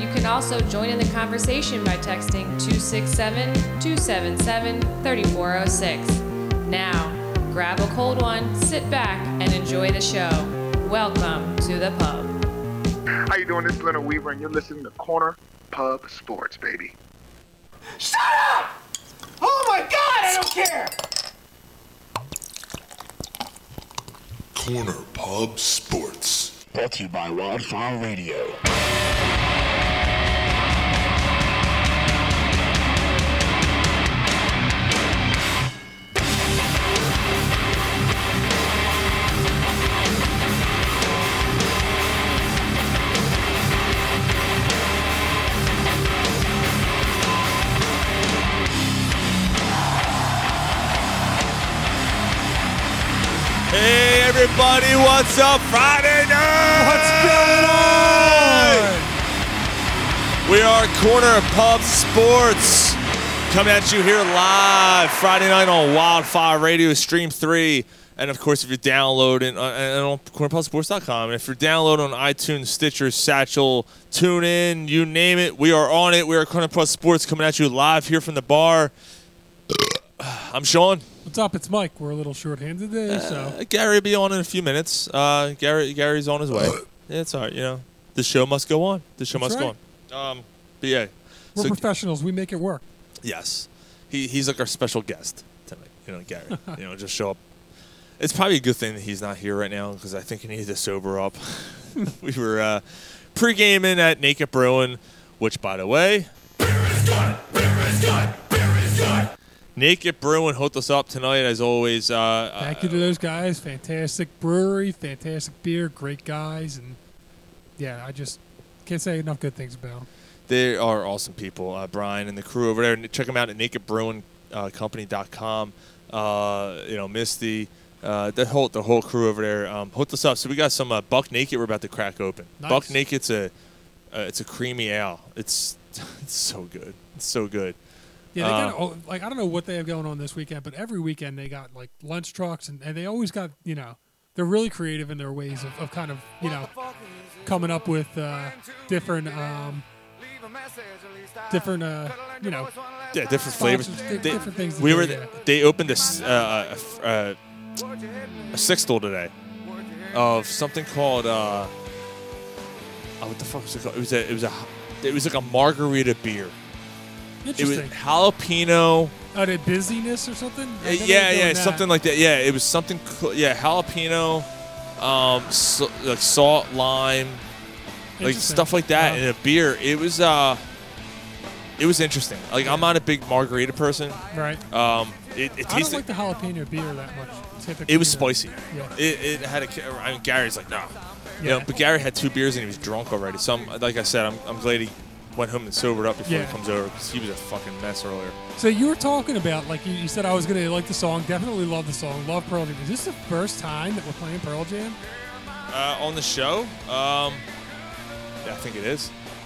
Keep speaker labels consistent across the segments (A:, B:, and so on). A: You can also join in the conversation by texting 267 277 3406. Now, grab a cold one, sit back, and enjoy the show. Welcome to the pub.
B: How you doing? This is Leonard Weaver, and you're listening to Corner Pub Sports, baby.
C: Shut up! Oh my god, I don't care!
D: Corner Pub Sports.
E: Brought to you by Wildfire Radio.
F: Hey everybody, what's up? Friday night! What's going on? We are Corner Pub Sports coming at you here live Friday night on Wildfire Radio Stream 3. And of course, if you're downloading uh, and on cornerpubsports.com, and if you're downloading on iTunes, Stitcher, Satchel, TuneIn, you name it, we are on it. We are Corner Pub Sports coming at you live here from the bar. I'm Sean.
G: What's up? It's Mike. We're a little short-handed today, so
F: Uh, Gary will be on in a few minutes. Uh, Gary Gary's on his way. yeah, it's all right. You know, the show must go on. The show
G: That's
F: must
G: right.
F: go on. Um, but yeah,
G: we're
F: so-
G: professionals. We make it work.
F: yes, he he's like our special guest tonight. You know, Gary. you know, just show up. It's probably a good thing that he's not here right now because I think he needs to sober up. we were uh, pre-gaming at Naked Brewing, which, by the way, Naked Brewing hooked us up tonight as always. Uh,
G: Thank you to those guys. Fantastic brewery, fantastic beer, great guys, and yeah, I just can't say enough good things about them.
F: They are awesome people, uh, Brian and the crew over there. Check them out at uh, nakedbrewingcompany.com. Uh, you know, Misty, uh, the whole the whole crew over there um, hooked us up. So we got some uh, Buck Naked. We're about to crack open.
G: Nice.
F: Buck Naked's a uh, it's a creamy ale. It's it's so good. It's so good.
G: Yeah, they
F: Uh,
G: got all, like I don't know what they have going on this weekend, but every weekend they got like lunch trucks, and, and they always got you know they're really creative in their ways of, of kind of you know coming up with uh, different um, different uh, you know
F: Yeah, different flavors.
G: Sponsors,
F: They-
G: different things that
F: We
G: they
F: were
G: do.
F: they opened a s- uh, a, a, a sextal today of something called uh, oh, what the fuck was it called? It was a it was a it was like a margarita beer. It was
G: interesting.
F: jalapeno.
G: Oh, the busyness or something?
F: Uh, Yeah, yeah, yeah, something like that. Yeah, it was something. Cl- yeah, jalapeno, um, s like salt, lime, like stuff like that in a beer. It was uh, it was interesting. Like I'm not a big margarita person.
G: right.
F: Um, it, it
G: I don't
F: tasted.
G: like the jalapeno beer that much. Typically,
F: it was
G: though.
F: spicy.
G: Yeah.
F: It, it had a. ca- I mean, Gary's like no. You know,
G: Yeah.
F: but Gary had two beers and he was drunk already. So, I'm, like I said, I'm, I'm glad he went home and sobered up before
G: Yeah.
F: he comes over because he was a fucking mess earlier.
G: So you were talking about like you, you said I was gonna like the song. Definitely love the song. Love Pearl Jam. Is this the first time that we're playing Pearl Jam?
F: Uh, on the show, um, yeah, I think it is.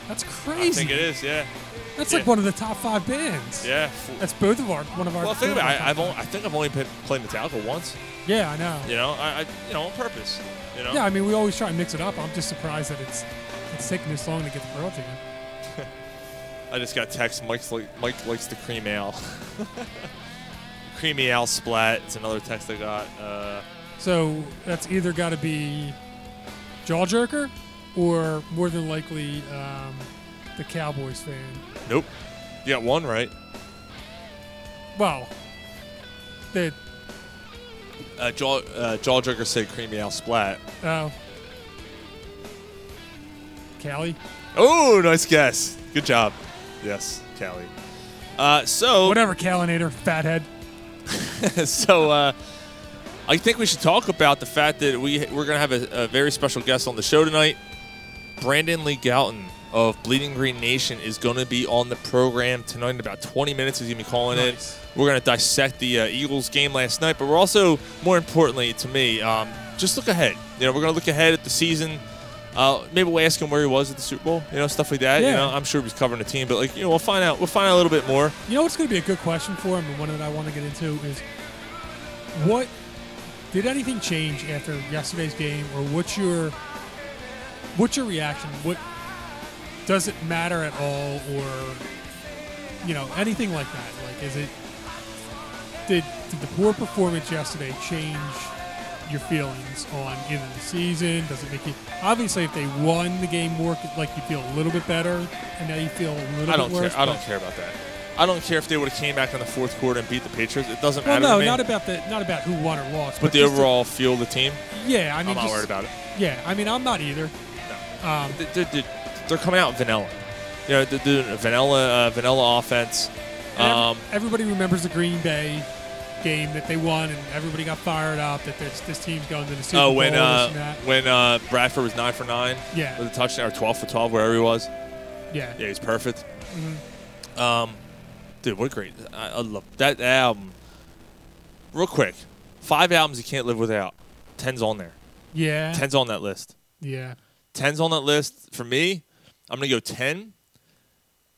G: That's
F: I
G: crazy.
F: think it is. Yeah,
G: That's
F: yeah.
G: like one of the top five bands.
F: yeah.
G: That's both of our one of our.
F: well, think about it. I, I've
G: only.
F: only, I think I've only pe- played Metallica once.
G: Yeah, I know.
F: You know, I, I you know on purpose. You know.
G: Yeah, I mean we always try and mix it up. I'm just surprised that it's it's taking this long to get the Pearl Jam.
F: I just got text. Mike's like Mike likes the cream ale. Creamy ale splat. It's another text I got. Uh,
G: So that's either got to be Jawjerker or more than likely um, the Cowboys fan.
F: nope. You got one right.
G: Well, the
F: Uh, Jaw uh, Jawjerker said creamy ale splat.
G: uh, Cali.
F: Oh, nice guess. Good job. Yes, Callie. Uh, so
G: Whatever, Calinator, fathead.
F: so uh, I think we should talk about the fact that we we're gonna have a, a very special guest on the show tonight. Brandon Lee Galton of Bleeding Green Nation is going to be on the program tonight in about 20 minutes. He's going to be calling
G: Nice.
F: in. We're going to dissect the uh, Eagles game last night, but we're also, more importantly to me, um, just look ahead. You know, we're going to look ahead at the season. Uh, maybe we'll ask him where he was at the Super Bowl. You know, stuff like that. You
G: Yeah.
F: know, I'm sure he's covering the team, but like, you know, we'll find out. We'll find out a little bit more.
G: You know what's going to be a good question for him, and one that I want to get into is what did anything change after yesterday's game, or what's your what's your reaction? What does it matter at all, or you know anything like that? Like, is it did, did the poor performance yesterday change your feelings on either the season? Does it make you obviously if they won the game more, like you feel a little bit better, and now you feel a little
F: I
G: bit
F: don't
G: worse?
F: care. I
G: but-
F: don't care about that. I don't care if they would have came back in the fourth quarter and beat the Patriots. It doesn't
G: Well,
F: matter.
G: no,
F: to me.
G: not about the not about who won or lost,
F: but the
G: just
F: overall feel of the team,
G: yeah, I mean,
F: I'm not
G: just-
F: worried about it.
G: Yeah, I mean, I'm not either. Um,
F: They- They're, they're, they're coming out vanilla. You know, they're doing a vanilla, uh, vanilla offense.
G: and ev-
F: Um,
G: everybody remembers the Green Bay game that they won, and everybody got fired up that this, this team's going to the Super
F: oh,
G: Bowl.
F: when
G: this
F: uh,
G: and that.
F: when uh, Bradford was nine for nine
G: Yeah.
F: with a touchdown or twelve for twelve, wherever he was.
G: yeah,
F: Yeah, he's perfect.
G: Mm-hmm.
F: Um, dude, what a great! I, I love that album. Real quick, five albums you can't live without. Ten's on there.
G: yeah,
F: Ten's on that list.
G: yeah.
F: 10's on that list for me. I'm gonna go ten.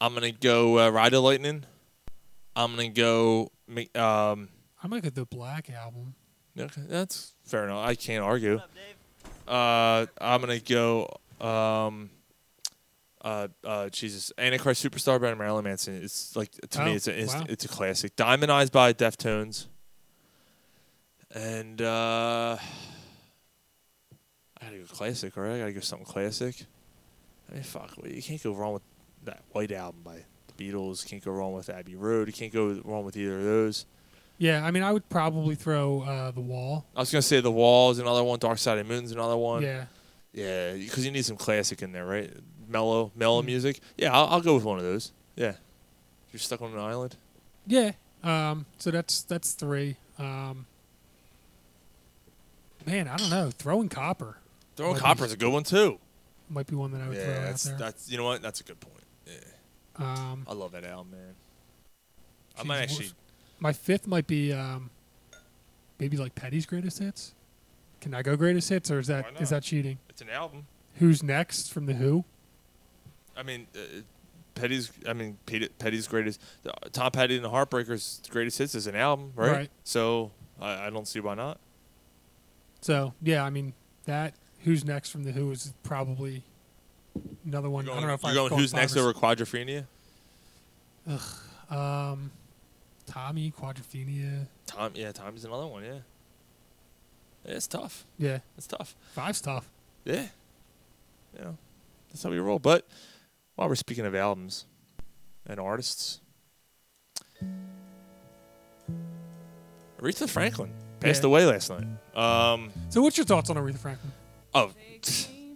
F: I'm gonna go uh, Ride the Lightning. I'm gonna go. ma- Um,
G: I'm gonna go the Black album.
F: okay, that's fair enough. I can't argue. Uh, I'm gonna go. Um, uh, uh, Jesus, Antichrist Superstar by Marilyn Manson. It's like to me,
G: Oh,
F: it's a it's,
G: wow.
F: it's a classic. Diamond Eyes by Deftones. And uh, I gotta go classic, right? I gotta go something classic. I mean, fuck, well, you can't go wrong with that White Album by the Beatles. Can't go wrong with Abbey Road. You can't go wrong with either of those.
G: Yeah, I mean, I would probably throw uh, the Wall.
F: I was gonna say The Walls, another one. Dark Side of the Moon's another one.
G: Yeah,
F: Yeah, because you need some classic in there, right? Mellow, mellow
G: Mm-hmm.
F: music. Yeah, I'll, I'll go with one of those. Yeah, you're stuck on an island.
G: yeah. Um, so that's that's three. Um, man, I don't know. Throwing Copper
F: Throwing
G: Might be-
F: copper's a good one too.
G: might be one that I would
F: Yeah,
G: throw
F: that's
G: out there.
F: that's you know what? That's a good point. Yeah,
G: um,
F: I love that album, man. I
G: Jeez,
F: might
G: what
F: actually.
G: was- My fifth might be um, maybe like Petty's greatest hits. Can I go greatest hits, or is that
F: Why not?
G: is that cheating?
F: It's an album.
G: Who's next from the Who?
F: I mean, uh, Petty's. I mean, Pete, Petty's greatest. uh, Tom Petty and the Heartbreakers' greatest hits is an album, right?
G: Right.
F: So I, I don't see why not.
G: So yeah, I mean that Who's next from the Who is probably another one. I don't know if
F: you're
G: I've
F: going.
G: gone
F: Who's
G: five
F: next
G: or
F: over Quadrophenia?
G: s- Tommy Quadrophenia.
F: Tom. Yeah, Tommy's another one. Yeah. Yeah, it's tough.
G: Yeah,
F: It's tough.
G: five's tough.
F: Yeah. You know, that's how we roll. But while we're speaking of albums and artists, Aretha Franklin passed
G: Yeah.
F: away last night. Um,
G: So what's your thoughts on Aretha Franklin?
F: oh,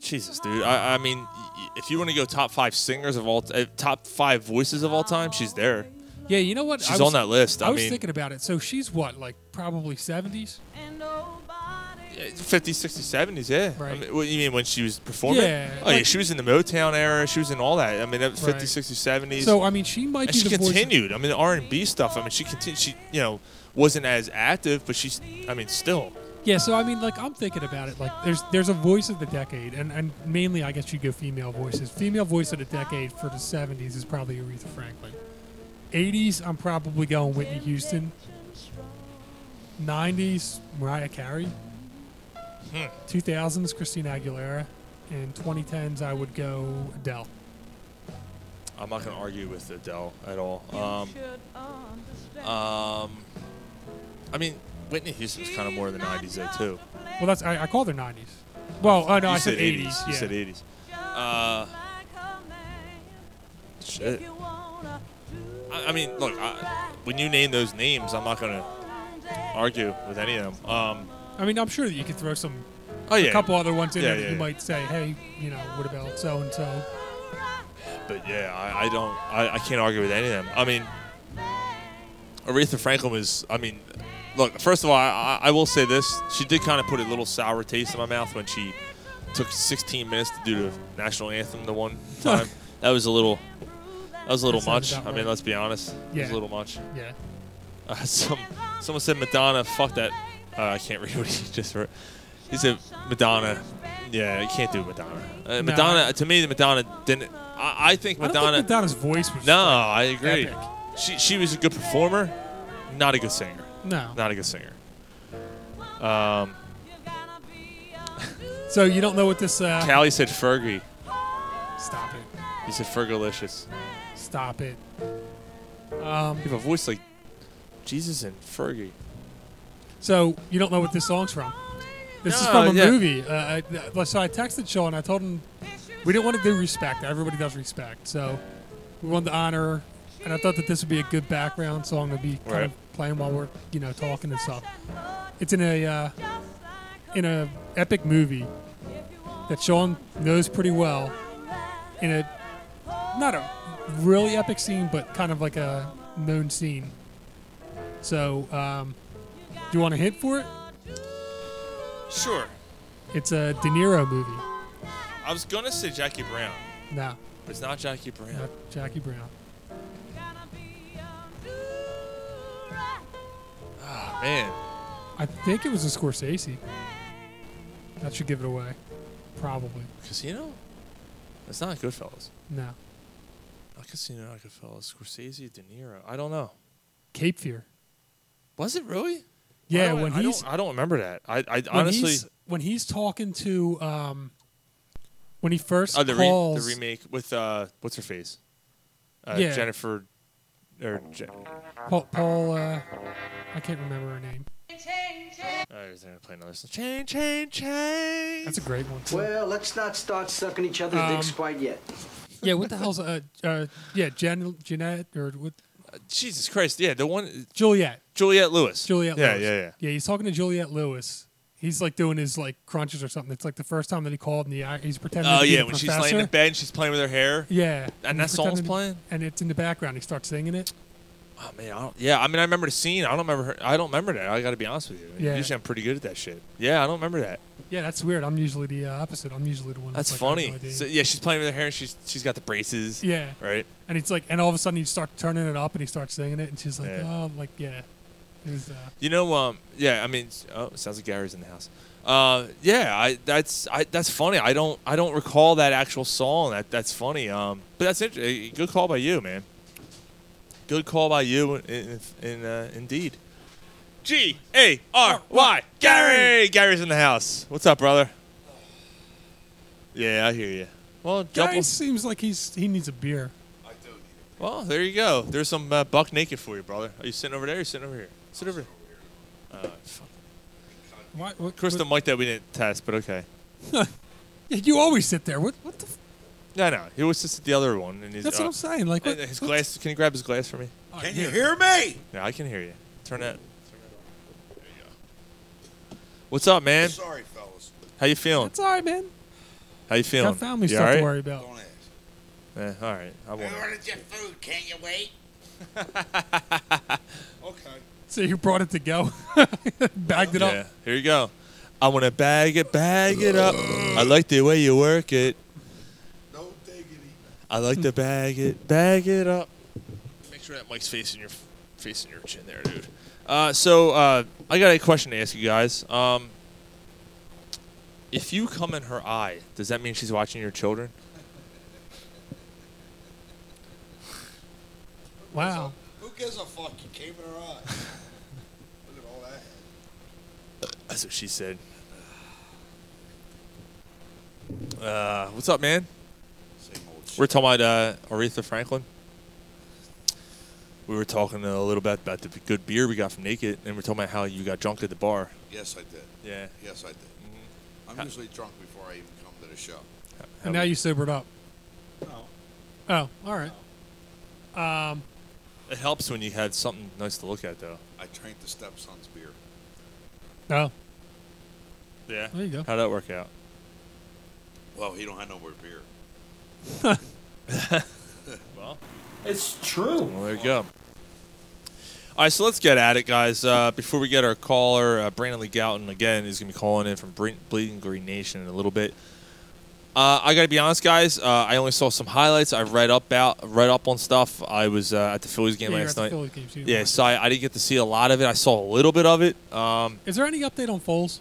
F: Jesus, dude. I, I mean, y- y- if you want to go top five singers of all, uh, top five voices of all time, she's there.
G: Yeah, you know what?
F: She's on that list. I,
G: I was
F: mean,
G: thinking about it. So she's what, like probably seventies?
F: yeah, 50s, 60s, 70s, yeah. I
G: Right.
F: mean, what do you mean when she was performing?
G: Yeah,
F: oh, yeah,
G: like-
F: she was in the Motown era. She was in all that. I mean, that was 50s,
G: Right.
F: 60s, 70s.
G: So I mean, she might
F: and
G: be
F: she
G: the voice.
F: continued. I mean, the R and B stuff. I mean, she continued. She, you know, wasn't as active, but she's. I mean, still.
G: Yeah, so I mean, like I'm thinking about it. Like there's there's a voice of the decade, and, and mainly I guess you go female voices. Female voice of the decade for the '70s is probably Aretha Franklin. '80s, I'm probably going Whitney Houston. '90s, Mariah Carey.
F: Hmm.
G: 2000s, Christina Aguilera, and 2010s, I would go Adele.
F: I'm not gonna argue with Adele at all. Um, um, I mean, Whitney Houston's kind of more than '90s though too.
G: Well, that's I, I call their '90s. Well, oh no,
F: you
G: I said, '80s.
F: You
G: yeah.
F: said '80s. Uh, shit. I, I mean, look. I, when you name those names, I'm not gonna argue with any of them. Um,
G: I mean, I'm sure that you could throw some
F: oh yeah.
G: a couple other ones in
F: Yeah,
G: there that
F: yeah,
G: you
F: yeah.
G: might say, hey, you know, what about so and so?
F: But yeah, I, I don't. I, I can't argue with any of them. I mean, Aretha Franklin was. I mean, look. First of all, I, I I will say this: she did kind of put a little sour taste in my mouth when she took 16 minutes to do the national anthem the one time. that was a little. That was a little
G: That sounds
F: much.
G: about
F: I mean,
G: right.
F: let's be honest. It was
G: Yeah.
F: a little much.
G: Yeah.
F: Uh, some someone said Madonna. Fuck that. Uh, I can't read what he just wrote. He said Madonna. Yeah, you can't do Madonna. Uh, Madonna to me, Madonna didn't. I, I think
G: I don't
F: Madonna.
G: think Madonna's voice was.
F: no, I agree.
G: epic.
F: She she was a good performer, not a good singer.
G: No.
F: Not a good singer. Um,
G: So you don't know what this. Uh,
F: Callie said Fergie.
G: stop it.
F: He said Fergalicious.
G: Stop it.
F: You have a voice like Jesus and Fergie.
G: So you don't know what this song's from. This is
F: No,
G: from a
F: yeah.
G: movie. Uh, I, so I texted Sean. I told him we didn't want to do respect. Everybody does respect. So we wanted to honor, her, and I thought that this would be a good background song to be kind
F: Right.
G: of playing while we're you know talking and stuff. It's in a uh, in a epic movie that Sean knows pretty well. In a not a really epic scene, but kind of like a known scene. So, um, do you want a hint for it?
F: Sure.
G: It's a De Niro movie.
F: I was gonna say Jackie Brown,
G: No,
F: but it's not Jackie Brown.
G: not uh, Jackie Brown.
F: Ah, Man,
G: I think it was a Scorsese. That should give it away. Probably.
F: Casino. That's not Goodfellas.
G: No.
F: Not Casino, not Goodfellas. Scorsese, De Niro. I don't know.
G: Cape Fear.
F: Was it really? I
G: Yeah,
F: don't-
G: when
F: I
G: he's
F: don't, I don't remember that. I, I
G: when
F: honestly.
G: he's, when he's talking to um, when he first
F: Oh, the, re- the
G: calls
F: remake with uh, what's her face? Uh,
G: Yeah.
F: Jennifer, or Je- oh,
G: Paul, Paul uh, I can't remember her name.
F: I was gonna play another song. Chain, chain, chain.
G: That's a great one. too.
H: Well, let's not start sucking each other's dicks quite yet.
G: Yeah, what the hell's uh, uh yeah, Jan, Jeanette or what,
F: Jesus Christ! Yeah, the one
G: Juliet.
F: Juliette Lewis.
G: Juliet
F: Yeah,
G: Lewis.
F: yeah, yeah.
G: Yeah, he's talking to Juliet Lewis. He's like doing his like crunches or something. It's like the first time that he called and he, he's pretending
F: Oh
G: to be
F: yeah,
G: the
F: when
G: professor.
F: she's laying in bed, and she's playing with her hair.
G: Yeah.
F: And
G: he's
F: that song's
G: pretending-
F: playing?
G: And it's in the background. He starts singing it.
F: Oh man, I don't, yeah. I mean, I remember the scene. I don't remember. Her, I don't remember that. I got to be honest with you.
G: Yeah.
F: Usually, I'm pretty good at that shit. Yeah, I don't remember that.
G: Yeah, that's weird. I'm usually the uh, opposite. I'm usually the one
F: That's
G: like, I have no
F: funny.
G: idea.
F: so, yeah, she's playing with her hair. And she's she's got the braces.
G: yeah.
F: Right.
G: And it's like, and all of a sudden you start turning it up and he starts singing it and she's like,
F: Yeah.
G: oh, like, yeah. It was, uh,
F: You know, um, yeah. I mean, oh, sounds like Gary's in the house. Uh, yeah, I that's I that's funny. I don't I don't recall that actual song. That that's funny. Um, but that's interesting. Good call by you, man. Good call by you. In in uh, indeed. G A R Y Gary. Gary's in the house. What's up, brother? Yeah, I hear you. Well, jump.
G: guy seems like he's he needs a beer.
F: Well, there you go. There's some uh, buck naked for you, brother. Are you sitting over there? Or you sitting over here? Sit over. here. Uh, fuck.
G: Why, what,
F: Krista mic that we didn't test, but okay.
G: what- you always sit there. What? What the? F-
F: No, no, he was just the other one, and he's
G: that's
F: uh,
G: what I'm saying. Like, what,
F: and his
G: what-
F: glass. Can you grab his glass for me?
G: Oh,
D: Can
G: yeah.
D: you hear me?
F: Yeah, I can hear you. Turn that. What's up, man?
D: Sorry, fellas.
F: How you feeling?
G: That's all right, man.
F: How you feeling?
G: Got family
F: you
G: stuff
F: all right?
G: to worry about.
D: Don't ask.
F: Yeah, all right. I won't.
D: ordered your food. Can you wait? okay.
G: So you brought it to go, bagged it
F: Yeah,
G: up.
F: here you go. I wanna bag it, bag it up. I like the way you work it.
D: No diggity.
F: I like
G: Hmm.
F: to bag it, bag it up. Make sure that mic's facing your facing your chin there, dude. Uh, so uh, I got a question to ask you guys. Um, if you come in her eye, does that mean she's watching your children?
G: Wow.
D: Who gives a fuck? You came in her eye. Look at all that.
F: That's what she said. Uh, what's up, man?
D: Same old shit.
F: We're talking about uh, Aretha Franklin. We were talking a little bit about the good beer we got from Naked, and we're talking about how you got drunk at the bar.
D: Yes, I did.
F: Yeah. Mm-hmm.
D: Yes, I did. I'm usually drunk before I even come to the show.
G: And now you sobered up.
D: No.
G: Oh, all right. Um,
F: It helps when you had something nice to look at, though.
D: I drank the stepson's beer.
G: No.
F: Yeah.
G: There you go.
F: How'd that work out?
D: Well, he don't have no more beer.
F: Well,
H: It's true.
F: well there you go. All right, so let's get at it, guys. Uh, before we get our caller, uh, Brandon Lee Galton, again, is going to be calling in from Bre- Bleeding Green Nation in a little bit. Uh, I got to be honest, guys. Uh, I only saw some highlights. I read up about, read up on stuff. I was uh, at the Phillies game
G: Yeah, you're at
F: last
G: the
F: night.
G: Phillies game, so you
F: yeah,
G: watched
F: so I, I didn't get to see a lot of it. I saw a little bit of it. Um,
G: Is there any update on Foles?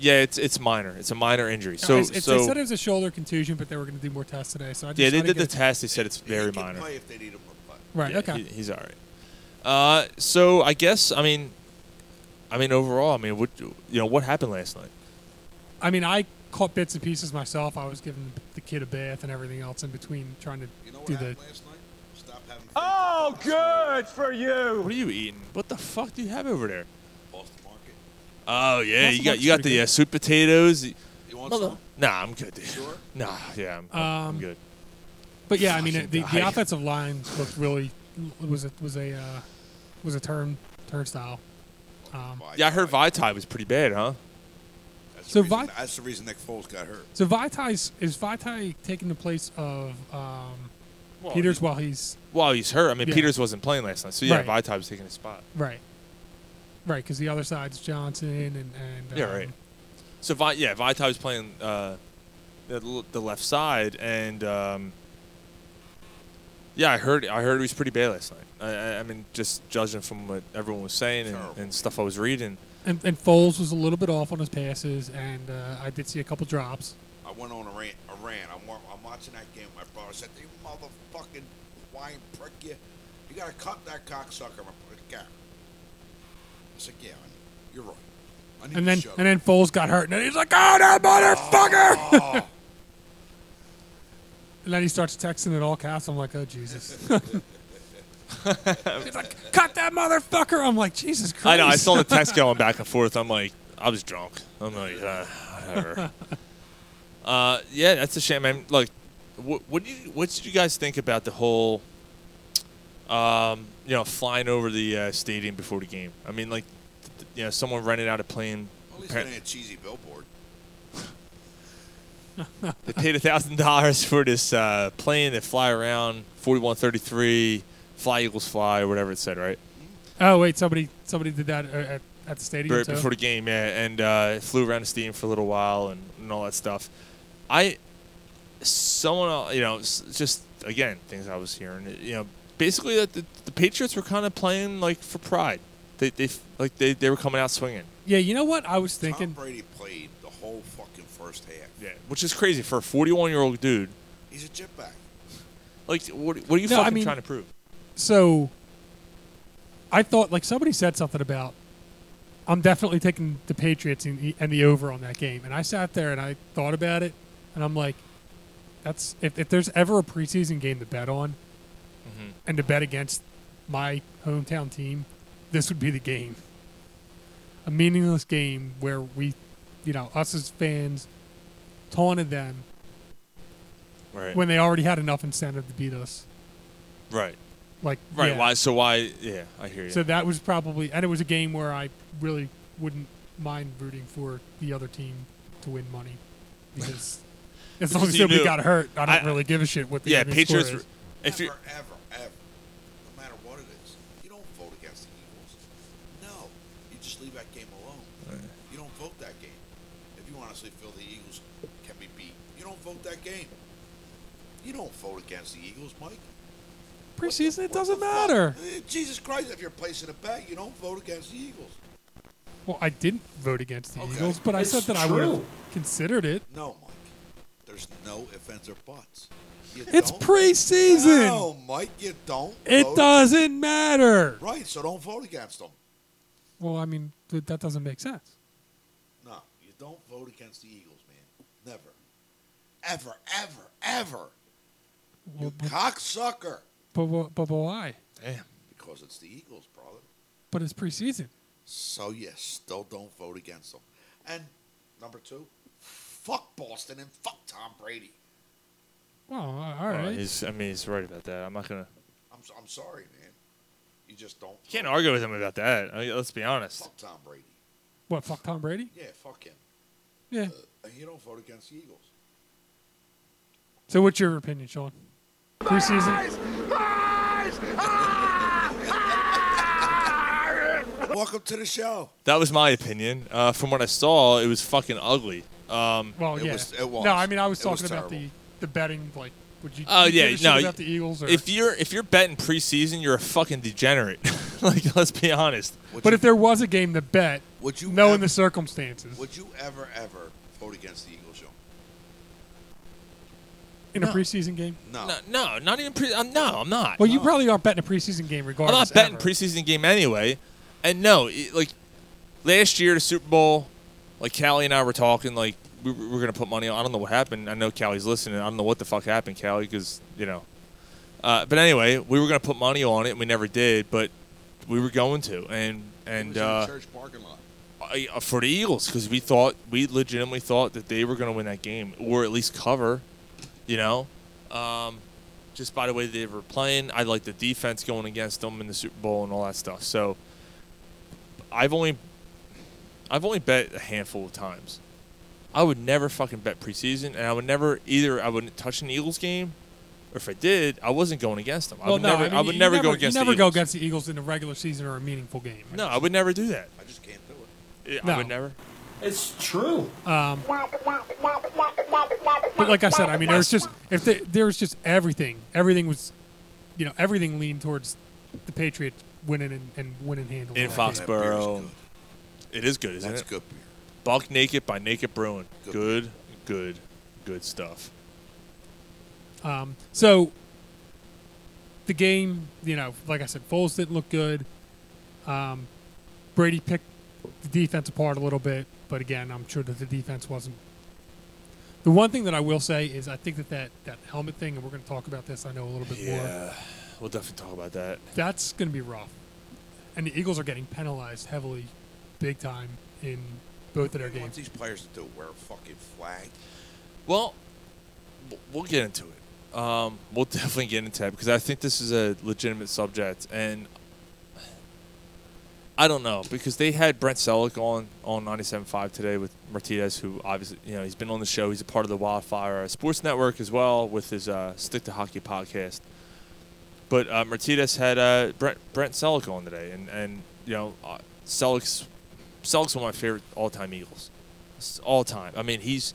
F: yeah, it's it's minor. It's a minor injury. So
G: It's- it's-
F: so
G: they said it was a shoulder contusion, but they were going to do more tests today. So I just
F: yeah, they
G: I
F: did
G: didn't
F: the
G: get a-
F: test. They said it's very
D: He can
F: minor.
D: play if they need him to play.
G: Right.
F: Yeah,
G: okay.
F: he- he's all right. Uh, so I guess I mean, I mean overall, I mean what you know what happened last night?
G: I mean, I caught bits and pieces myself. I was giving the kid a bath and everything else in between, trying to
D: You know what
G: do
D: happened
G: the.
D: last night? Stop having faith
C: Oh, good for you.
F: What are you eating? What the fuck do you have over there?
D: in Boston market.
F: Oh yeah,
G: Lots
F: you
G: of
F: got
G: lots
F: you got
G: pretty
F: the
G: good.
F: uh, sweet potatoes.
D: You want
F: Mother-
D: some?
F: Nah, I'm good. Dude.
D: Sure?
F: Nah, yeah, I'm, I'm- I'm
G: Um,
F: good.
G: But yeah, I mean,
F: Fucking
G: the,
F: die.
G: the offensive line looked really was a was a uh, was a turn turnstile.
F: Um, Yeah, I heard Vitae was pretty bad, huh?
D: That's
G: So
D: the reason,
G: Vi-
D: that's the reason Nick Foles got hurt.
G: So Vitai's is Vitai taking the place of um, Peters while he's
F: Well, he's hurt. I mean,
G: Yeah.
F: Peters wasn't playing last night, so yeah,
G: Right.
F: Vitae was taking his spot.
G: right, right because the other side's Johnson and and
F: Yeah,
G: um,
F: right. So Vi- yeah, Vitae was playing uh, the, l- the left side, and um, yeah, I heard I heard he was pretty bad last night. I, I, I mean, just judging from what everyone was saying and,
D: Terrible.
F: and stuff I was reading.
G: And, and Foles was a little bit off on his passes, and uh, I did see a couple drops.
D: I went on a rant. A rant. I'm, wa- I'm watching that game. My brother said, "You motherfucking Hawaiian prick, you! You gotta cut that cocksucker." My brother, "Garrett." I said, "Yeah, I know. you're right." I need
G: And
D: to
G: then
D: shut
G: and
D: up. Oh,
G: then Foles got hurt, and then he's like, "Oh, that
F: Oh.
G: motherfucker!" and then he starts texting in all caps. I'm like, "Oh Jesus!" he's like, "Cut that motherfucker!" I'm like, "Jesus Christ!"
F: I know. I saw the text going back and forth. I'm like, I was drunk. I'm like, uh, whatever. uh, yeah, that's a shame. man. Look, what, what do you, what did you guys think about the whole, um, you know, flying over the uh, stadium before the game? I mean, like, th- th- you know, someone rented out a plane.
D: Well, at least
F: Appar-
D: it ain't a cheesy billboard.
F: they paid a thousand dollars for this uh, plane that fly around 4133, fly Eagles fly, or whatever it said, right?
G: Oh wait, somebody somebody did that uh, at, at the stadium.
F: right
G: too?
F: before the game, yeah, and uh, it flew around the stadium for a little while and, and all that stuff. I, someone, el- you know, s- just again things I was hearing, you know, basically that the, the Patriots were kind of playing like for pride. They, they f- like they, they were coming out swinging.
G: yeah, you know what? I was
D: Tom
G: thinking.
D: Brady played the whole fucking first half.
F: Yeah, which is crazy for a 41 year old dude.
D: He's a jetpack.
F: Like, what, what are you
G: No, I
F: fucking
G: mean-
F: trying to prove?
G: so I thought like somebody said something about I'm definitely taking the Patriots and the, and the over on that game, and I sat there and I thought about it, and I'm like, that's if, if there's ever a preseason game to bet on,
F: Mm-hmm.
G: and to bet against my hometown team, this would be the game. A meaningless game where we, you know, us as fans, taunted them
F: Right.
G: when they already had enough incentive to beat us.
F: right.
G: Like
F: Right.
G: yeah.
F: Why? So why? Yeah, I hear you.
G: So that was probably, and it was a game where I really wouldn't mind rooting for the other team to win money because as long
F: Because
G: as
F: you
G: nobody
F: knew-
G: got hurt, I don't
F: I-
G: really give a shit what the
F: yeah,
G: ending
F: Patriots.
G: Score
F: were-
G: is.
F: If you
D: ever, ever, ever, no matter what it is, you don't vote against the Eagles. No, you just leave that game alone. You don't vote that game. If you honestly feel the Eagles can be beat, you don't vote that game. You don't vote against the Eagles, Mike.
G: Preseason, it
D: What the
G: doesn't
D: fuck?
G: matter.
D: Eh, Jesus Christ, if you're placing a bet, you don't vote against the Eagles.
G: Well, I didn't vote against the
D: Okay.
G: Eagles, but I
H: It's
G: said that I would have
H: true.
G: considered it.
D: No, Mike. There's no offense or buts. You
G: It's
D: don't-
G: preseason.
D: No, Mike, you don't.
G: It
D: vote-
G: doesn't matter.
D: Right, so don't vote against them.
G: Well, I mean, th- that doesn't make sense.
D: No, you don't vote against the Eagles, man. Never. Ever, ever, ever. You
G: Well, but,
D: cocksucker.
G: but, but, but why?
F: damn.
D: Because it's the Eagles, brother.
G: But it's preseason.
D: So, yes, still don't vote against them. And number two, fuck Boston and fuck Tom Brady.
G: Well, all
F: Well,
G: right.
F: he's, I mean, he's right about that. I'm not gonna.
D: I'm, so- I'm sorry, man. You just don't.
F: Can't argue with him about that. I mean, let's be honest.
D: Fuck Tom Brady.
G: what? Fuck Tom Brady?
D: Yeah, fuck him.
G: Yeah.
D: And you don't vote against the Eagles.
G: So, what's your opinion, Sean? Preseason.
D: Welcome to the show.
F: That was my opinion. Uh, from what I saw, it was fucking ugly.
G: Well,
D: It
G: yeah.
D: was- it was.
G: No, I mean I was
D: It
G: talking
D: was
G: about the
D: terrible.
G: the betting. Like, would you?
F: Oh
G: you give
F: yeah,
G: a shit
F: no.
G: About the Eagles, or,
F: If you're if you're betting preseason, you're a fucking degenerate. like let's be honest.
D: Would
G: but
D: you-
G: if there was a game to bet,
D: Would you
G: knowing
D: ever-
G: the circumstances
D: would you ever ever vote against the Eagles, Sean?
G: in a preseason game?
D: No.
F: No, no, not even pre. I'm, no, I'm not.
G: Well, you probably aren't betting a preseason game
F: I'm
G: regardless.
F: not betting
G: ever.
F: preseason game anyway. And no, it- like last year the Super Bowl, like Callie and I were talking, like we we were gonna put money on. I don't know what happened. I know Callie's listening. I don't know what the fuck happened, Callie, because you know. Uh, but anyway, we were gonna put money on it, and we never did. But we were going to, and
D: It was in
F: and
D: the
F: uh,
D: church parking lot.
F: I- uh, for the Eagles because we thought we legitimately thought that they were going to win that game or at least cover, you know, um, just by the way they were playing. I like the defense going against them in the Super Bowl and all that stuff. So I've only I've only bet a handful of times. I would never fucking bet preseason, and I would never either. I wouldn't touch an Eagles game, or if I did, I wasn't going against them. I
G: Well,
F: would
G: no,
F: never.
G: I, mean,
F: would
G: you
F: never,
G: never
F: go against. the
G: You never go
F: Eagles.
G: against the Eagles in a regular season or a meaningful game.
F: No, I would never do that.
D: I just can't do it.
F: I
G: No.
F: would never.
H: It's true.
G: But like I said, I mean, there's just if the, there was just everything, everything was, you know, everything leaned towards the Patriots winning and, and winning handily.
F: In
G: that
F: Fox-
G: game.
D: That beer is
F: Burrow.
D: good.
F: It is good, isn't
D: That's
F: it?
D: good beer.
F: Buck Naked by Naked Brewing.
D: Good.
F: Good, good, good stuff.
G: Um, so the game, you know, like I said, Foles didn't look good. Um, Brady picked the defense apart a little bit, but again, I'm sure that the defense wasn't. The one thing that I will say is I think that that, that helmet thing, and we're going to talk about this, I know a little bit more.
F: We'll definitely talk about that.
G: that's going to be rough. And the Eagles are getting penalized heavily, big time in both of their
D: What do you want
G: games.
D: these players to do? Wear a fucking flag?
F: Well, w- we'll get into it. Um, we'll definitely get into that because I think this is a legitimate subject, and I don't know because they had Brent Selleck on on 97.5 today with Martinez, who obviously you know he's been on the show. He's a part of the Wildfire uh, Sports Network as well with his uh, Stick to Hockey podcast. But uh, Martinez had uh, Brent Brent Selleck on today, and and you know uh, Selleck's Selleck's one of my favorite all time Eagles, S- all time. I mean he's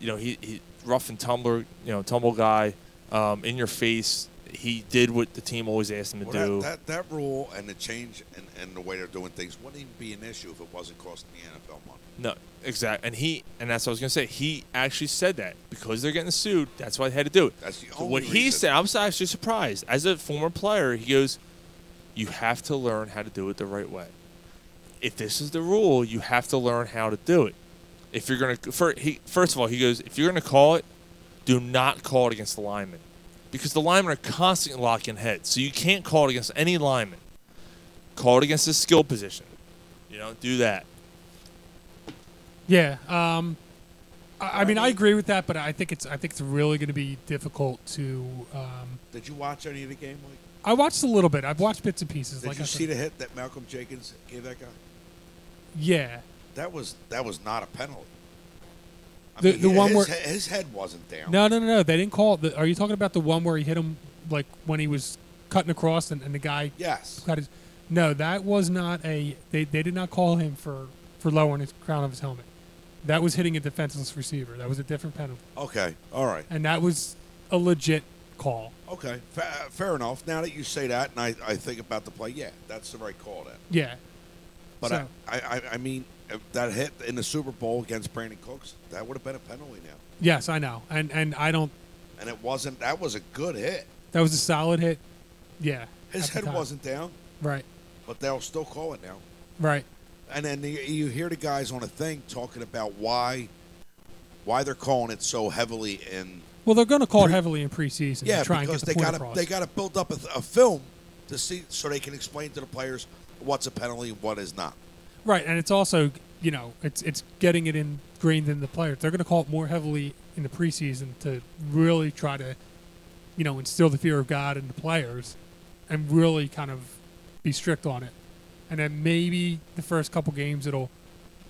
F: you know, he, he rough and tumbler, you know, tumble guy, um, in your face. He did what the team always asked him to
D: Well,
F: do.
D: that, that, that rule and the change and, and the way they're doing things wouldn't even be an issue if it wasn't costing the NFL money.
F: no, exact. And he, and that's what I was gonna say. He actually said that because they're getting sued. That's why they had to do it.
D: That's the
F: So what
D: only
F: he
D: reason.
F: said. I'm actually surprised. As a former player, he goes, "You have to learn how to do it the right way. If this is the rule, you have to learn how to do it. If you're gonna, fir- he, first of all, he goes, if you're gonna call it, do not call it against the lineman, because the linemen are constantly locking heads. So you can't call it against any lineman. Call it against the skill position. You know, do that.
G: Yeah. Um, I, I mean, I agree with that, but I think it's I think it's really going to be difficult to. Um,
D: Did you watch any of the game, Mike?
G: I watched a little bit. I've watched bits and pieces.
D: Did
G: like
D: you
G: I
D: see
G: said.
D: the hit that Malcolm Jenkins gave that guy?
G: Yeah.
D: That was that was not a penalty. I
G: The-
D: mean,
G: the
D: his,
G: one where-
D: he- his head wasn't down.
G: No, no, no, no. They didn't call. The, are you talking about the one where he hit him like when he was cutting across and, and the guy
D: Yes.
G: cut his? No, that was not a. They, they did not call him for for lowering his crown of his helmet. That was hitting a defenseless receiver. That was a different penalty.
D: Okay. All right.
G: and that was a legit call.
D: Okay. Fa- fair enough. Now that you say that, and I, I think about the play, yeah, that's the right call. Then.
G: Yeah.
D: But
G: So-
D: I, I I mean if that hit in the Super Bowl against Brandon Cooks that would have been a penalty now,
G: Yes, I know, and and I don't.
D: and it wasn't. That was a good hit.
G: That was a solid hit. Yeah.
D: His
G: at the
D: head
G: time.
D: wasn't down,
G: Right.
D: but they'll still call it now.
G: Right.
D: and then you, you hear the guys on a thing talking about why why they're calling it so heavily and
G: Well, they're going to call it heavily in preseason.
D: yeah
G: to try
D: because
G: and get the
D: they
G: point
D: got to
G: across.
D: they got to build up a, th- a film to see so they can explain to the players what's a penalty and what is not
G: Right, and it's also you know it's it's getting it ingrained in the players. They're going to call it more heavily in the preseason to really try to, you know, instill the fear of God in the players, and really kind of be strict on it. And then maybe the first couple games it'll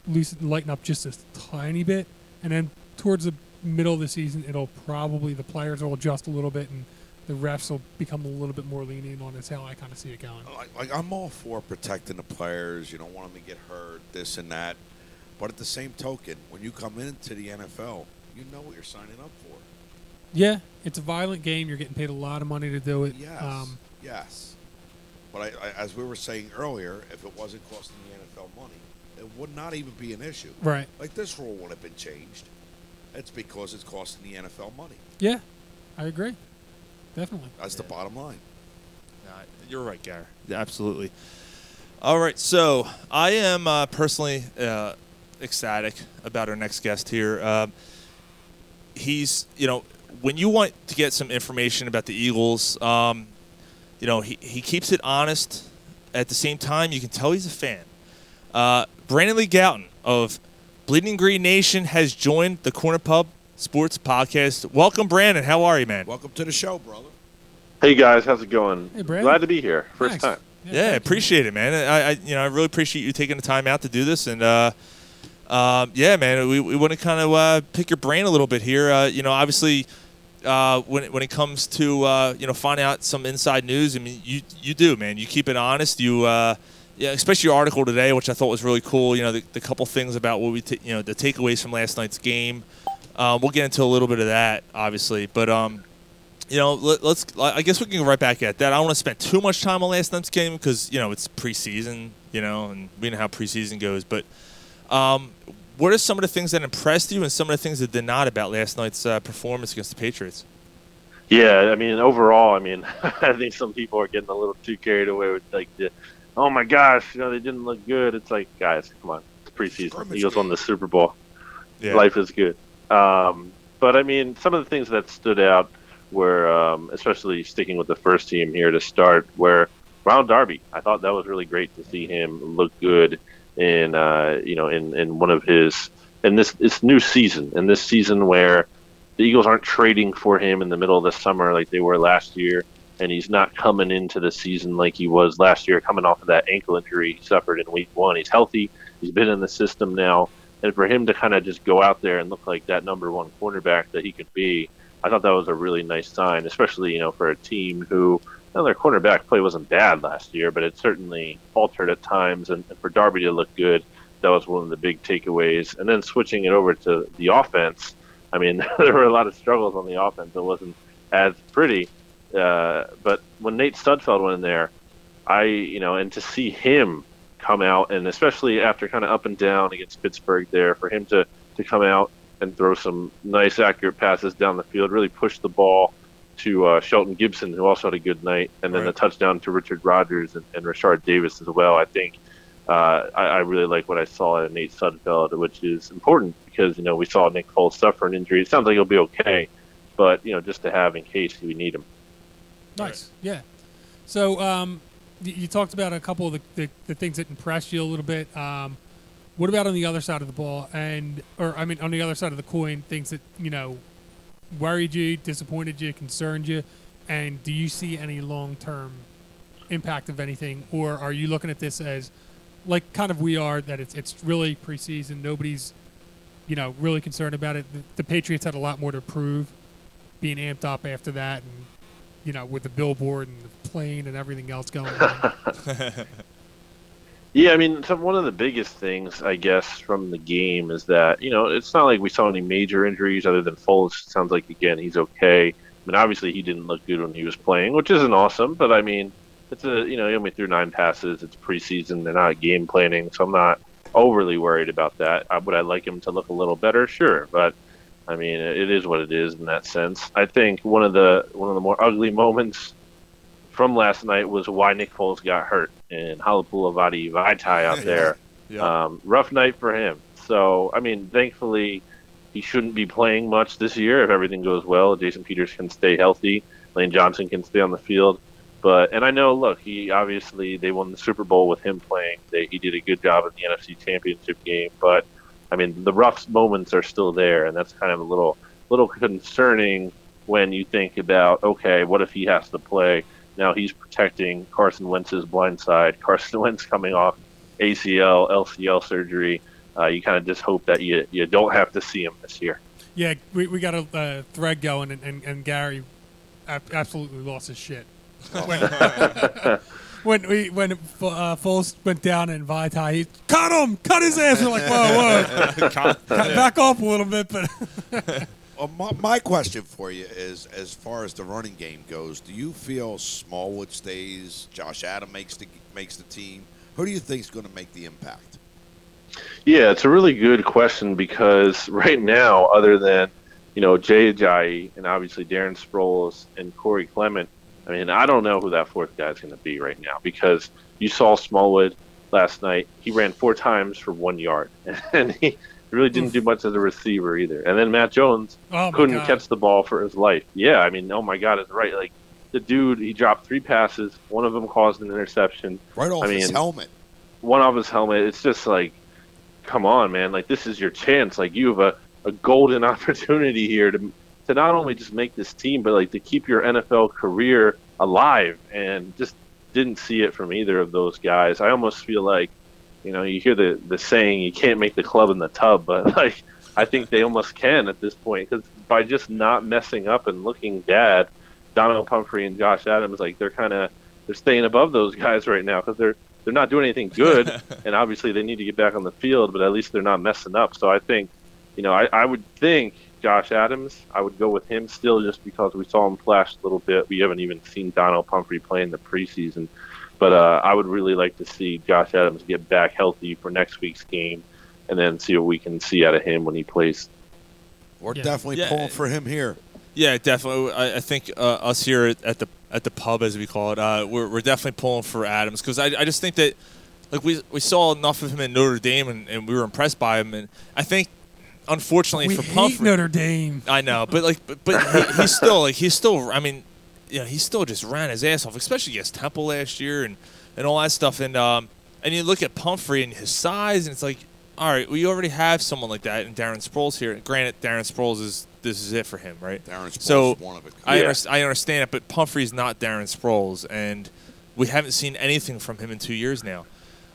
G: loosen lighten up just a tiny bit, and then towards the middle of the season it'll probably the players will adjust a little bit and. The refs will become a little bit more lenient on it. Is how I kind of see it going.
D: like, like I'm all for protecting the players you don't want them to get hurt this and that But at the same token, when you come into the NFL, you know what you're signing up for.
G: Yeah, it's a violent game. You're getting paid a lot of money to do it.
D: Yes.
G: Um,
D: yes. But I, I, as we were saying earlier, if it wasn't costing the NFL money, it would not even be an issue.
G: right.
D: Like this rule would have been changed. It's because it's costing the NFL money.
G: Yeah, I agree. Definitely.
D: That's the bottom line.
F: Nah, Uh, you're right, Gar. Absolutely. All right, so I am uh, personally uh, ecstatic about our next guest here. Um, he's, you know, when you want to get some information about the Eagles, um, you know, he, he keeps it honest. At the same time, you can tell he's a fan. Uh, Brandon Lee Gouton of Bleeding Green Nation has joined the Corner Pub Sports Podcast. Welcome, Brandon. How are you, man?
D: Welcome to the show, brother.
I: Hey guys, how's it going?
G: Hey, Brad.
I: Glad to be here. First
G: Nice.
I: time.
F: Yeah,
G: thank you.
F: appreciate it, man. I, I, you know, I really appreciate you taking the time out to do this, and uh, um, yeah, man, we, we want to kind of uh, pick your brain a little bit here. Uh, you know, obviously, uh, when it, when it comes to uh, you know find out some inside news, I mean, you you do, man. You keep it honest. You uh, yeah, especially your article today, which I thought was really cool. You know, the, the couple things about what we ta- you know the takeaways from last night's game. Uh, we'll get into a little bit of that, obviously, but um you know, let, us I guess we can go right back at that. I don't want to spend too much time on last night's game because you know it's preseason, you know, and we know how preseason goes. But um, what are some of the things that impressed you and some of the things that did not about last night's uh, performance against the Patriots?
I: Yeah, I mean overall, I mean I think some people are getting a little too carried away with like the oh my gosh, you know, they didn't look good. It's like guys, come on. It's preseason.
D: Scrimmage
I: Eagles
D: game.
I: won the Super Bowl.
F: Yeah,
I: life is good. Um, but I mean, some of the things that stood out were, um, especially sticking with the first team here to start, where Ronald Darby. I thought that was really great to see him look good in, uh, you know, in, in one of his in this this new season in this season where the Eagles aren't trading for him in the middle of the summer like they were last year. And he's not coming into the season like he was last year, coming off of that ankle injury he suffered in week one. He's healthy. He's been in the system now and for him to kind of just go out there and look like that number one cornerback that he could be, I thought that was a really nice sign, especially you know for a team who now their cornerback play wasn't bad last year, but it certainly altered at times. And, and for Darby to look good, that was one of the big takeaways. And then switching it over to the offense, I mean there were a lot of struggles on the offense. It wasn't as pretty, uh, but when Nate Studfeld went in there, I you know and to see him come out and especially after kind of up and down against Pittsburgh there for him to to come out and throw some nice accurate passes down the field really push the ball to uh, Shelton Gibson who also had a good night and then
F: Right.
I: the touchdown to Richard Rodgers and, and Rashard Davis as well I think uh, I, I really like what I saw in Nate Sudfeld which is important because you know we saw Nick Foles suffer an injury it sounds like he'll be okay but you know just to have in case we need him
G: Nice. Yeah. So um, y- you talked about a couple of the, the, the things that impressed you a little bit. Um, what about on the other side of the ball, and or I mean on the other side of the coin, things that you know worried you, disappointed you, concerned you, and do you see any long term impact of anything, or are you looking at this as like kind of we are that it's it's really preseason, nobody's you know really concerned about it. The, the Patriots had a lot more to prove, being amped up after that, and you know, with the billboard and the plane and everything else going on.
I: Yeah, I mean, some, one of the biggest things, I guess, from the game is that, you know, it's not like we saw any major injuries other than Foles. It sounds like, again, he's okay. I mean, obviously, he didn't look good when he was playing, which isn't awesome, but I mean, it's a, you know, he only threw nine passes. It's preseason. They're not game planning, so I'm not overly worried about that. Uh, Would I like him to look a little better? Sure, but. I mean, it is what it is in that sense. I think one of the one of the more ugly moments from last night was why Nick Foles got hurt and Halapulavati Vaitai out there. um, rough night for him. So, I mean, thankfully, he shouldn't be playing much this year if everything goes well. Jason Peters can stay healthy. Lane Johnson can stay on the field. But and I know, look, he obviously they won the Super Bowl with him playing. They, he did a good job in the NFC Championship game. But I mean, the rough moments are still there, and that's kind of a little little concerning when you think about okay, what if he has to play? Now he's protecting Carson Wentz's blind side. Carson Wentz coming off ACL, LCL surgery. Uh, you kind of just hope that you you don't have to see him this year.
G: yeah, we, we got a uh, thread
D: Oh.
G: going, and, and, and Gary ab- absolutely lost his shit. When- when we when uh, Foles went down and Vitae, he cut him, cut his ass. We're like, whoa, whoa,
F: Cut.
G: Cut- back off a little bit. But
D: Well, Uh, my, my question for you is, as far as the running game goes, do you feel Smallwood stays, Josh Adam makes the makes the team? Who do you think is going to make the impact?
I: Yeah, it's a really good question because right now, other than you know Jay Ajayi and obviously Darren Sproles and Corey Clement, I mean, I don't know who that fourth guy is going to be right now because you saw Smallwood last night. He ran four times for one yard, and he really didn't do much as a receiver either. And then Matt Jones
G: Oh, my
I: couldn't
G: God.
I: catch the ball for his life. Yeah, I mean, oh my God, it's right. Like the dude, he dropped three passes. One of them caused an interception.
D: Right off
I: I mean,
D: his helmet.
I: one off his helmet. It's just like, come on, man. Like this is your chance. Like you have a, a golden opportunity here to to not only just make this team, but like to keep your NFL career alive. And just didn't see it from either of those guys. I almost feel like, you know, you hear the the saying you can't make the club in the tub, but like I think they almost can at this point because by just not messing up and looking bad, Donald Pumphrey and Josh Adams like they're kind of they're staying above those guys right now because they're they're not doing anything good, and obviously they need to get back on the field, but at least they're not messing up. So I think, you know, I, I would think Josh Adams, I would go with him still just because we saw him flash a little bit. We haven't even seen Donald Pumphrey play in the preseason, but uh, I would really like to see Josh Adams get back healthy for next week's game, and then see what we can see out of him when he plays
D: We're definitely
F: Yeah.
D: pulling for him here.
F: Yeah, definitely. I, I think uh, us here at, at the at the pub, as we call it, uh, we're, we're definitely pulling for Adams because I, I just think that like we we saw enough of him in Notre Dame and, and we were impressed by him, and I think unfortunately
G: we
F: for
G: hate
F: Pumphrey,
G: Notre Dame.
F: I know, but like, but, but he, he's still like he's still. I mean, you know, he still just ran his ass off, especially against Temple last year and and all that stuff. And um, and you look at Pumphrey and his size, and it's like, all right, we already have someone like that, and Darren Sproles here. Granted, Darren Sproles is this is it for him, right?
D: Darren Sproles
F: so
D: is one of a kind.
F: I
D: Yeah.
F: underst- I understand it, but Pumphrey's not Darren Sproles, and we haven't seen anything from him in two years now.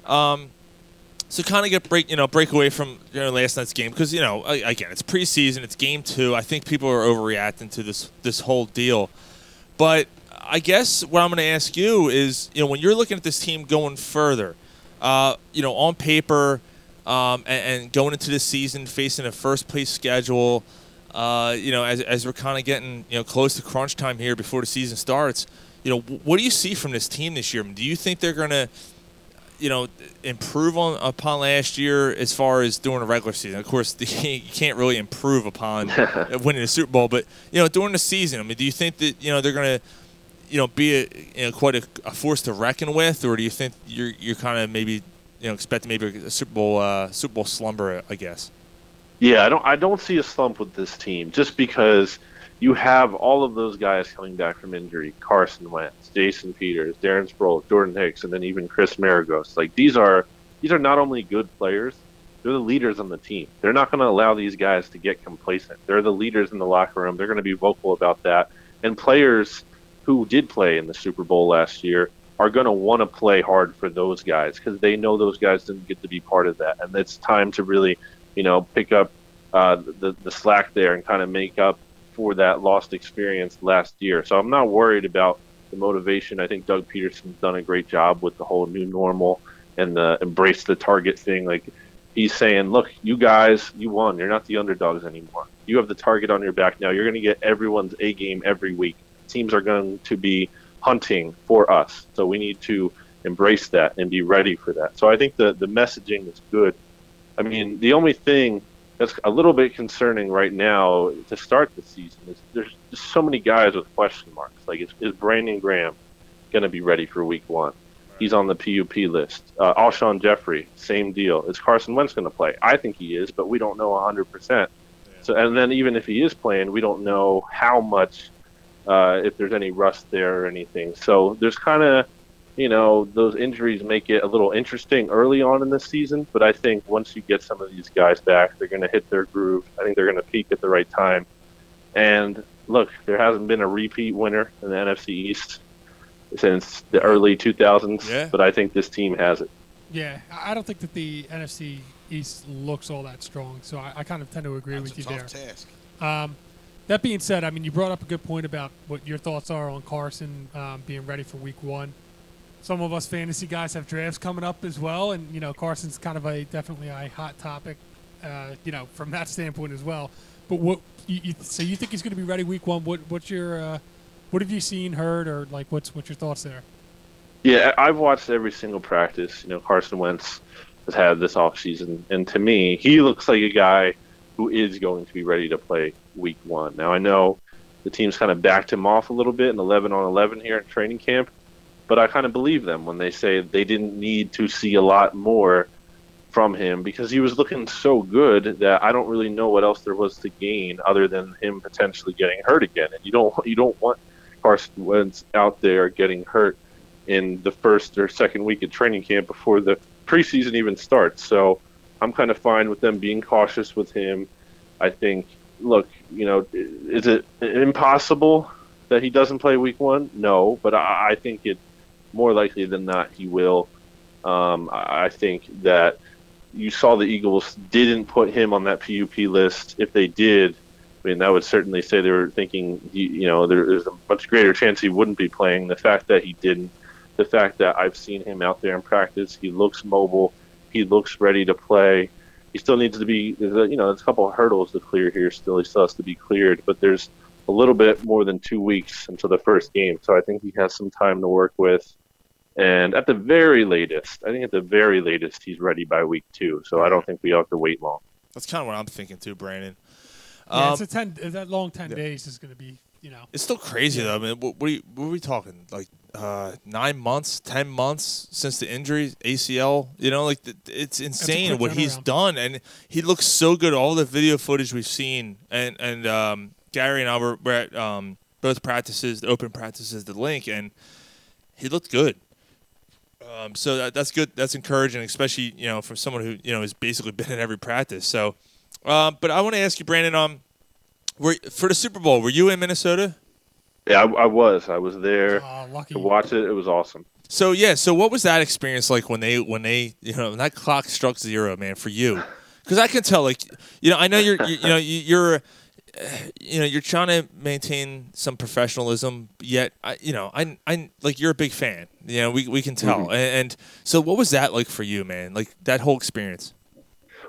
F: Um, so kind of get break, you know, break away from you know, last night's game because you know, a- again, it's preseason, it's game two. I think people are overreacting to this this whole deal, but I guess what I'm going to ask you is, you know, when you're looking at this team going further, uh, you know, on paper, um, and, and going into the season facing a first place schedule, uh, you know, as, as we're kind of getting you know close to crunch time here before the season starts, you know, wh- what do you see from this team this year? I mean, do you think they're going to you know, improve on upon last year as far as doing a regular season. Of course, you can't really improve upon winning the Super Bowl, but you know, during the season, I mean, do you think that you know they're gonna, you know, be a, you know, quite a, a force to reckon with, or do you think you're you're kind of maybe you know expecting maybe a Super Bowl uh, Super Bowl slumber, I guess.
I: Yeah, I don't I don't see a slump with this team just because you have all of those guys coming back from injury. Carson Wentz, Jason Peters, Darren Sproles, Jordan Hicks, and then even Chris Maragos. Like these are these are not only good players, they're the leaders on the team. They're not going to allow these guys to get complacent. They're the leaders in the locker room. They're going to be vocal about that. And players who did play in the Super Bowl last year are going to want to play hard for those guys because they know those guys didn't get to be part of that. And it's time to really, you know, pick up uh, the, the slack there and kind of make up for that lost experience last year. So I'm not worried about the motivation. I think Doug Peterson's done a great job with the whole new normal and the embrace the target thing. Like he's saying, look, you guys, you won. You're not the underdogs anymore. You have the target on your back now. You're going to get everyone's A game every week. Teams are going to be hunting for us. So we need to embrace that and be ready for that. So I think the, the messaging is good. I mean, the only thing that's a little bit concerning right now to start the season is there's just so many guys with question marks. Like, is, is Brandon Graham going to be ready for week one? He's on the PUP list. Uh, Alshon Jeffrey, same deal. Is Carson Wentz going to play? I think he is, but we don't know 100%. So, and then even if he is playing, we don't know how much, uh, if there's any rust there or anything. So there's kind of, you know, those injuries make it a little interesting early on in the season. But I think once you get some of these guys back, they're going to hit their groove. I think they're going to peak at the right time. And look, there hasn't been a repeat winner in the NFC East since the early 2000s.
G: Yeah.
I: But I think this team has it.
G: Yeah, I I don't think that the NFC East looks all that strong, so I, I kind of tend to agree with you
D: That's a tough
G: there.
D: task.
G: Um, that being said, I mean, you brought up a good point about what your thoughts are on Carson um, being ready for Week One. some of us fantasy guys have drafts coming up as well, and you know Carson's kind of a definitely a hot topic, uh, you know, from that standpoint as well. But what you, you so you think he's going to be ready week one? What what's your uh, what have you seen, heard, or like what's what's your thoughts there?
I: Yeah, I- I've watched every single practice. You know, Carson Wentz has had this offseason, and to me, he looks like a guy who is going to be ready to play week one. Now, I know the team's kind of backed him off a little bit in 11 on 11 here in training camp, but I kind of believe them when they say they didn't need to see a lot more from him because he was looking so good that I don't really know what else there was to gain other than him potentially getting hurt again. And you don't you don't want Carson Wentz out there getting hurt in the first or second week of training camp before the preseason even starts. So I'm kind of fine with them being cautious with him. I think, look, you know, i- is it impossible that he doesn't play week one? No, but I, I think it more likely than not he will. Um, I I think that you saw the Eagles didn't put him on that PUP list. If they did, I mean, that would certainly say they were thinking, you, you know, there is a much greater chance he wouldn't be playing. The fact that he didn't, the fact that I've seen him out there in practice, he looks mobile, he looks ready to play. He still needs to be, there's a, you know, there's a couple of hurdles to clear here still. He still has to be cleared, but there's a little bit more than two weeks until the first game. So I think he has some time to work with. And at the very latest, I think at the very latest, he's ready by week two. So I don't think we have to wait long.
F: That's kind of what I'm thinking too, Brandon.
G: yeah,
F: Um,
G: it's a ten that long ten
F: yeah.
G: days is going to be you know
F: It's still crazy though. I mean, what, what, are you, what are we talking? Like uh, nine months, ten months since the injury, ACL. You know, like th- it's insane
J: quick
F: what he's
J: turnaround.
F: done, and he looks so good. All the video footage we've seen, and and um, Gary and I were, were at um, both practices, the open practices, the link, and he looked good. Um, so that, that's good. That's encouraging, especially you know from someone who you know has basically been in every practice. So, um, but I want to ask you, Brandon. Um, were, for the Super Bowl, were you in Minnesota?
I: Yeah, I, I was. I was there
G: lucky.
I: to watch it. It was awesome.
F: So yeah, so what was that experience like when they when they you know when that clock struck zero, man, for you? Because I can tell, like you know, I know you're you, you know you, you're uh, you know you're trying to maintain some professionalism, yet I you know I I like you're a big fan, you know we we can tell, and,
I: Mhm.
F: and so what was that like for you, man? Like that whole experience.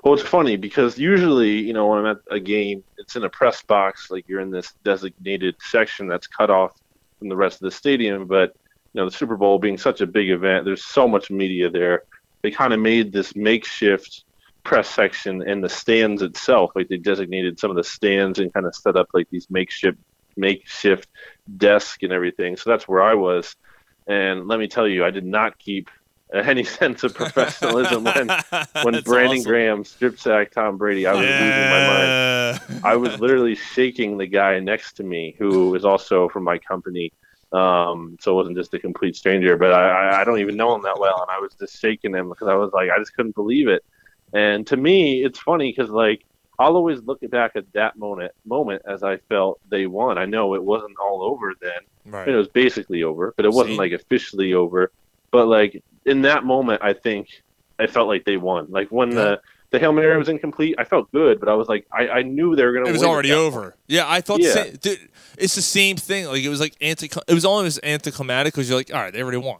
I: Well, it's funny because usually, you know, when I'm at a game, it's in a press box, like you're in this designated section that's cut off from the rest of the stadium. But, you know, the Super Bowl being such a big event, there's so much media there. They kind of made this makeshift press section in the stands itself. Like they designated some of the stands and kind of set up like these makeshift makeshift desk and everything. So that's where I was. And let me tell you, I did not keep any sense of professionalism when when
F: That's
I: Brandon
F: awesome.
I: Graham strip sacked Tom Brady. I was losing my mind. I was literally shaking the guy next to me, who is also from my company. Um, so it wasn't just a complete stranger, but I, I- I don't even know him that well, and I was just shaking him because I was like, I just couldn't believe it. And to me, it's funny because like I'll always look back at that moment moment as I felt they won. I know it wasn't all over then.
F: Right.
I: It was basically over, but it wasn't
F: See?
I: like officially over. But like in that moment, I think I felt like they won. Like when the the hail mary was incomplete, I felt good, but I was like, I, I knew they were gonna.
F: It was
I: win at
F: already
I: that
F: over.
I: point.
F: Yeah, I thought The
I: Yeah.
F: same, dude, it's the same thing. Like it was like anti. It was almost anticlimactic because you're like, all right, they already won.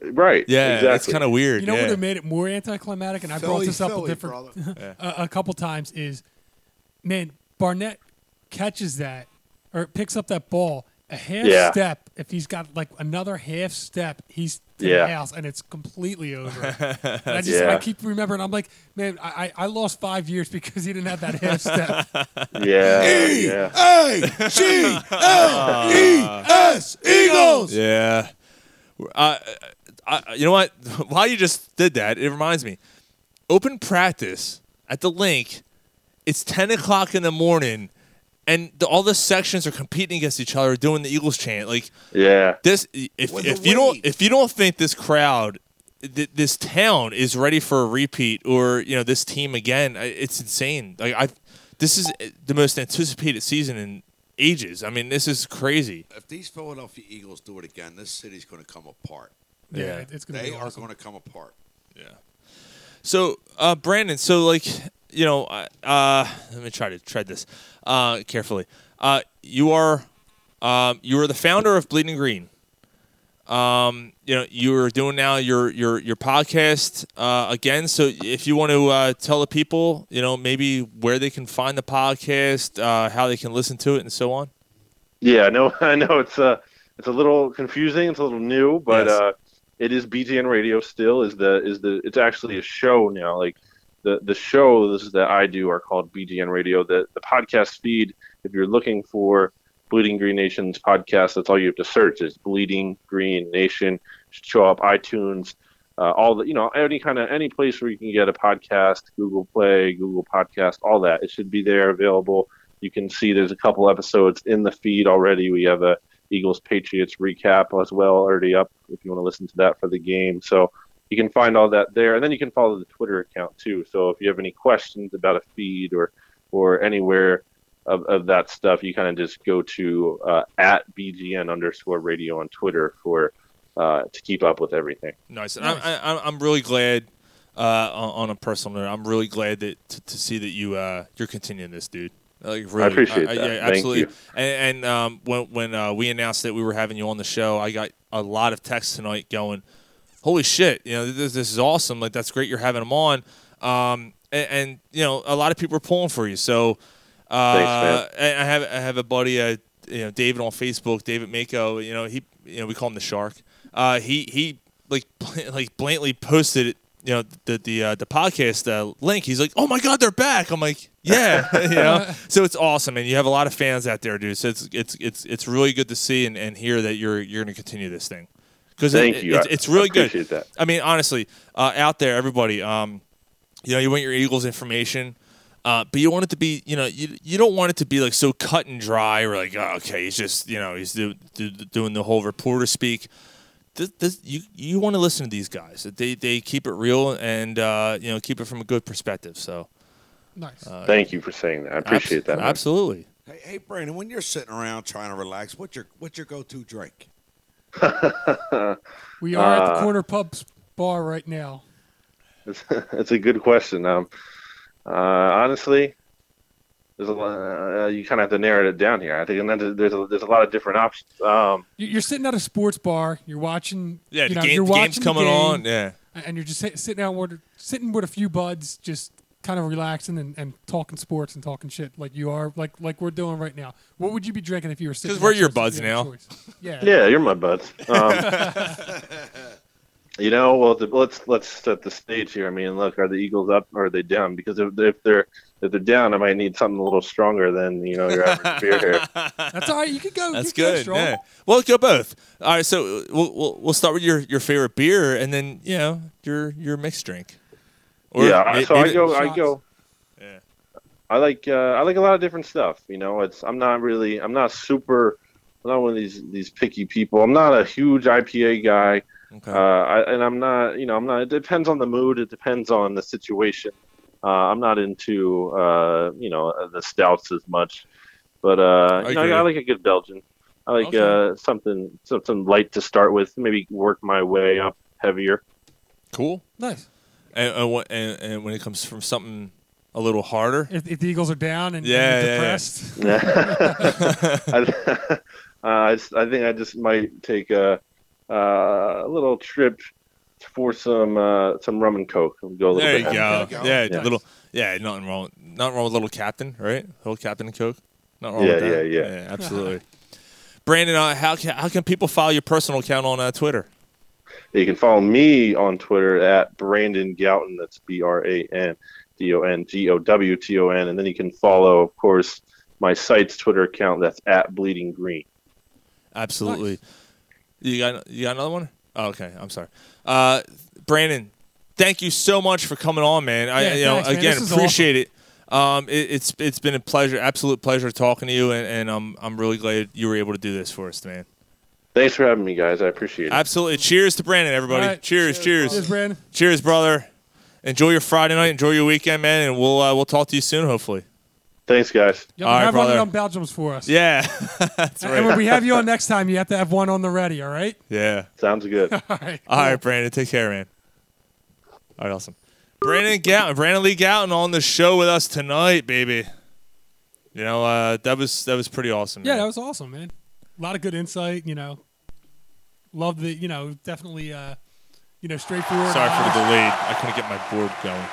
I: Right.
F: Yeah,
I: Exactly.
F: it's kind of weird.
G: You know
F: yeah.
G: what would have made it more anticlimactic, and I brought
K: Philly,
G: this up
K: Philly,
G: a different
F: Yeah.
G: a, a couple times. Is man Barnett catches that or picks up that ball a half
I: Yeah.
G: step. If he's got like another half step, he's to
I: Yeah.
G: the house, and it's completely over. And I just I
I: Yeah.
G: keep remembering. I'm like, man, I, I I lost five years because he didn't have that half step.
I: Yeah. yeah.
F: E-A-G-L-E-S, Eagles. Yeah. Uh, I, I- you know what? Why you just did that? It reminds me. Open practice at the link. It's ten o'clock in the morning, and the, all the sections are competing against each other, doing the Eagles chant. Like
I: Yeah.
F: this, if,
I: Win the
F: if you don't if you don't think this crowd, th- this town is ready for a repeat or you know this team again, I- it's insane. Like I, this is the most anticipated season in ages. I mean, this is crazy.
D: If these Philadelphia Eagles do it again, this city's going to come apart.
F: Yeah, Yeah. it-
G: it's
F: gonna
D: They
F: be
D: are
F: awesome.
D: going to come apart.
F: Yeah. So, uh, Brandon, so like, you know, uh, uh, let me try to tread this uh, carefully. Uh, you are, um, you are the founder of Bleeding Green. Um, you know, you're doing now your your your podcast uh, again. So if you want to uh, tell the people, you know, maybe where they can find the podcast, uh, how they can listen to it, and so on.
I: Yeah, I know. I know it's a it's a little confusing. It's a little new, but
F: Yes.
I: uh, it is BTN Radio. Still, is the is the it's actually a show now. Like the the shows that I do are called BTN Radio. The the podcast feed. If you're looking for Bleeding Green Nation's podcast, that's all you have to search is Bleeding Green Nation. Should show up iTunes. Uh, all the you know any kind of any place where you can get a podcast, Google Play, Google Podcast, all that it should be there available. You can see there's a couple episodes in the feed already. We have a Eagles Patriots recap as well already up if you want to listen to that for the game. So you can find all that there, and then you can follow the Twitter account too. So if you have any questions about a feed or or anywhere of, of that stuff, you kind of just go to uh, at BGN underscore radio on Twitter for uh, to keep up with everything.
F: Nice. And I'm- I, I, I'm really glad. Uh, on, on a personal note, I'm really glad that to, to see that you uh, you're continuing this, dude. Like really, Uh,
I: appreciate that.
F: yeah,
I: Thank
F: absolutely.
I: you.
F: And, and um, when when uh, we announced that we were having you on the show, I got a lot of texts tonight going, "Holy shit! You know this, this is awesome. Like that's great. You're having them on." Um, and, and you know a lot of people are pulling for you. So, uh,
I: Thanks,
F: and I have I have a buddy, uh, you know David on Facebook, David Mako. You know he you know we call him the Shark. Uh, he he like like blatantly posted it. You know the the uh, the podcast uh, link. He's like, "Oh my God, they're back!" I'm like, "Yeah, you know." So it's awesome, and you have a lot of fans out there, dude. So it's it's it's it's really good to see and, and hear that you're you're going to continue this thing because
I: Thank you.
F: it's,
I: I-
F: it's
I: I
F: really good.
I: appreciate that.
F: I mean, honestly, uh, out there, everybody, um, you know, you want your Eagles information, uh, but you want it to be, you know, you, you don't want it to be like so cut and dry or like, oh, okay, he's just, you know, he's do, do, doing the whole reporter speak. This, this, you you want to listen to these guys. They they keep it real and uh, you know keep it from a good perspective. So
G: Nice.
F: uh,
I: Thank you for saying that. I appreciate that. man.
F: Absolutely.
D: Hey, hey, Brandon, when you're sitting around trying to relax, what's your what's your go-to drink?
G: We are at the
I: Uh,
G: corner pubs bar right now.
I: That's, that's a good question. Um, uh, honestly, there's a lot, uh, you kind of have to narrow it down here. I think, and then there's a, there's a lot of different options. Um,
G: You- You're sitting at a sports bar. You're watching.
F: Yeah,
G: you
F: the
G: know,
F: game-
G: you're
F: the game's
G: watching
F: coming
G: game,
F: on, yeah.
G: and you're just sit, sitting out, with- sitting with a few buds, just kind of relaxing and, and talking sports and talking shit like you are, like like we're doing right now. What would you be drinking if you were sitting?
F: because we're
G: next to
F: your
G: us if
F: buds
G: you had a
F: now.
G: choice? Yeah.
I: yeah, you're my buds. Um, you know, well, the, let's let's set the stage here. I mean, look, are the Eagles up or are they down? Because if, if they're if they're down, I might need something a little stronger than you know your average beer here.
G: That's all right. You can go.
F: That's
G: you can
F: good.
G: Go strong.
F: yeah. Well, let's go both. All right, so uh, we'll, we'll we'll start with your, your favorite beer, and then you know your your mixed drink. Or
I: yeah,
F: may-
I: so I
F: maybe-
I: go, I
G: Shots.
I: go. I like uh, I like a lot of different stuff. You know, it's I'm not really I'm not super I'm not one of these these picky people. I'm not a huge IPA guy,
F: Okay.
I: uh, I, and I'm not you know I'm not. It depends on the mood. It depends on the situation. Uh, I'm not into uh, you know the stouts as much, but uh,
F: I
I: you know, I,
F: agree.
I: I like a good Belgian. I like
F: Okay.
I: uh, something something light to start with. Maybe work my way up heavier.
F: cool.
G: Nice.
F: And, and what- and and when it comes from something a little harder,
G: If, if the Eagles are down and,
F: Yeah, yeah, yeah.
G: and you're depressed,
I: I, uh, I s- I think I just might take a, uh, a little trip for some uh, some rum and coke. and go a little
F: there you
I: bit
F: go.
I: heavy.
F: Yeah,
D: go.
I: Nice.
F: little. Yeah, nothing wrong. Nothing wrong with little Captain, right? Little Captain and Coke. Not wrong
I: Yeah,
F: with that.
I: yeah, yeah.
F: absolutely. Brandon, uh, how can, how can people follow your personal account on uh, Twitter?
I: You can follow me on Twitter at Brandon Gouton. That's B R A N D O N G O W T O N. And then you can follow, of course, my site's Twitter account. That's at Bleeding Green.
F: Absolutely. You got you got another one? Oh, okay, I'm sorry. Uh, Brandon, thank you so much for coming on, man. I
G: Yeah,
F: you know
G: thanks, man.
F: again
G: This is
F: appreciate it. Um, it, it's it's been a pleasure, absolute pleasure talking to you, and, and I'm I'm really glad you were able to do this for us, man.
I: Thanks for having me, guys. I appreciate it.
F: Absolutely. Cheers to Brandon, everybody.
G: All right.
F: Cheers, cheers,
G: Cheers,
F: cheers,
G: Brandon.
F: brother. Enjoy your Friday night, enjoy your weekend, man, and we'll uh, we'll talk to you soon, hopefully.
I: Thanks, guys.
G: Yep,
F: All right,
G: have one
F: brother.
G: on Belgium's for us.
F: Yeah, that's
G: And when
F: right.
G: we have you on next time, you have to have one on the ready. All right.
F: Yeah.
I: Sounds good.
G: All right.
F: All right, Brandon. Take care, man. All right, awesome. Brandon Gouton, Brandon Lee Gouton on the show with us tonight, baby. You know, uh, that was that was pretty awesome.
G: Yeah,
F: man.
G: that was awesome, man. A lot of good insight. You know, Love the you know definitely uh, you know straightforward.
F: Sorry for
G: honest-
F: the delayed. I couldn't get my board going.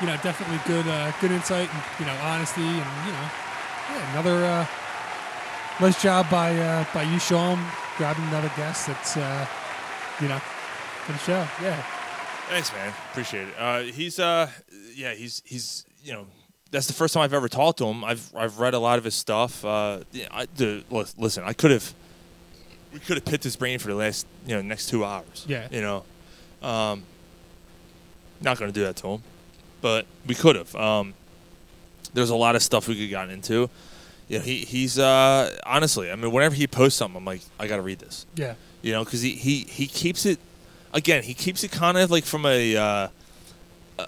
G: You know definitely good uh, good insight and you know honesty and you know yeah another uh, nice job by uh, by you Sean grabbing another guest that's uh, you know for the show yeah.
F: Thanks, man. Appreciate it. Uh, he's uh, yeah, he's he's you know, that's the first time I've ever talked to him. I've I've read a lot of his stuff. Uh, yeah, I, the, lis- listen, I could have, we could have picked his brain for the last you know next two hours.
G: Yeah.
F: you know, um, not gonna do that to him, but we could have. Um, there's a lot of stuff we could have gotten into. You know, he he's uh, honestly, I mean, whenever he posts something, I'm like, I gotta read this
G: Yeah.
F: you know, because he, he he keeps it again. He keeps it kind of like from a uh, a-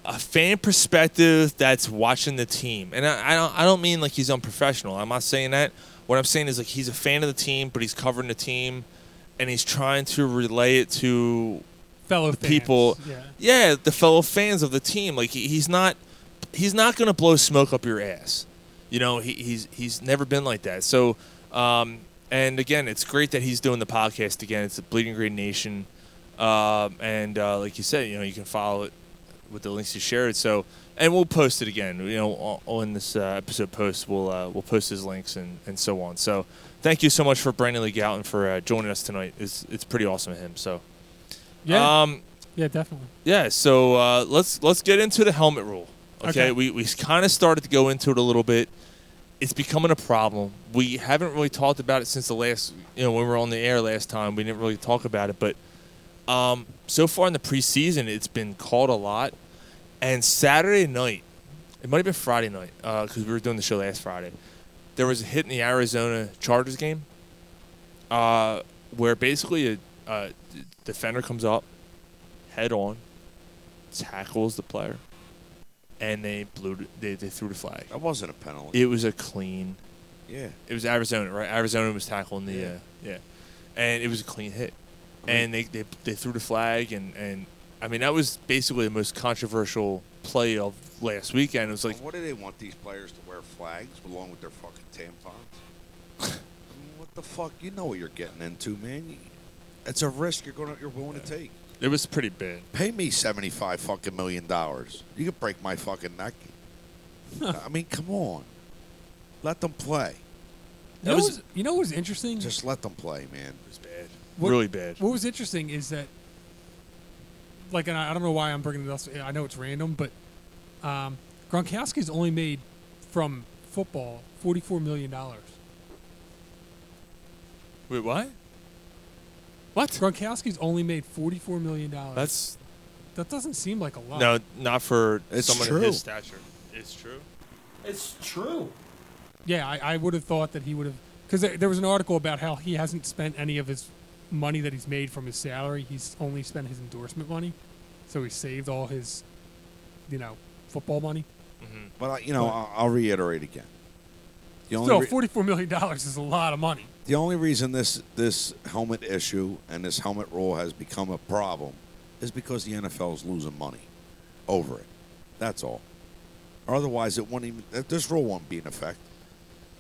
F: a fan perspective that's watching the team, and I, I don't I don't mean like he's unprofessional. I'm not saying that. What I'm saying is like he's a fan of the team, but he's covering the team, and he's trying to relay it to
G: Fellow
F: the
G: fans,
F: people.
G: yeah.
F: yeah, the fellow fans of the team. Like he, he's not he's not gonna blow smoke up your ass. You know, he, he's he's never been like that. So, um, and again, it's great that he's doing the podcast again. It's the Bleeding Green Nation, um, and uh, like you said, you know, you can follow it with the links you shared. So, and we'll post it again. You know, on- on this uh, episode post, we'll uh, we'll post his links and, and so on. So, thank you so much for Brandon Lee Galton for uh, joining us tonight. It's it's pretty awesome of him. So,
G: Yeah.
F: Um,
G: yeah, definitely.
F: yeah, so uh, let's let's get into the helmet rule. Okay,
G: Okay.
F: we we kind of started to go into it a little bit. It's becoming a problem. We haven't really talked about it since the last, you know, when we were on the air last time. We didn't really talk about it, but um, so far in the preseason, it's been called a lot. And Saturday night, it might have been Friday night because we were doing the show last Friday. There was a hit in the Arizona Chargers game uh, where basically a uh, d- defender comes up head on, tackles the player, and they blew. th- They, they threw the flag.
D: That wasn't a penalty.
F: It was a clean.
D: yeah.
F: It was Arizona, right? Arizona was tackling the.
D: Yeah. Mm-hmm.
F: Uh, yeah, and it was a clean hit, and they, they they threw the flag, and and I mean that was basically the most controversial play of last weekend. It was like
D: what do they want these players to wear flags along with their fucking tampons? I mean, what the fuck? You know what you're getting into, man. You- It's a risk you're going to, you're willing to take.
F: it was pretty bad.
D: Pay me seventy five fucking million dollars. You could break my fucking neck. I mean, come on. Let them play.
G: You know, what was, you know what was interesting?
D: Just let them play, man.
F: It was bad.
G: What-
F: really bad.
G: What was interesting is that, like, and I, I don't know why I'm bringing this. I know it's random, but um, Gronkowski's only made from football forty-four million dollars.
F: Wait, what? What?
G: Gronkowski's only made forty-four million dollars.
F: That's
G: that doesn't seem like a lot.
F: no, not for
D: It's
F: someone of
D: true.
F: his stature. It's true.
H: It's true.
G: Yeah, I, I would have thought that he would have, because there, there was an article about how he hasn't spent any of his money that he's made from his salary. He's only spent his endorsement money, so he saved all his, you know, football money.
D: But I, you know, I'll, I'll reiterate again. The only,
G: Still,
D: re-
G: forty-four million dollars is a lot of money.
D: the only reason this this helmet issue and this helmet rule has become a problem is because the NFL is losing money over it. That's all. Or otherwise, it wouldn't even. th- This rule won't be in effect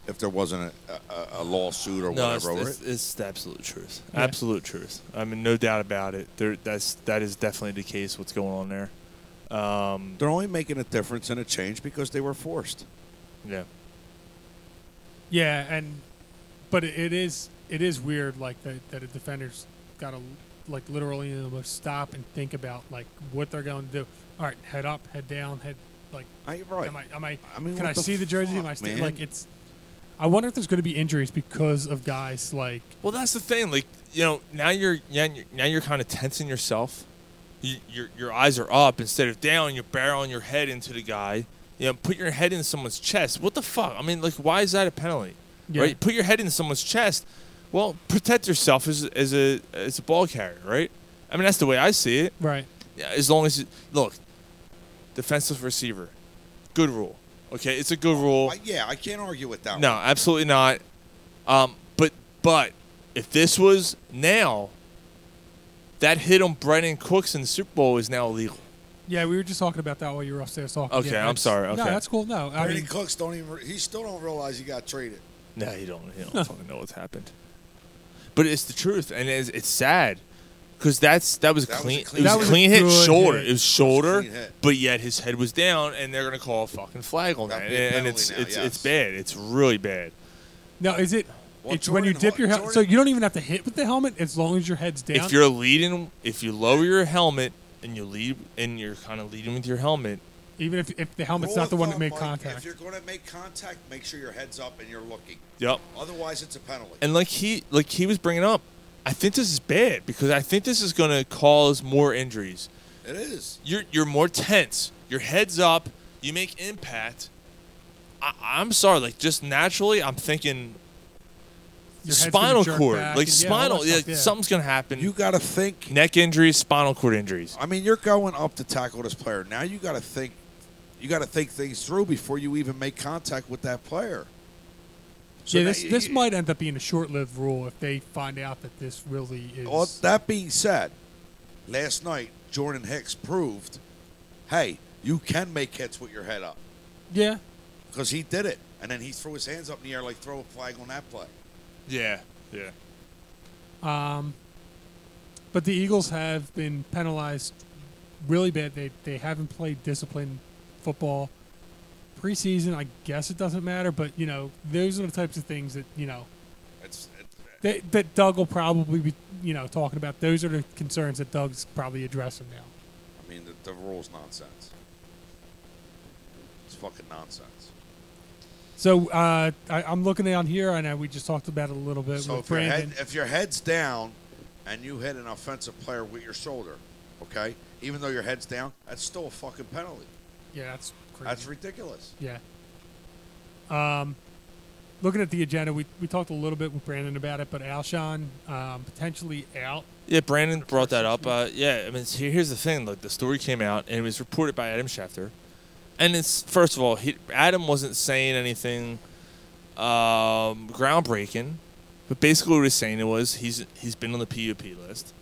D: if there wasn't a, a, a lawsuit or
F: No, it's,
D: whatever. over
F: it's,
D: it.
F: it's the absolute truth. Absolute truth. I mean, no doubt about it. There, that's that is definitely the case. What's going on there? Um,
D: They're only making a difference and a change because they were forced.
F: yeah,
G: Yeah, and but it, it is it is weird like that that a defender's got to like literally almost stop and think about like what they're going to do. All right, head up, head down, head like
D: Are you right?
G: am I am I,
D: I mean,
G: can
D: what
G: I
D: the
G: see the jersey? am I
D: fuck,
G: sta-
D: man?
G: like it's I wonder if there's going to be injuries because of guys like
F: Well, that's the thing. Like you know, now you're yeah, you're- now you're kind of tensing yourself. You, your your eyes are up instead of down. You're barreling your head into the guy. You know, put your head in someone's chest. What the fuck? I mean, like, why is that a penalty?
G: Yeah.
F: Right? Put your head in someone's chest. Well, protect yourself as as a as a ball carrier, right? I mean, that's the way I see it.
G: right.
F: Yeah, as long as look, defensive receiver, good rule. Okay, it's a good rule.
D: Oh, I- yeah, I can't argue with that.
F: No,
D: one.
F: absolutely not. Um, but but if this was now, that hit on Brennan Cooks in the Super Bowl is now illegal.
G: Yeah, we were just talking about that while you were upstairs talking.
F: Okay,
G: Yeah,
F: I'm
G: that's-
F: sorry,
G: No,
F: okay.
G: that's cool. No, I
D: Brady
G: mean,
D: Cooks don't even. He still don't realize he got traded.
F: No, you don't. You don't fucking know what's happened. but it's the truth, and it's, it's sad because that's that was
D: That was a
F: clean.
D: clean
F: it
D: hit.
F: was
D: That
F: a clean
G: was a
F: hit
G: good
F: shoulder.
G: hit.
F: It was shoulder,
D: clean hit.
F: but yet his head was down, and they're gonna call a fucking flag on that,
D: That'd
F: and,
D: be a
F: and
D: penalty
F: it's
D: now,
F: it's
D: yes.
F: it's bad. It's really bad.
G: Now, is it?
D: Well,
G: it's when you
D: Jordan-
G: dip your helmet, so
D: Jordan-
G: you don't even have to hit with the helmet as long as your head's down.
F: If you're leading, if you lower your helmet and you lead, and you're kind of leading with your helmet,
G: even if, if the helmet's
D: Rule
G: not the
D: of
G: one that
D: thumb,
G: made
D: Mike, If
G: contact.
D: you're going to make contact, make sure your head's up and you're looking.
F: yep.
D: Otherwise, it's a penalty.
F: and like he like he was bringing up, I think this is bad because I think this is going to cause more injuries.
D: it is.
F: You're you're more tense. Your head's up. You make impact. I, I'm sorry, like just naturally, I'm thinking
G: Your head's gonna
F: spinal
G: jerk
F: cord,
G: back
F: like
G: and yeah, all that
F: spinal. yeah,
G: stuff, yeah.
F: something's going to happen.
D: You got to think.
F: Neck injuries, spinal cord injuries.
D: I mean, you're going up to tackle this player. Now you got to think. You got to think things through before you even make contact with that player. So
G: yeah,
D: now
G: this
D: you-
G: this
D: you-
G: might end up being a short-lived rule if they find out that this really is.
D: Well, that being said, last night Jordan Hicks proved, hey, you can make hits with your head up
G: yeah,
D: because he did it, and then he threw his hands up in the air like throw a flag on that play.
F: Yeah, yeah.
G: but the Eagles have been penalized really bad. They they haven't played disciplined football. Preseason, I guess it doesn't matter, but you know those are the types of things that you know
D: It's, it,
G: that, that Doug will probably be you know talking about. Those are the concerns that Doug's probably addressing now.
D: I mean, the, the rule's nonsense. It's fucking nonsense.
G: So uh, I, I'm looking down here, and I, we just talked about it a little bit
D: So
G: with
D: if your,
G: Brandon.
D: head, if your head's down and you hit an offensive player with your shoulder, okay, even though your head's down, that's still a fucking penalty.
G: yeah, that's crazy.
D: That's ridiculous.
G: yeah. Um, looking at the agenda, we, we talked a little bit with Brandon about it, but Alshon um, potentially out.
F: Yeah, Brandon brought that up. Uh, yeah, I mean, here- here's the thing: like the story came out and it was reported by Adam Schefter, and it's first of all, he, Adam wasn't saying anything um, groundbreaking, but basically what he was saying was he's he's been on the PUP list,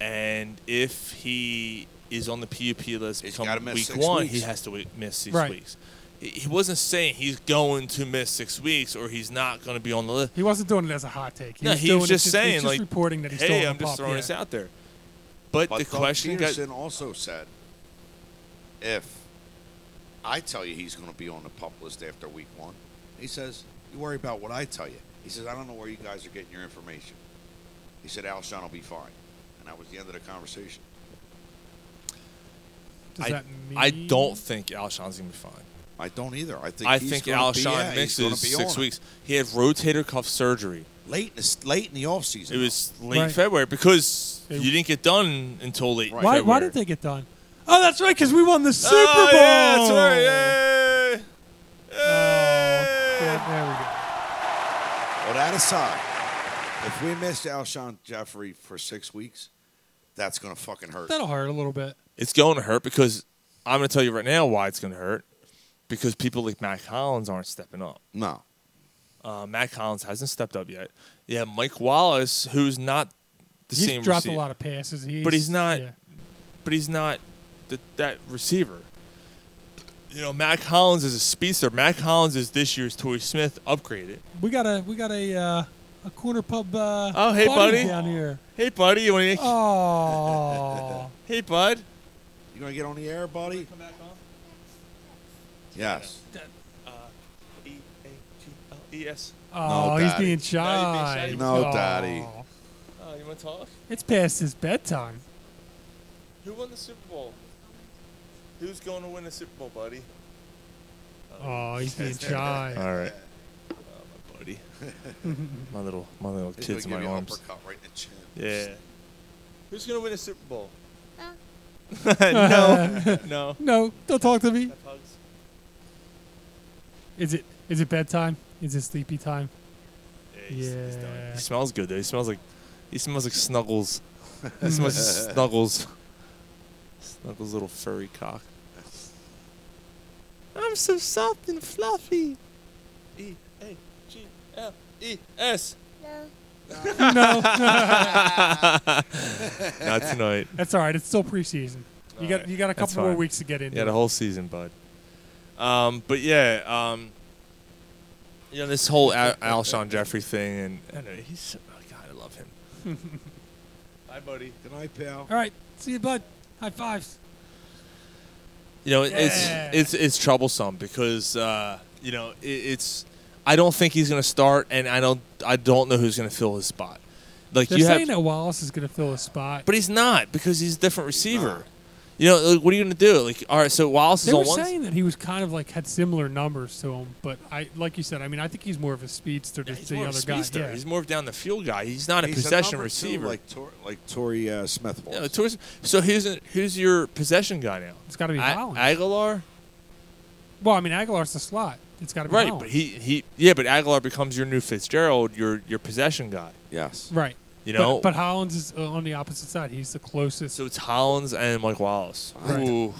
F: and if he is on the PUP list
D: He's
F: come
D: gotta miss
F: week
D: six
F: one,
D: weeks.
F: he has to wait, miss six
G: Right.
F: weeks. He- He wasn't saying he's going to miss six weeks or he's not going to be on the list.
G: He wasn't doing it as a hot take. He
F: No,
G: was
F: he
G: doing
F: was
G: it
F: just saying,
G: he was just
F: like,
G: reporting that he's
F: hey,
G: still on
F: I'm
G: the
F: just
G: pop,
F: throwing
G: yeah.
F: this out there. But,
D: But
F: the
D: Doug
F: question got
D: Peterson also said, if I tell you he's going to be on the pup list after week one, he says, you worry about what I tell you. He says, I don't know where you guys are getting your information. He said, Alshon will be fine. And that was the end of the conversation.
G: Does
F: I,
G: that
F: I
G: mean-
F: don't think Alshon's gonna be fine.
D: I don't either. I think
F: I
D: he's
F: think
D: gonna be-
F: Alshon
D: yeah, he's
F: mixes
D: gonna be
F: six
D: on it.
F: weeks. He had rotator cuff surgery.
D: late. In the, late in the offseason.
F: It was late
G: Right.
F: February because
G: They-
F: you didn't get done until late.
D: Right.
G: Why,
F: February.
G: why did they get done? Oh, that's right, because we won the Super
F: Oh,
G: Bowl.
F: yeah, that's right, yay.
G: Oh, yeah, there we go.
D: Well, that aside, if we missed Alshon Jeffrey for six weeks, that's going to fucking hurt.
G: That'll hurt a little bit.
F: It's going to hurt because I'm gonna tell you right now why it's gonna hurt. Because people like Matt Collins aren't stepping up.
D: No.
F: Uh, Matt Collins hasn't stepped up yet. Yeah, Mike Wallace, who's not the
G: He's
F: same
G: dropped
F: receiver.
G: a lot of passes. He's,
F: he's not-
G: yeah.
F: but he's not th- that receiver. You know, Matt Collins is a speedster. Matt Collins is this year's Torrey Smith upgraded.
G: We got a we got a uh, a corner pub. Uh,
F: Oh, hey, buddy.
G: down here.
F: Hey, buddy, you want to?
G: Uh, Oh,
F: Hey, bud.
D: You going to get on the air, buddy? Yes.
F: E A G L E S.
G: oh, he's
D: daddy.
G: being
F: No,
G: shy.
F: you're being shy.
D: No,
G: Oh.
D: daddy.
F: Oh, you want to talk?
G: It's past his bedtime.
F: Who won the Super Bowl? Who's going to win the Super Bowl, buddy?
G: Oh, he's being shy.
F: All right. Oh, my buddy. my little, my little
D: He's
F: kids in my
D: gonna give you an
F: arms.
D: uppercut right in the chin.
F: Yeah. Who's gonna win a Super Bowl? Ah. no, no.
G: No, don't talk to me.
F: Hugs.
G: Is it is it bedtime? Is it sleepy time?
F: Yeah, he's, he's done.
G: Yeah.
F: He smells good though. He smells like he smells like snuggles. he smells like snuggles. Snuggles little furry cock. I'm so soft and fluffy. E A G L E S. No. Not tonight.
G: That's all right. It's still preseason. You got you got a
F: That's
G: couple more
F: fine.
G: weeks to get into.
F: Yeah, the
G: it.
F: whole season, bud. Um, but yeah, um, you know this whole Al- Alshon Jeffrey thing, and, and he's uh, oh God, I love him. Bye, buddy.
D: Good night, pal.
G: All right. See you, bud. High fives.
F: You know, it- it's it's it's troublesome because uh, you know it, it's. I don't think he's going to start, and I don't I don't know who's going to fill his spot. Like
G: They're
F: you
G: saying
F: have,
G: that Wallace is going to fill a spot.
F: but he's not because he's a different receiver. You know, like, what are you going to do? Like, all right, so Wallace
G: They
F: is
G: were
F: on one.
G: saying that he was kind of like had similar numbers to him, but I, like you said, I mean, I think he's more of a speedster than
F: he's
G: the
F: more of a
G: other guy.
F: speedster.
G: Yeah.
F: He's more of down the field guy. He's not a
D: He's a
F: possession
D: number two,
F: receiver.
D: like Tor- like Torrey uh, Smith was.
F: Yeah, towards- so who's who's your possession guy now?
G: It's got to be
F: A-
G: Hollins.
F: Aguilar,
G: well, I mean, Aguilar's the slot. It's got to be
F: right?
G: Hollins.
F: But he, he yeah, but Aguilar becomes your new Fitzgerald, your your possession guy.
D: yes.
G: right.
F: You know,
G: but, but Hollins is uh, on the opposite side. He's the closest.
F: so it's Hollins and Mike Wallace.
D: Right.
F: Ooh.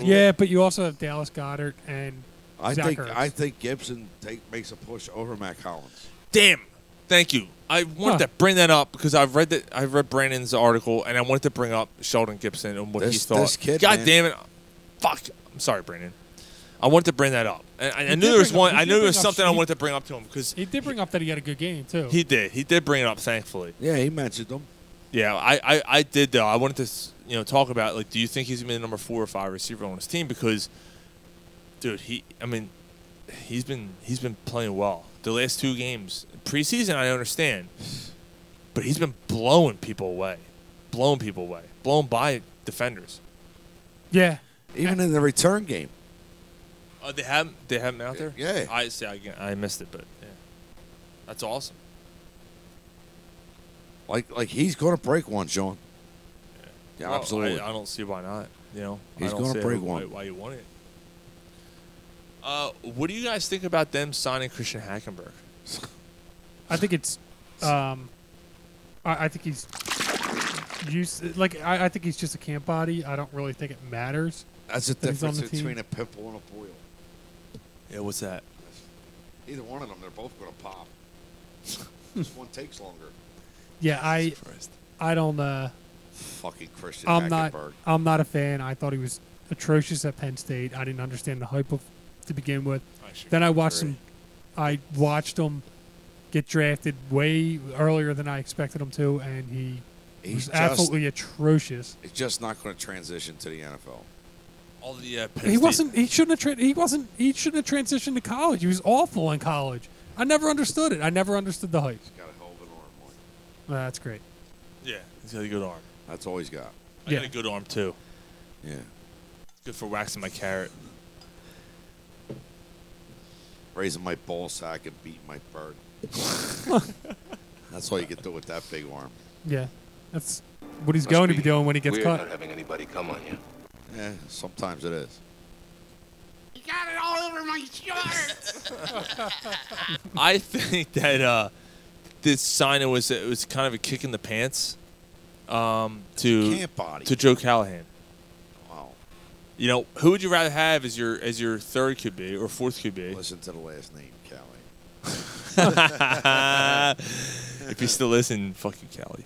G: yeah, but you also have Dallas Goddard and
D: I
G: Zach
D: think
G: Ertz.
D: I think Gibson take, makes a push over Mac Hollins.
F: Damn. Thank you. I wanted
G: Huh.
F: to bring that up because I've read that I've read Brandon's article and I wanted to bring up Sheldon Gibson and what he
D: This-
F: thought.
D: this kid,
F: God
D: man.
F: damn it! Fuck. I'm sorry, Brandon. I wanted to bring that up. And I, I
G: did
F: knew there was
G: bring up-
F: one.
G: he
F: I
G: did
F: knew there
G: bring
F: was
G: up-
F: something I
G: he-
F: wanted to bring up to him because
G: he did bring up that he had a good game too.
F: he did. He did bring it up. Thankfully.
D: Yeah, he mentioned them.
F: Yeah, I, I, I did though. I wanted to s- you know talk about like, do you think he's gonna be the number four or five receiver on his team? Because, dude, he, I mean, he's been he's been playing well the last two games. Preseason, I understand, but he's been blowing people away, blowing people away, blown by defenders.
G: yeah,
D: Even in the return game.
F: Uh, they have they have him out there.
D: Yeah.
F: I see. I, I missed it, but yeah, that's awesome.
D: Like like he's gonna break one, Sean. Yeah,
F: Well,
D: absolutely.
F: I, I don't see why not. You know,
D: He's
F: I don't
D: gonna
F: see
D: break
F: why,
D: one.
F: Why you want it? Uh, what do you guys think about them signing Christian Hackenberg?
G: I think it's. Um, I, I think he's. Used, like I, I think he's just a camp body. I don't really think it matters.
D: That's the
G: That he's on
D: difference
G: the team.
D: between a pit bull and a boil.
F: Yeah, what's that?
D: Either one of them, they're both gonna pop. This one takes longer.
G: Yeah, I I don't. Uh,
D: Fucking Christian
G: I'm not.
D: Hackenberg.
G: I'm not a fan. I thought he was atrocious at Penn State. I didn't understand the hype of to begin with. Then I watched him. I watched him get drafted way earlier than I expected him to, and he
D: He's
G: was
D: just
G: absolutely atrocious.
D: he's just not gonna transition to the NFL.
F: All the uh,
G: He wasn't. He shouldn't have. Tra- he wasn't. He shouldn't have transitioned to college. He was awful in college. I never understood it. I never understood the hype.
D: He's got a hell of an arm. Boy.
G: Uh, that's great.
F: Yeah, he's got a good arm.
D: That's all he's got.
F: I
G: Yeah.
F: got a good arm too.
D: Yeah.
F: Good for waxing my carrot.
D: Raising my ball sack and beating my bird. That's all you can do with that big arm.
G: Yeah, that's what he's going to be doing when he gets
H: Weird
G: cut.
H: not having anybody come on you.
D: Yeah, Eh, sometimes it is.
J: You got it all over my shirt.
F: I think that uh, this signing was it was kind of a kick in the pants um, to
D: Camp body.
F: to Joe Callahan.
D: wow.
F: You know, who would you rather have as your as your third QB or fourth QB?
D: Listen to the last name, Callie.
F: if you still listen, fuck you, Callie.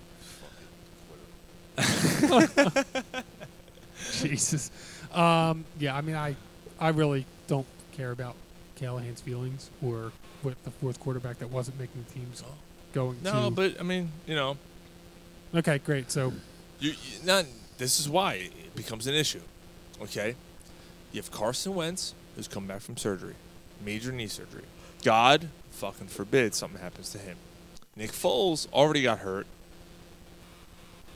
G: Jesus. Um, yeah, I mean, I, I really don't care about Callahan's feelings or what the fourth quarterback that wasn't making teams going.
F: No,
G: to.
F: but I mean, you know,
G: okay, great. So
F: you, you not. This is why it becomes an issue. Okay, you have Carson Wentz who's come back from surgery, major knee surgery. God fucking forbid something happens to him. Nick Foles already got hurt.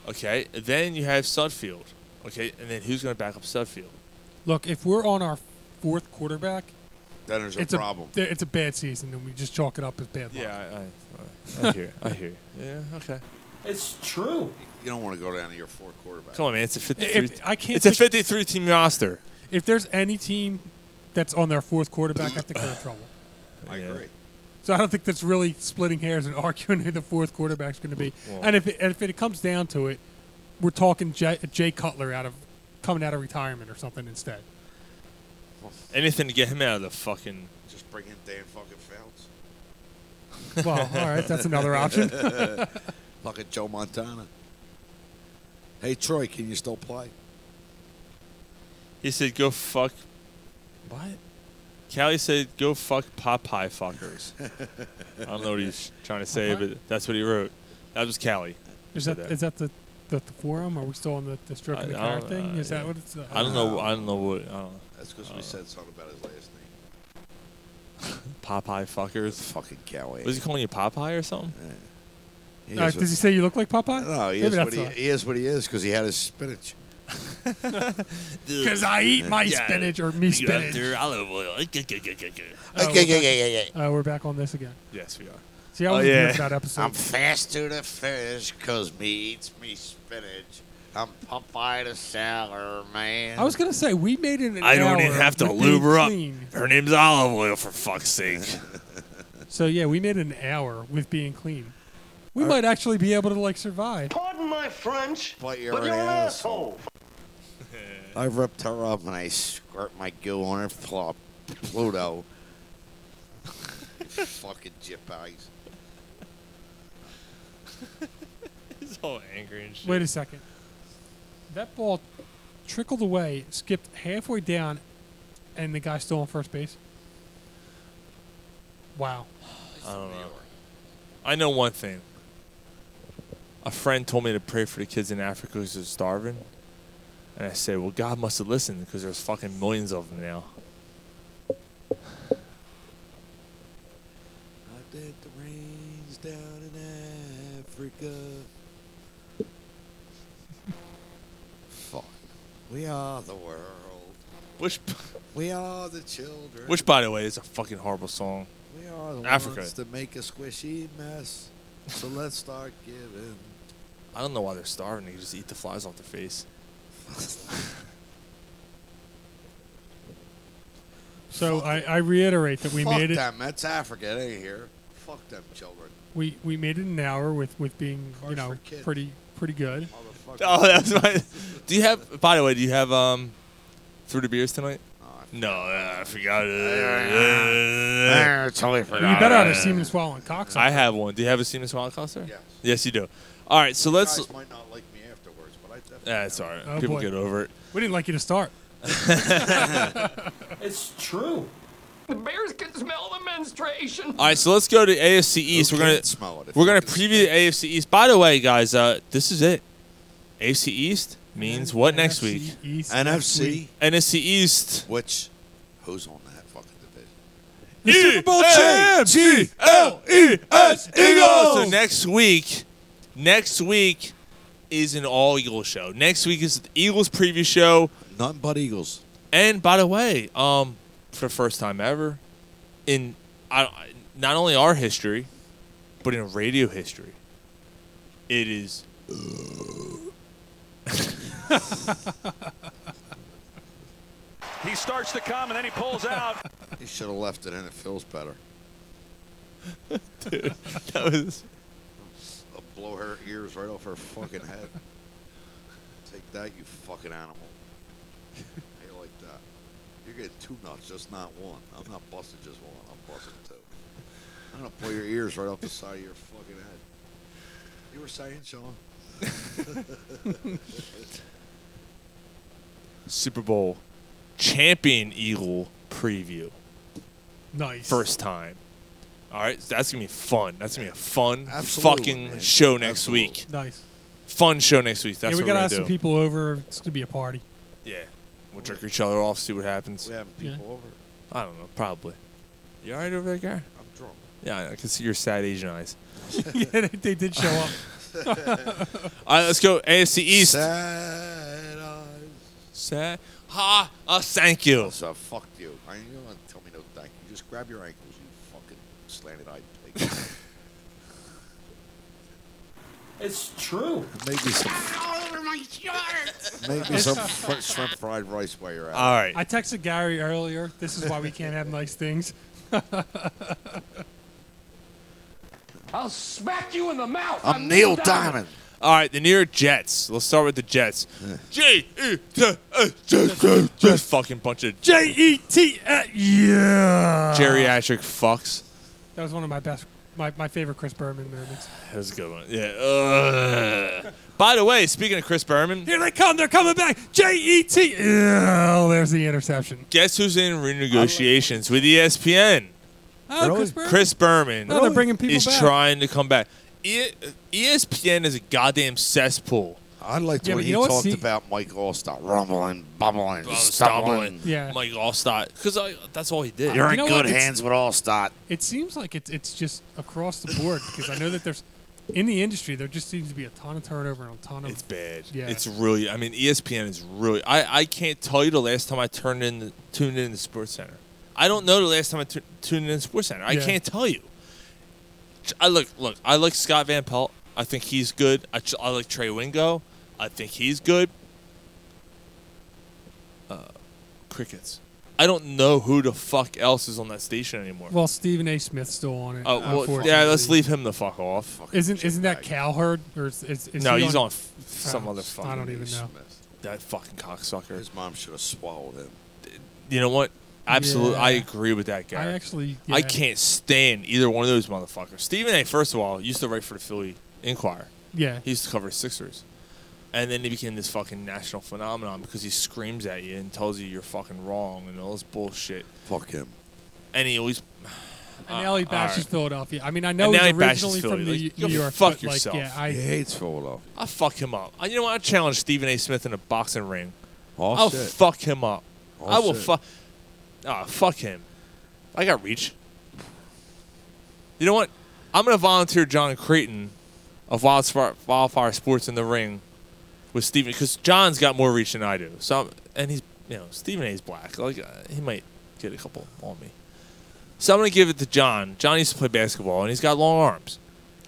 F: Okay, then you have Sudfield. Okay, and then who's going to back up Sudfield?
G: look, if we're on our fourth quarterback,
D: Then there's a
G: it's
D: problem.
G: a th- it's a bad season, and we just chalk it up as bad luck.
F: Yeah, I, I, I hear, you. I hear. you. Yeah, okay.
H: It's true.
D: you don't want to go down to your four quarterback.
F: Come on, man. It's a 53.
G: If, I can't.
F: it's a
G: think-
F: 53 team roster.
G: if there's any team that's on their fourth quarterback, I think they're in trouble.
D: I
F: Yeah.
D: agree.
G: So I don't think that's really splitting hairs and arguing who the fourth quarterback's going to be.
F: Well-
G: and if it, and if it comes down to it, we're talking Jay, Jay Cutler out of coming out of retirement or something instead.
F: Anything to get him out of the fucking.
D: Just bring in Dan fucking Fouts.
G: Well, all right, that's another option.
D: Fucking Joe Montana. Hey, Troy, can you still play?
F: He said, "Go fuck." What? Callie said, "Go fuck Popeye fuckers." I don't know what he's trying to say, but that's what he wrote. That was Callie.
G: Is
F: said
G: that is that the the, the forum? Are we still on the, the stroke and the
F: I- I
G: car
F: don't-
G: thing?
F: uh,
G: Is
F: yeah.
G: that what it's? Uh,
F: I don't know. I don't know what. I don't know.
L: That's because
F: I
L: we
F: don't
L: said something about his last name.
F: know. Popeye fuckers.
D: Fucking coward.
F: Was he calling you Popeye or something?
D: He
G: Uh,
D: is
G: does he
D: what-
G: say you look like Popeye?
D: No, he
G: Maybe
D: is,
G: that's
D: what he,
G: not.
D: he is what he is because he had his spinach.
G: Because I eat my
F: Yeah.
G: spinach or me
F: You got
G: spinach.
F: their olive oil.
G: Oh,
D: Okay,
G: we're
D: yeah, yeah,
G: back- uh, we're back on this again.
F: Yes, we are.
G: See, I
D: Oh,
G: wasn't here
D: yeah.
G: for that episode.
D: I'm fast to the finish because me eats me spinach. I'm Popeye the Sailor Man.
G: I was gonna say we made it. An
F: I don't
G: hour
F: even have to
G: with being
F: lube her up.
G: clean.
F: Her name's Olive Oil, for fuck's sake.
G: So yeah, we made an hour with being clean. We might actually be able to like survive.
H: Pardon my French,
D: But you're
H: but
D: an
H: you're an
D: asshole.
H: asshole.
D: I ripped her up and I squirt my goo on her flop, Pluto. Fucking jip eyes.
F: He's all angry and shit.
G: Wait a second. That ball trickled away, skipped halfway down, and the guy's still on first base. Wow.
F: I don't know. I know one thing. A friend told me to pray for the kids in Africa because they're starving. And I said, well, God must have listened because there's fucking millions of them now.
D: I did the rains down in Africa. Fuck. We are the world.
F: Which,
D: We are the children.
F: which by the way, is a fucking horrible song.
D: we are the
F: Africa.
D: ones to make a squishy mess. So let's start giving.
F: I don't know why they're starving. They just eat the flies off their face.
G: So I, I reiterate that we
D: Fuck
G: made it.
D: them. That's Africa. They ain't here. Fuck them children.
G: We we made it an hour with with being
D: Cars
G: you know
D: for kids.
G: pretty pretty good.
D: Motherfucker.
F: Oh, that's my. Do you have? By the way, do you have um, through the beers tonight? No, uh, I forgot. Uh,
D: I totally forgot.
G: you better have a semen swallowing cocks.
F: I have one. Do you have a Siemens Wild Cluster?
D: Yes.
F: Yes, you do. All right, so let's.
D: Guys might not like me afterwards, but I definitely.
F: That's Ah, all right.
G: Oh,
F: People
G: boy.
F: get over it.
G: We didn't like you to start.
H: It's true.
J: The bears can smell the menstruation.
F: All right, so let's go to AFC East. We're
D: can't
F: gonna
D: smell it if
F: We're
D: you
F: gonna
D: can
F: preview the AFC East. By the way, guys, uh, this is it. AFC East means what next
G: NFC
F: week?
G: East next
D: NFC,
G: week.
F: NFC East.
D: which who's on that fucking division?
G: The Super Bowl champ.
F: E-M-G-L-E-S
G: Eagles!
F: E So next week, next week is an all Eagles show. Next week is the Eagles preview show.
D: Nothing but Eagles.
F: And by the way, um, for the first time ever, in I, not only our history, but in radio history, it is.
M: He starts to come and then he pulls out.
D: You should have left it in. It feels better.
F: That was
D: I'll blow her ears right off her fucking head. Take that, you fucking animal. How you like that? You're getting two nuts, just not one. I'm not busting just one. I'm busting two. I'm gonna blow your ears right off the side of your fucking head. You were saying, Sean?
F: Super Bowl champion Eagle preview.
G: Nice.
F: First time. All right, that's gonna be fun. That's gonna be a fun
D: Absolutely,
F: fucking
D: man.
F: show next
D: Absolutely.
F: week.
G: Nice.
F: Fun show next week. That's
G: yeah, we
F: what
G: gotta
F: we're
G: have
F: gonna do.
G: some people over. It's gonna be a party.
F: Yeah, we'll jerk each other off. See what happens.
D: We having
G: Yeah.
D: people over.
F: I don't know. Probably. You all right over there, Gar?
D: I'm drunk.
F: Yeah, I know, I can see your sad Asian eyes.
G: yeah, they, they did show up.
F: All right, let's go AFC East.
D: Sad eyes.
F: Sad. Ha! Uh, thank you.
D: So fuck you. I you don't want to tell me no thank you. Just grab your ankles, you fucking slanted eyed pig.
H: It's true.
D: Maybe some. Maybe some fr- shrimp fried rice while you're at
F: All right.
G: I texted Gary earlier. This is why we can't have nice things.
H: I'll smack you in the mouth.
D: it. I'm Neil Diamond.
F: All right, the New York Jets. Let's start with the Jets. J E T S Jets. Jets, Jets. Fucking bunch of
G: J E T. Yeah.
F: geriatric fucks.
G: That was one of my best, my, my favorite Chris Berman moments.
F: That was a good one. Yeah. Ugh. By the way, speaking of Chris Berman,
G: Here they come. They're coming back. J E T. Oh, there's the interception.
F: guess who's in renegotiations with E ESPN?
G: Oh, Chris Berman.
F: Chris Berman
G: Oh, they're bringing people
F: is
G: back.
F: trying to come back. E- ESPN is a goddamn cesspool.
D: I liked
F: Yeah,
D: when
F: but you
D: he
F: know what,
D: talked
F: see-
D: about Mike Allstott rumbling, bumbling,
F: Oh,
D: stumbling.
F: stumbling. Mike Allstott, because that's all he did.
D: You're
G: You
D: in
G: know what?
D: good
G: It's-
D: hands with Allstott.
G: It seems like it's it's just across the board because I know that there's in the industry there just seems to be a ton of turnover and a ton of
F: It's bad.
G: Yeah,
F: It's really. I mean, E ESPN is really. I, I can't tell you the last time I turned in tuned in to Sports Center. I don't know the last time I tu- tuned in to Sports Center. I
N: Yeah.
F: can't tell you. I look look. I like Scott Van Pelt. I think he's good. I, ch- I like Trey Wingo. I think he's good. Uh, crickets. I don't know who the fuck else is on that station anymore.
G: well Stephen A. Smith's still on it.
F: Oh, well,
G: unfortunately.
F: yeah, let's leave him the fuck off.
G: Isn't isn't that Cowherd or is, is, is
F: no,
G: he
F: he's
G: on,
F: on f- some
G: Oh,
F: other fucking.
G: I don't e-, even
F: news.
G: know.
F: That fucking cocksucker.
D: His mom should have swallowed him.
F: You know what? Absolutely, I
D: Yeah.
F: agree with that guy.
G: I actually-
F: I
G: yeah.
F: can't stand either one of those motherfuckers. Stephen A. First of all, used to write for the Philly Inquirer.
G: Yeah.
F: he used to cover Sixers, and then he became this fucking national phenomenon because he screams at you and tells you you're fucking wrong and all this bullshit.
D: Fuck him.
F: And he always.
G: And now he
F: Uh,
G: bashes
F: alright.
G: Philadelphia. I mean, I
F: And
G: know
F: now
G: he's
F: he bashes
G: originally
F: Philly.
G: from the
F: Like,
G: New
F: go
G: York,
F: Fuck
G: but, like,
F: yourself.
G: yeah, I-
D: He hates Philadelphia.
F: I'll fuck him up. I, you know what? I challenge Stephen A. Smith in a boxing ring.
D: Oh,
F: I'll
D: shit.
F: fuck him up.
D: Oh,
F: I will
D: shit.
F: fuck. Ah, fuck him. I got reach. You know what? I'm gonna volunteer John Creighton of Wildfire, Wildfire Sports in the ring with Stephen because John's got more reach than I do. So I'm, and he's you know Stephen A. is black. Like uh, he might get a couple on me. So I'm gonna give it to John. John used to play basketball and he's got long arms,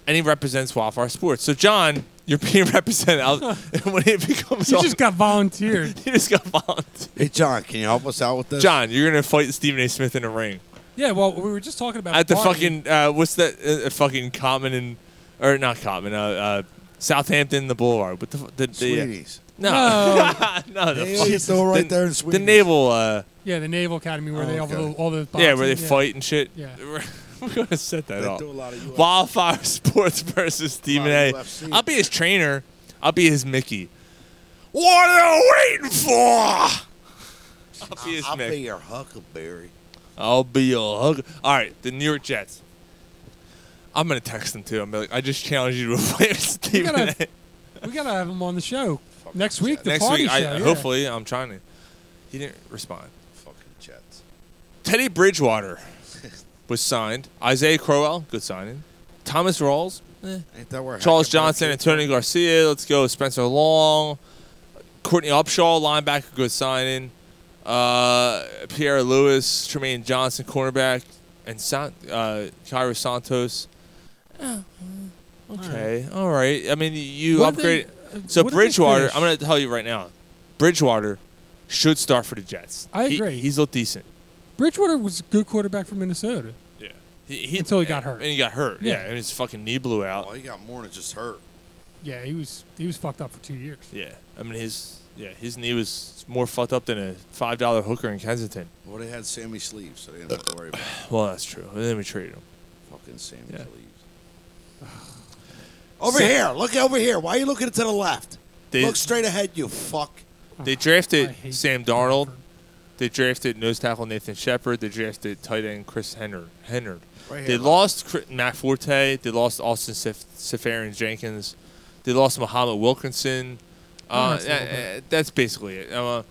F: and he represents Wildfire Sports. So John, you're being represented. I'll- and when it becomes
G: You
F: on-
G: just got volunteered.
F: you just got volunteered.
D: Hey, John, can you help us out with this?
F: John, you're gonna fight Stephen A. Smith in a ring
G: Yeah, well, we were just talking about
F: at the
G: Barton.
F: fucking uh, what's that? Uh, uh, fucking Common and or not Common, uh, uh, Southampton, the Boulevard. What the fu- the, the
D: Sweeties.
F: No,
G: No.
F: no, the
G: Hey,
F: fuck-
G: it's all right
F: the-
G: there in
F: The
G: Sweeties.
F: naval, uh,
G: Yeah, the Naval Academy where
F: Oh,
G: they all the,
F: okay.
G: all the
F: yeah, where they
G: boxing,
F: fight and shit.
G: Yeah.
F: We're gonna set that
G: They
F: up.
G: do a lot of UFC.
F: Wildfire Sports versus Stephen A.
N: UFC.
F: I'll be his trainer. I'll be his Mickey. What are you waiting for? I'll be his
D: I'll
F: Mick.
D: be your Huckleberry.
F: I'll be a hug. All right, the New York Jets. I'm gonna text them too. I'm like, I just challenge you to a fight with
G: We
F: Stephen A.
G: gotta, we gotta have him on the show next week. The
F: Next
G: party
F: week,
G: show.
F: I,
G: yeah.
F: hopefully, I'm trying to. He didn't respond.
D: Fucking Jets.
F: Teddy Bridgewater was signed. Isaiah Crowell, good signing. Thomas Rawls, eh.
D: Ain't that where
F: Charles
D: Hackenberg
F: Johnson,
D: came
F: Antonio Garcia. Let's go. Spencer Long, Courtney Upshaw, linebacker, good signing. Uh, Pierre Lewis, Tremaine Johnson, cornerback, and San, uh, Cairo Santos. Okay, all right. I mean, you
N: What did
F: upgrade.
N: they- uh,
F: so
N: what did they
F: Bridgewater,
N: finish?
F: I'm going to tell you right now, Bridgewater should start for the Jets.
G: I
F: He-
G: agree.
F: he's looked decent.
G: Bridgewater was a good quarterback from Minnesota.
F: Yeah. He, he,
G: Until he got hurt.
F: And he got hurt. Yeah,
G: Yeah.
F: and his fucking knee blew out.
D: He got more than just hurt.
G: Yeah, he was he was fucked up for two years.
F: Yeah, I mean his yeah his knee was more fucked up than a five dollar hooker in Kensington.
D: Well, they had Sammy Sleeves, so they didn't have to worry about it.
F: Well, that's true. And then we traded him.
D: Fucking Sammy Sleeves.
F: Over
D: Over
F: here,
D: here. Look over here. Why are you looking to the left?
F: They-
D: look straight ahead, you fuck.
F: They drafted Sam Darnold. They drafted nose tackle Nathan Shepard. They drafted tight end Chris Hennard. Hennard.
D: Right here,
F: they
D: look.
F: lost Cri- Matt Forte. They lost Austin Saf- Safarian Jenkins. They lost Muhammad Wilkinson.
N: Oh,
F: Uh,
N: that's
F: that's,
N: a little bit.
F: that's basically it. Uh,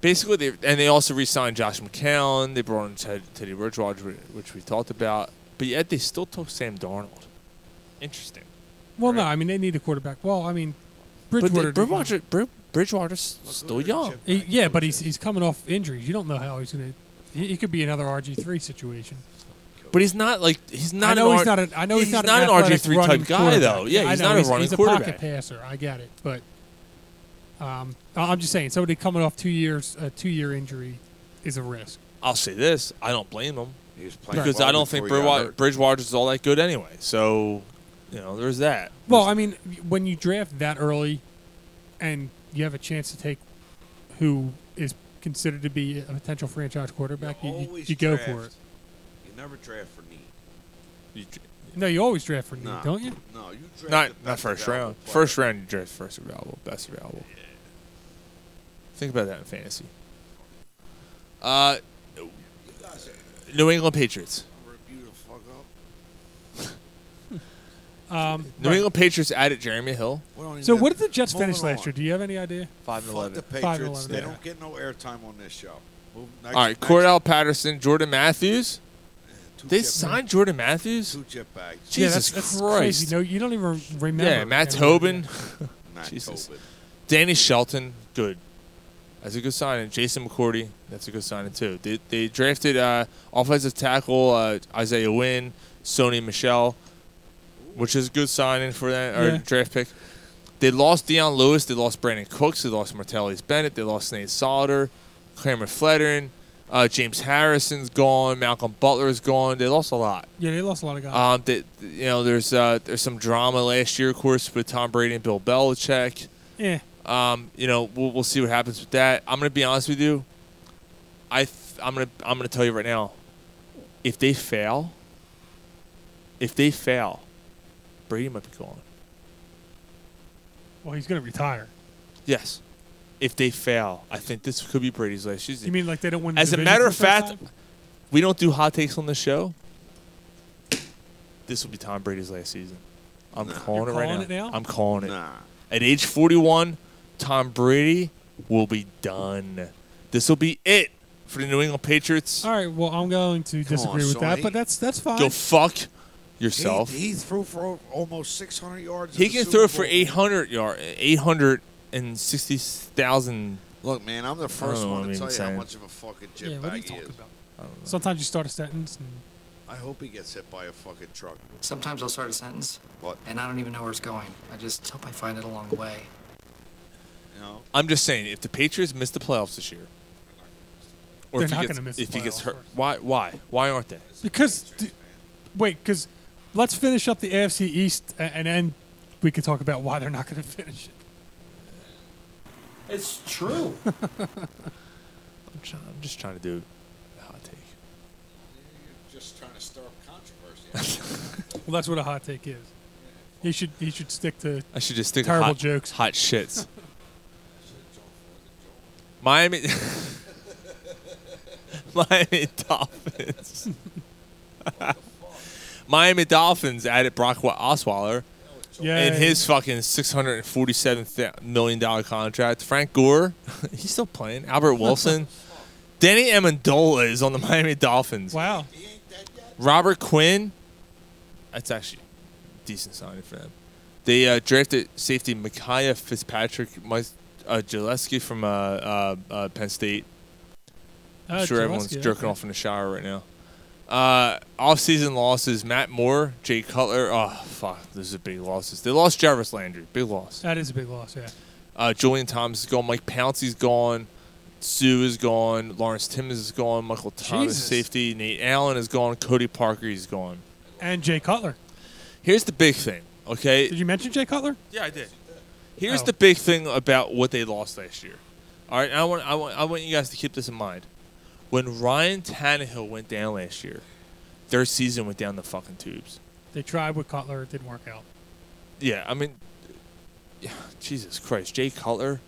F: basically, they and they also re-signed Josh McCown. They brought in Ted, Teddy Bridgewater, wh- which we talked about. But yet they still took Sam Darnold. Interesting.
G: Well, no, I mean they need a quarterback. Well, I mean
F: But they-
G: Bridgewater.
F: Bridgewater, Brid- Bridgewater's still young.
G: He- yeah, but he's he's coming off injuries. You don't know how he's gonna. He, he could be another RG three situation.
F: But he's not like he's not.
G: I know
F: an
G: he's
F: R-
G: not. A, I know he's, not,
F: an RG
G: athletic
F: three
G: running
F: type guy
G: quarterback.
F: though. Yeah,
G: I
F: he's
G: know,
F: not
G: he's,
F: a running
G: he's
F: quarterback.
G: a pocket passer. I get it, but um, I- I'm just saying somebody coming off two years a two year injury is a risk.
F: I'll say this: I don't blame him
G: playing
F: because
G: well
F: I don't think
G: before he got
F: Bridgewater,
G: hurt.
F: Bridgewater's all that good anyway. So, you know, there's that.
G: Well, I mean, when you draft that early, and you have a chance to take who is considered to be a potential franchise quarterback, you, you,
D: always
G: you go
D: draft.
G: for it.
D: You never draft for need.
G: No, you always draft for need,
D: Nah.
G: don't you?
D: No, you draft the
F: Not not
D: best
F: first
D: available
F: round.
D: player.
F: First round, you draft first available, best available. Think about that in fantasy. Uh, New England Patriots.
D: Review the fuck up.
G: Um,
F: New
G: right.
F: England Patriots added Jeremy Hill.
G: So what did the Jets finish last year? Do you have any idea?
F: Five and
D: Fuck
F: eleven.
D: the
G: Five and
D: Patriots.
G: 11,
D: They
G: yeah.
D: don't get no airtime on this show. Move next-
F: All right,
D: next-
F: Cordell Patterson, Jordan Matthews.
D: two
F: They
D: jet
F: signed Jordan Matthews.
D: Two jet bags.
G: Yeah,
F: Jesus
G: that's, that's
F: Christ.
G: Crazy. No, you don't even remember. uh,
F: Yeah, Matt
G: everybody.
F: Tobin.
D: Matt
F: Jesus.
D: Tobin.
F: Danny Shelton, good. That's a good signing. Jason McCourty, that's a good signing too. They, they drafted uh, offensive tackle uh, Isaiah Wynn, Sony Michelle, which is a good signing for that or
G: Yeah.
F: draft pick. They lost Deion Lewis. They lost Brandon Cooks. They lost Martellus Bennett. They lost Nate Solder, Cameron Fletterin. Uh, James Harrison's gone. Malcolm Butler is gone. They lost a lot.
G: Yeah, they lost a lot of guys.
F: Um, that you know, there's uh, there's some drama last year, of course, with Tom Brady and Bill Belichick.
G: yeah.
F: Um, you know, we'll, we'll see what happens with that. I'm gonna be honest with you. I th- I'm gonna I'm gonna tell you right now. If they fail, if they fail, Brady might be gone.
G: Well, he's going to retire.
F: Yes. If they fail, I think this could be Brady's last season.
G: You mean like they don't win? The
F: As a
G: division
F: matter
G: for
F: of
G: the first
F: fact,
G: time?
F: we don't do hot takes on the show. This will be Tom Brady's last season. I'm calling
G: You're
F: it right
G: calling
F: now.
G: it now?
F: I'm calling it.
D: Nah.
F: At age 41, Tom Brady will be done. This will be it for the New England Patriots.
G: All right. Well, I'm going to disagree with that,
D: Sonny.
G: but that's that's fine.
F: Go fuck
D: He-
F: yourself.
D: He, threw for o- almost 600 yards. in
F: He
D: the
F: can
D: Super
F: throw for
D: Bowl.
F: 800 yard, 860,000.
D: Look, man, I'm the first
F: know
D: one
F: what
D: to
F: I'm
D: tell you
F: saying.
D: how much of a fucking jet
G: yeah, what are you
D: bag he
G: talking
D: is.
G: about? Sometimes you start a sentence. And,
D: I hope he gets hit by a fucking truck.
H: Sometimes I'll start a sentence,
D: What?
H: and I don't even know where it's going. I just hope I find it along the way.
D: You know?
F: I'm just saying, if the Patriots miss the playoffs this year, or
G: They're
F: if he
G: not
F: gets,
G: gonna miss the
F: if he gets
G: playoffs,
F: hurt,
G: first.
F: why, why, why aren't they?
G: because, d- wait, because let's finish up the AFC East, a- and then we could talk about why they're not going to finish it.
H: It's true.
F: I'm, try- I'm just trying to do a hot take.
D: Just trying to stir up controversy.
G: Well, that's what a hot take is. He should he should stick to
F: I should just stick
G: Terrible
F: with hot,
G: jokes.
F: hot shits. Miami, Miami Dolphins. Miami Dolphins added Brock Wa- Osweiler
G: yeah
F: in his fucking six hundred and forty-seven million dollar contract. Frank Gore, he's still playing. Albert Wilson, Danny Amendola is on the Miami Dolphins.
G: wow.
F: Robert Quinn, that's actually a decent signing for them. They uh, drafted safety Micaiah Fitzpatrick, Mike uh, Gillespie from uh, uh, uh, Penn State. I'm
G: Uh,
F: sure everyone's
G: Gillespie,
F: jerking
G: okay.
F: off in the shower right now. Uh, off-season losses: Matt Moore, Jay Cutler. Oh fuck, those are big losses. They lost Jarvis Landry, big loss.
G: That is a big loss. Yeah.
F: Uh, Julian Thomas is gone. Mike Pouncey's gone. Sue is gone. Lawrence Timmons is gone. Michael Thomas,
G: Jesus.
F: safety. Nate Allen is gone. Cody Parker is gone.
G: And Jay Cutler.
F: Here's the big thing, okay?
G: Did you mention Jay Cutler?
F: yeah, I did. Here's
G: Oh.
F: the big thing about what they lost last year. All right, and I want, I want I want you guys to keep this in mind. When Ryan Tannehill went down last year, their season went down the fucking tubes.
G: They tried with Cutler. It didn't work out.
F: Yeah, I mean, yeah, Jesus Christ, Jay Cutler,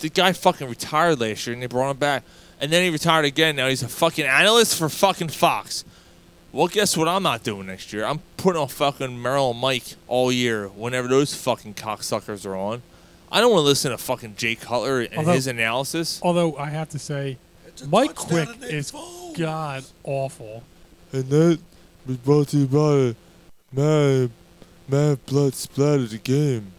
F: the guy fucking retired last year, and they brought him back, and then he retired again. Now he's a fucking analyst for fucking Fox. Well, guess what? I'm not doing next year. I'm putting on fucking Merrill and Mike all year. Whenever those fucking cocksuckers are on, I don't want to listen to fucking Jay Cutler and
G: Although-
F: his analysis.
J: Oh,
G: Although I have to say,
D: a
G: Mike
D: touchdown
G: Quick
D: to Nick
G: is
D: Foles.
G: god awful.
J: And that was brought to you by Mad, Mad Blood Splattered the Game.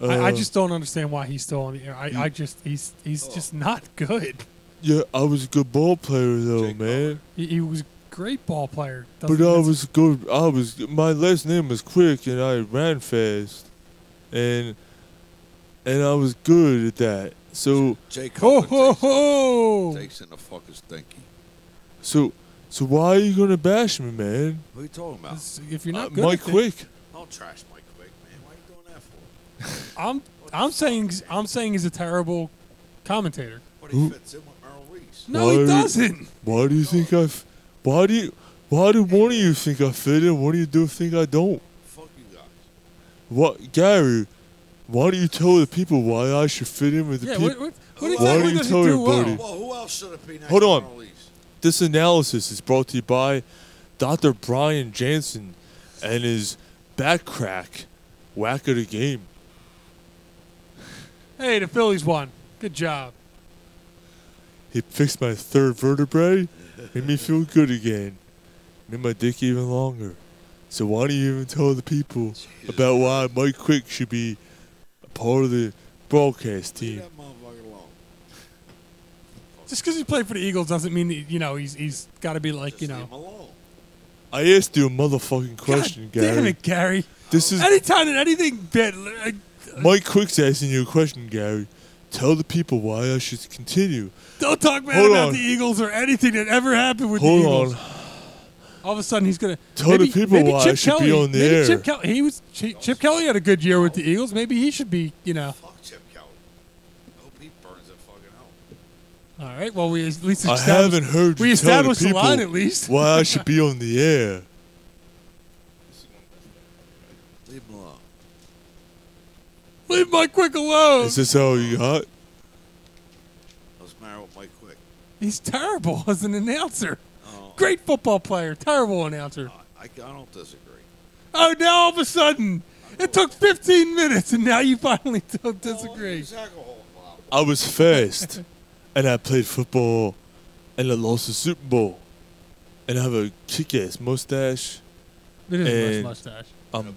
G: I, I
J: Uh,
G: just don't understand why he's still on the air. I, I just he's he's
D: Oh.
G: just not good.
J: Yeah, I was a good ball player though, man.
G: He, he was a great ball player.
J: But I was good. I was my last name was Quick, and I ran fast, and and I was good at that. So
D: Jay
G: ho
D: Cutler
G: ho
D: takes,
G: ho.
D: takes in the fucking stinky.
J: so so why are you gonna bash me, man?
D: What are you talking about?
G: It's- If you're not
J: Uh,
G: good,
J: Mike
G: at it-
J: Quick.
D: Don't trash Mike Quick, man. Why are you doing that for?
G: I'm I'm saying I'm saying he's a terrible commentator.
D: But he fits in with Merle Reese.
G: No, he
J: Why-
G: doesn't.
J: Why do you think I? f- Why do you? Why do one of you think I fit in? One of you do think I don't.
D: Fuck you guys.
J: What, Gary? Why do you tell the people why I should fit in with the
G: Yeah,
J: people?
G: what, what, what
D: Why
G: exactly
D: do
J: you
G: does
J: tell
G: he do
J: everybody?
G: well?
D: Well, who else should have been next
J: Hold
D: to
J: on.
D: Merle Reese?
J: This analysis is brought to you by Dr. Brian Jansen and his Bat crack. Whack of the game.
G: Hey, the Phillies won. Good job.
J: He fixed my third vertebrae. Made me feel good again. Made my dick even longer. So why don't you even tell the people about why Mike Quick should be a part of the broadcast team?
G: Just because he played for the Eagles doesn't mean that, you know he's he's got to be like you know.
J: I asked you a motherfucking question,
G: God
J: Gary.
G: Damn it, Gary.
J: This is
G: anytime that anything bad. I-
J: Mike Quick's asking you a question, Gary. Tell the people why I should continue.
G: Don't talk bad
J: Hold
G: about
J: on.
G: the Eagles or anything that ever happened with
J: Hold
G: the Eagles.
J: on.
G: All of a sudden, he's gonna
J: Tell
G: maybe,
J: the people
G: maybe
J: why I
G: Chip
J: should be
G: Kelly,
J: on the
G: maybe
J: air.
G: Chip Kelly, he was Chip, Chip Kelly had a good year with the Eagles. Maybe he should be, you know.
D: Fuck Chip Kelly. I hope he burns in fucking hell.
G: All right. Well, we at least
J: I
G: established,
J: haven't heard you
G: we
J: tell the
G: established the
J: people
G: line at least.
J: why I should be on the air.
D: Leave him alone.
G: Leave Mike Quick alone.
J: Is this all you got?
D: I was married with Mike Quick. Uh,
G: He's terrible as an announcer. Great football player, terrible announcer.
D: I, I don't disagree.
G: Oh, now all of a sudden, it took 15 minutes, and now you finally don't disagree.
J: I was fast, and I played football, and I lost the Super Bowl, and I have a kick-ass mustache.
G: It is a nice
J: and
G: mustache.
J: I'm,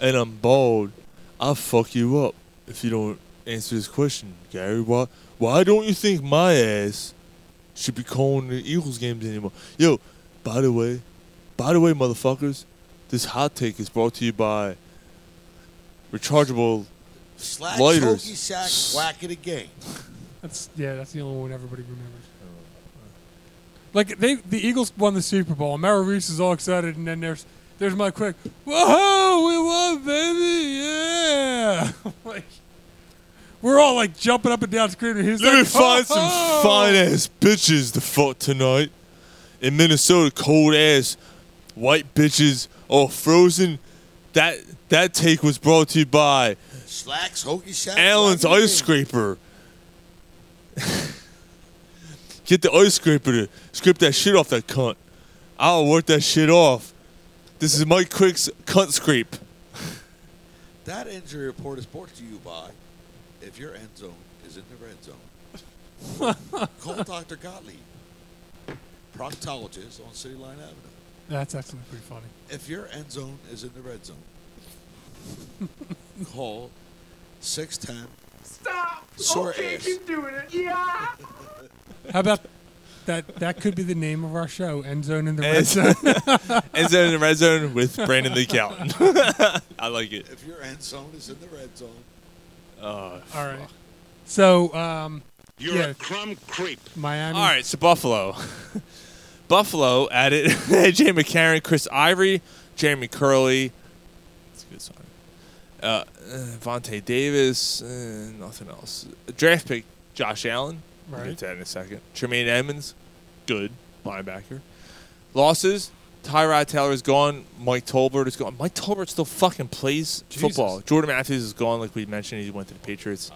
J: and, um, I'm bald. I'll fuck you up if you don't answer this question, Gary. Why? Why don't you think my ass should be calling the Eagles games anymore? Yo, by the way, by the way, motherfuckers, this hot take is brought to you by rechargeable
D: Slash
J: lighters.
D: Hokey Sack Whack of the Game.
G: That's yeah, that's the only one everybody remembers. Like they, the Eagles won the Super Bowl, and Merrill Reese is all excited, and then there's there's Mike Quick. Whoa, we won, baby! Yeah, like we're all like jumping up and down, screaming. He's
J: Let
G: like, "Oh,
J: me find some
G: "Ho, ho!"
J: fine ass bitches to fuck tonight. In Minnesota, cold ass white bitches all frozen. That that take was brought to you by
D: Slacks Hokey Sack.
J: Allen's
D: Whack of the
J: ice
D: Game.
J: scraper. Get the ice scraper to scrape that shit off that cunt. I'll work that shit off. This is Mike Quick's cunt scrape.
D: That injury report is brought to you by if your end zone is in the red zone. Call Dr. Gottlieb, proctologist on City Line Avenue.
G: That's actually pretty funny.
D: If your end zone is in the red zone, call 610.
C: Stop!
D: Sore
C: okay,
D: ass.
C: keep doing it. Yeah!
G: How about that? That could be the name of our show, End Zone in the Red
J: End
G: Zone.
J: End zone in the red zone with Brandon the accountant. I like it.
D: If your end zone is in the red zone,
J: Oh,
G: All right. So, um,
J: You're
G: yeah,
J: a crumb creep.
G: Miami.
J: All right, so Buffalo. Buffalo added AJ McCarron, Chris Ivory, Jeremy Curley. That's a good sign. Uh, uh, Vontae Davis, uh, nothing else. Draft pick Josh Allen. We'll
G: Right.
J: get to that in a second. Tremaine Edmonds, good linebacker. Losses. Tyrod Taylor is gone. Mike Tolbert is gone. Mike Tolbert still fucking plays
G: Jesus.
J: football. Jordan Matthews is gone, like we mentioned. He went to the Patriots.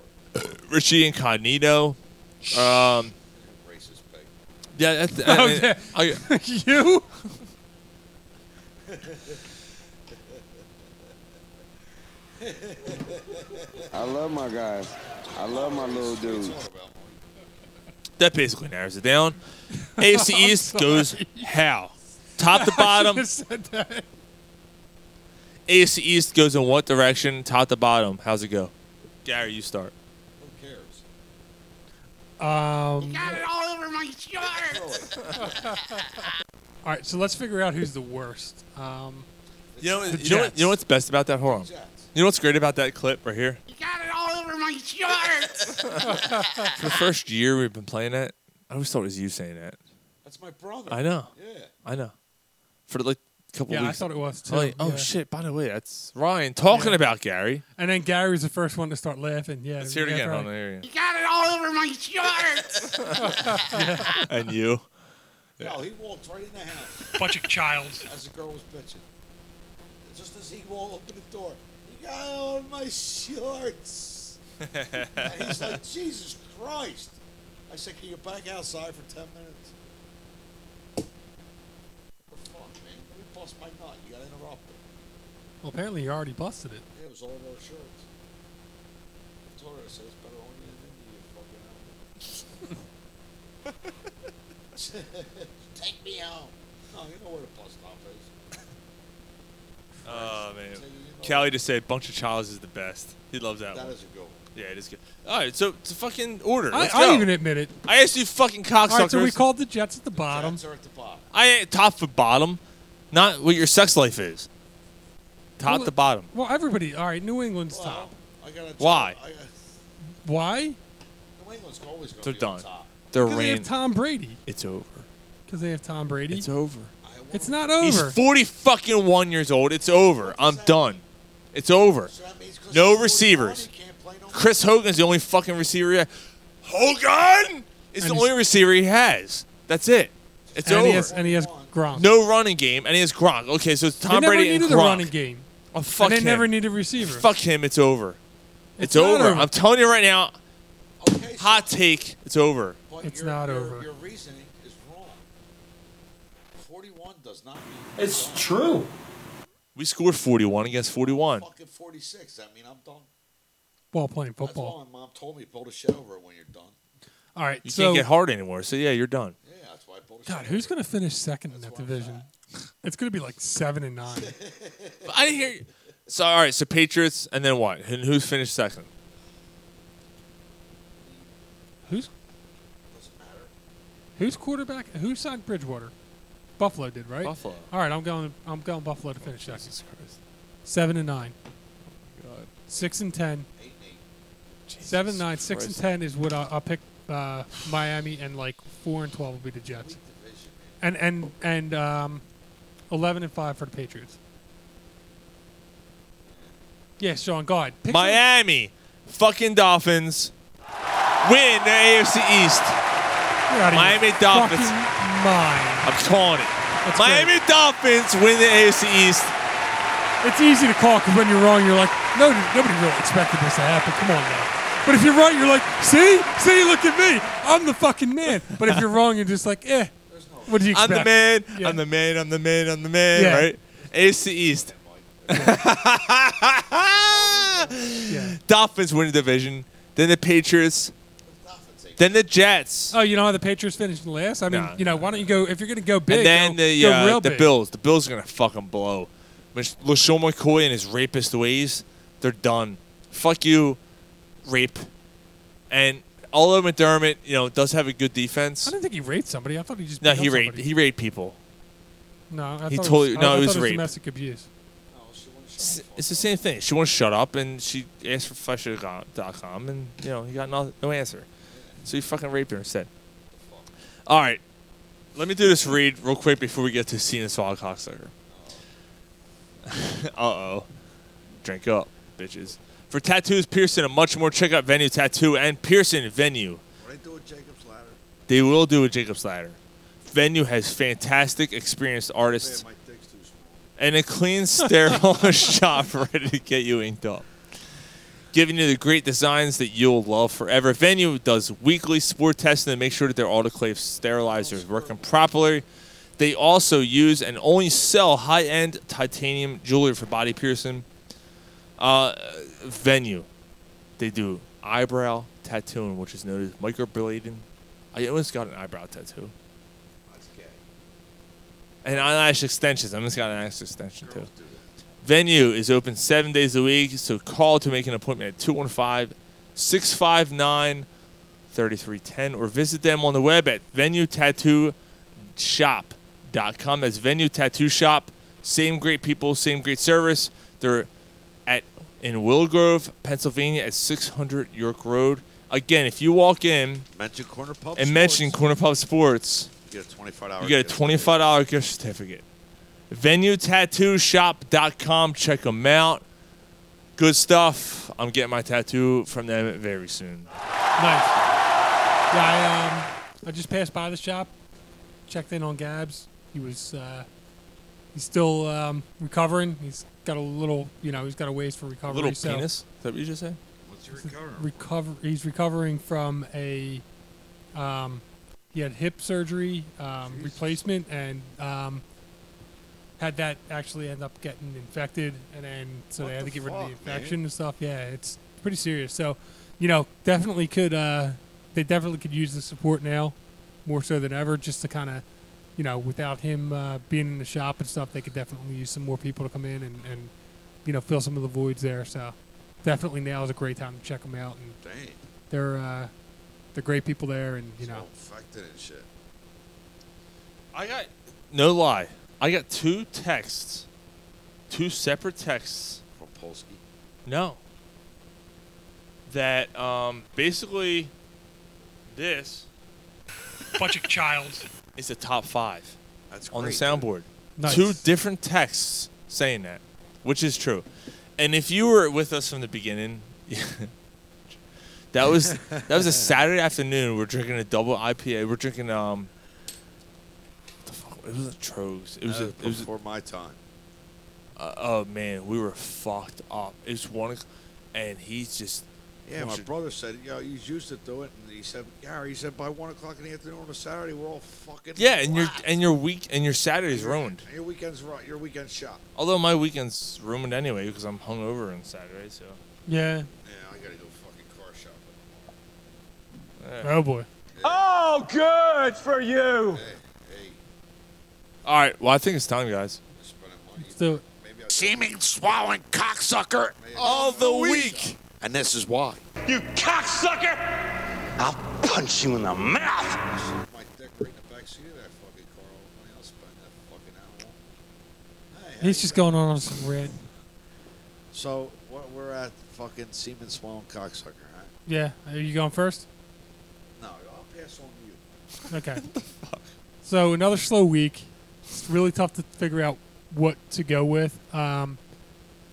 J: Richie Incognito. Um,
D: racist pig.
J: yeah, that's,
G: Oh,
J: I,
G: yeah.
J: I, I-
G: you.
O: I love my guys. I love my little dudes.
J: that basically narrows it down. AFC East goes how? Top to bottom. AFC East goes in what direction? Top to bottom. How's it go? Gary, you start.
D: Who cares?
G: Um,
C: Got it all over my shirt!
G: all right, so let's figure out who's the worst. Um,
J: You know,
G: The
J: you know, what, you know what's best about that? Hold on. You know what's great about that clip right here?
C: Got it all over my shirt!
J: For the first year we've been playing that, I always thought it was you saying that.
D: That's my brother.
J: I know.
D: Yeah.
J: I know. For like a couple
G: Yeah, I
J: weeks.
G: thought it was,
J: I'm like,
G: too.
J: oh
G: Yeah.
J: shit! By the way, that's Ryan talking about Gary.
G: and then Gary's the first one to start laughing. Yeah,
J: Let's hear it
G: yeah,
J: again.
G: right.
J: Hold on, there you
C: Got it all over my shirt!
J: go. and you.
D: No, he walked right in the house.
G: Bunch of childs.
D: As the girl was bitching. Just as he walked opened the door, he got it all over my shorts. and he's like, Jesus Christ. I said, can you back outside for 10 minutes? What the fuck, man? Let me bust my nut. You got to interrupt me.
G: Well, apparently he already busted it.
K: Yeah, it was all of our shirts. I told her, I said, it's better on you than you, you fucking animal. Take me home. No, you know where the bus stop is.
J: Oh man, Callie just said Bunch of Childs is the best. He loves that,
K: That
J: one.
K: is a good one.
J: Yeah, it is good. All right, so it's a fucking order.
G: I,
J: Let's
G: I
J: go.
G: even admit it.
J: I asked you fucking cocksuckers.
G: All right, so we called the Jets at the bottom.
K: Jets are at the bottom.
J: I ain't top for bottom, not what your sex life is. Top
G: Well,
J: to bottom.
G: Well, everybody. All right, New England's top.
K: I gotta
J: Why?
K: I gotta,
G: Why?
K: New England's always going to
J: They're
K: be on
J: done.
K: top.
J: They're
G: Because they
J: reign.
G: have Tom Brady.
J: It's over.
G: Because they have Tom Brady.
J: It's over.
G: It's not over.
J: He's forty fucking one years old. It's over. I'm done. It's over. No receivers. Chris Hogan's the only fucking receiver. He has. Hogan is the
G: And
J: only receiver he has. That's it. It's
G: and
J: over.
G: He has, and he has Gronk.
J: no running game, and he has Gronk. Okay, so it's Tom
G: they never
J: Brady
G: needed
J: and
G: a
J: Gronk.
G: running game.
J: Oh, fuck
G: and they
J: him.
G: never needed a receiver.
J: Fuck him. It's over.
G: It's
J: It's,
G: not
J: over.
G: over.
J: I'm telling you right now. hot take. It's over.
G: It's not over.
K: Your reasoning is wrong. 41 does not mean
J: It's true. We scored 41 against 41.
K: fucking 46. I mean, I'm done.
G: While playing
K: That's
G: football.
K: why my mom told me build a shed over it when you're done.
G: All right.
J: You
G: so
J: can't get hard anymore. So yeah, you're done.
K: Yeah, that's why I built a
G: God,
K: shed.
G: who's gonna finish second in that division? It's gonna be like seven and nine.
J: I didn't hear. You. So all right. So Patriots, and then what? And who's finished second?
G: Who's who's quarterback? Who signed Bridgewater? Buffalo did, right?
J: Buffalo.
G: All right, I'm going. I'm going Buffalo to finish second. Seven and nine. Six and ten. Seven and nine. Six
J: Christ.
G: and ten is what I, I'll pick. Uh, Miami and like four and twelve will be the Jets. And and and um, eleven and five for the Patriots. Yeah, Sean. Go ahead. Pick your-
J: Miami, fucking Dolphins, win the AFC East.
G: You're out of your
J: Miami Dolphins.
G: fucking Mind.
J: I'm calling it.
G: That's
J: Miami Dolphins win the AFC East.
G: It's easy to call because when you're wrong, you're like, no, nobody really expected this to happen. Come on now. But if you're right, you're like, see, see, look at me, I'm the fucking man. But if you're wrong, you're just like, eh. What do you
J: I'm
G: expect?
J: the man. I'm the man. I'm the man. I'm the man.
G: Yeah.
J: Right? AFC East. Dolphins win the division. Then the Patriots. Then the Jets.
G: Oh, you know how the Patriots finished last? I mean,
J: Nah.
G: you know, why don't you go if you're gonna go big?
J: and then
G: go,
J: the
G: go
J: uh,
G: real
J: the
G: big.
J: Bills. The Bills are gonna fucking blow. Mich- LaShawn McCoy and his rapist ways, they're done. Fuck you, rape. And although McDermott, you know, does have a good defense.
G: I didn't think he raped somebody. I thought he just
J: No,
G: beat
J: he
G: up
J: raped.
G: somebody.
J: He raped people.
G: No, I thought
J: he
G: it was-
J: totally-
G: I-
J: no,
G: I
J: it
G: thought
J: was rape.
G: domestic abuse.
D: Oh,
J: S- It's the same thing. She won't shut up, and she asked for Flesher.com, and you know he got no, no answer. So he fucking raped her instead. All right, let me do this read real quick before we get to Cena Swallow Cocksucker. uh oh, drink up, bitches. For tattoos, Pearson, a much more check out venue tattoo, and Pearson venue.
K: What I do with Jacob's ladder?
J: They will do a Jacob's Ladder. Venue has fantastic, experienced artists
K: My dick's too small.
J: and a clean, sterile shop ready to get you inked up. Giving you the great designs that you'll love forever. Venue does weekly sport testing to make sure that their autoclave sterilizer is working properly. They also use and only sell high end titanium jewelry for body piercing. Uh, venue, they do eyebrow tattooing, which is known as microblading. I almost got an eyebrow tattoo.
K: That's gay.
J: And eyelash extensions. I'm just got an eyelash extension too. Venue is open seven days a week, so call to make an appointment at 215 659 3310 or visit them on the web at venuetattooshop.com. That's Venue Tattoo Shop. Same great people, same great service. They're at in Willgrove, Pennsylvania at 600 York Road. Again, if you walk in
K: Mention Corner Pub
J: and mention
K: Sports.
J: Corner Pub Sports,
K: You get a twenty-five dollar.
J: you get a twenty-five dollar gift certificate. VenueTattooShop.com. Check them out. Good stuff. I'm getting my tattoo from them very soon.
G: Nice. Yeah, I, um, I just passed by the shop, checked in on Gabs. He was, uh, he's still um, recovering. He's got a little, you know, he's got a ways for recovery.
J: Little
G: so
J: penis. Is that what you just said?
K: What's your recovery?
G: Recover. He's recovering from a, uh, um, he had hip surgery um, replacement and um, had that actually end up getting infected, and then so
D: What
G: they had
D: the
G: to get rid of the
D: fuck,
G: infection
D: man?
G: and stuff. Yeah, it's pretty serious. So, you know, definitely could uh, they definitely could use the support now more so than ever, just to kind of, you know, without him uh, being in the shop and stuff, they could definitely use some more people to come in and, and you know fill some of the voids there. So, definitely now is a great time to check them out, and
D: Dang.
G: they're uh, they're great people there, and you know.
D: Infected and shit.
J: I got no lie. I got two texts, two separate texts
D: from Polsky.
J: No. That um, basically, this
G: bunch of childs
J: is the top five
D: That's
J: on
D: great,
J: the
D: dude.
J: soundboard.
G: Nice.
J: Two different texts saying that, which is true. And if you were with us from the beginning, that was that was a Saturday afternoon. We're drinking a double IPA. We're drinking um. what the fuck- It was a Trogs. It was
D: That
J: a. It was a
D: before my time.
J: uh, oh man, we were fucked up. It's one, o'clock, and he's just.
D: Yeah, my
J: pushing-
D: brother said, you know, he's used to do it, and he said, Gary, he said by one o'clock in the afternoon on a Saturday, we're all fucking.
J: Yeah, and your
D: whacked."
J: and your week and your Saturday's ruined.
D: And Your weekend's right. Your weekend's shot.
J: Although my weekend's ruined anyway because I'm hungover on Saturday. So.
G: Yeah.
D: Yeah, I gotta go fucking car shopping.
G: Oh boy.
F: Oh, good for you.
J: All right. Well, I think it's time, guys.
G: So
P: Seeming swallowing cocksucker
J: of the week.
P: And this is why.
F: You cocksucker!
P: I'll punch you in the mouth.
D: I shoved my dick right in the back seat of that fucking car. When I was spending that fucking animal.
G: he's just going on some red.
D: So what, we're at fucking Seaman Swan cocksucker, right?
G: Yeah, are you going first?
D: No, I'll pass on to you.
G: Okay. So another slow week. It's really tough to figure out what to go with. Um,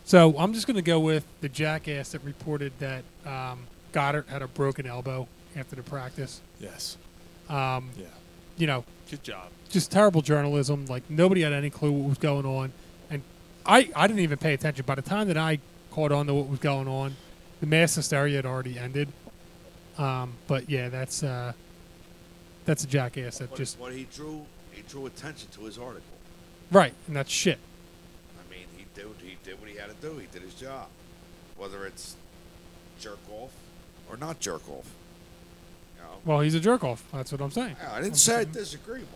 G: so I'm just going to go with the jackass that reported that um, Goddard had a broken elbow after the practice.
J: Yes.
G: Um,
J: Yeah.
G: You know,
J: Good job.
G: just terrible journalism. Like nobody had any clue what was going on, and I I didn't even pay attention. By the time that I caught on to what was going on, the mass hysteria had already ended. Um, but yeah, that's uh, that's a jackass that
D: But,
G: just
D: but he drew he drew attention to his article.
G: right, and that's shit.
D: I mean, he did he did what he had to do. He did his job, whether it's jerk off or not jerk off. You know?
G: Well, he's a jerk off. That's what I'm saying.
D: Yeah, Oh, I didn't say I disagree, Mike.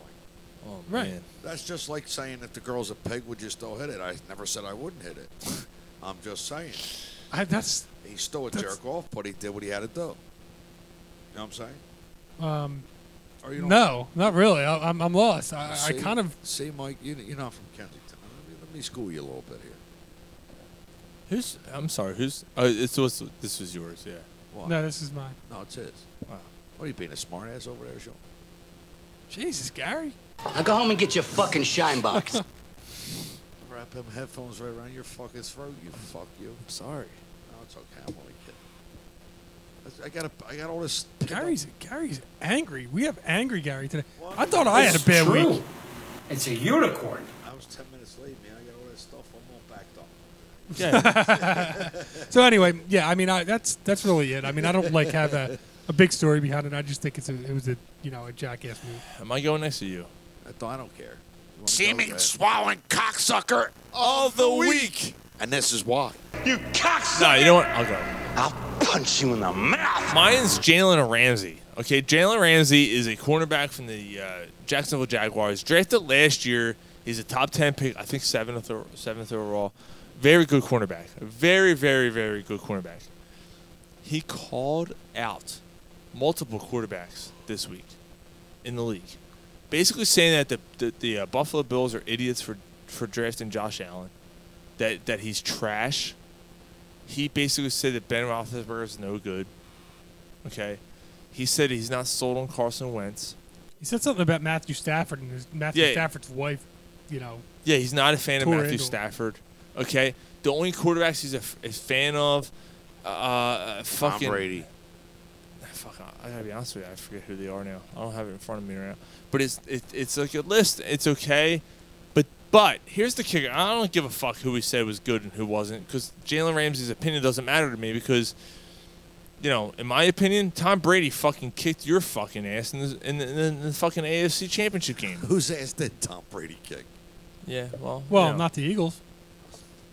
J: Oh
G: Right.
J: man.
D: That's just like saying if the girl's a pig, would you still hit it? I never said I wouldn't hit it. I'm just saying
G: I, that's
D: he's still a
G: That's-
D: jerk off, but he did what he had to do. You know what I'm saying?
G: um,
D: Or you don't-
G: no, not really. I, I'm I'm lost. I, I
D: See-
G: kind of
D: see, Mike. You, you're not from Kensington. Let me, let me school you a little bit here.
J: Who's? I'm sorry. Who's? Oh, it's was this was yours. Yeah.
D: What?
G: no. This is mine.
D: No, it's his.
J: Wow.
D: What are you being a smart ass over there, Sean?
G: Jesus, Gary.
H: Now go home and get your fucking shine box.
D: Wrap them headphones right around your fucking throat. You fuck you.
J: I'm sorry.
D: No, it's okay. I'm only kidding. I- I got a, I got all this.
G: Gary's Gary's angry. We have angry Gary today.
D: What?
G: I thought I had a bad
H: True.
G: week.
H: It's a unicorn.
D: I was ten minutes late, man. I got all this stuff. I'm all backed up.
J: Yeah.
G: So anyway, yeah, I mean, I, that's that's really it. I mean, I don't like have a, a big story behind it. I just think it's a, it was a you know a jackass move.
J: Am I going next to you?
D: I, don't- I don't care. You wanna go, go
P: Seeming
D: ahead.
P: swallowing cocksucker.
J: Of the week.
P: And this is why.
F: You cocksucker!
J: No, you know what? I'll go.
P: I'll punch you in the mouth.
J: Mine's Jalen Ramsey. Okay, Jalen Ramsey is a cornerback from the uh, Jacksonville Jaguars. Drafted last year, he's a top ten pick. I think seventh or seventh overall. Very good cornerback. A Very, very, very good cornerback. He called out multiple quarterbacks this week in the league, basically saying that the the, the uh, Buffalo Bills are idiots for for drafting Josh Allen, that that he's trash. He basically said that Ben Roethlisberger is no good. Okay. He said he's not sold on Carson Wentz.
G: He said something about Matthew Stafford and his Matthew
J: Yeah.
G: Stafford's wife. You know,
J: Yeah, he's not a fan of
G: Tore
J: Matthew
G: into him.
J: Stafford. Okay. The only quarterbacks he's a, f- a fan of, uh, uh,
D: Tom
J: fucking. Ah,
D: Brady.
J: Fuck, I- I gotta be honest with you. I forget who they are now. I don't have it in front of me right now. But it's it, it's like a list. It's okay. But but here's the kicker. I don't give a fuck who we said was good and who wasn't because Jalen Ramsey's opinion doesn't matter to me because you know, in my opinion, Tom Brady fucking kicked your fucking ass in the, in the, in the fucking AFC Championship game.
D: Whose ass did Tom Brady kick?
J: Yeah, well.
G: Well,
J: you know.
G: not the Eagles.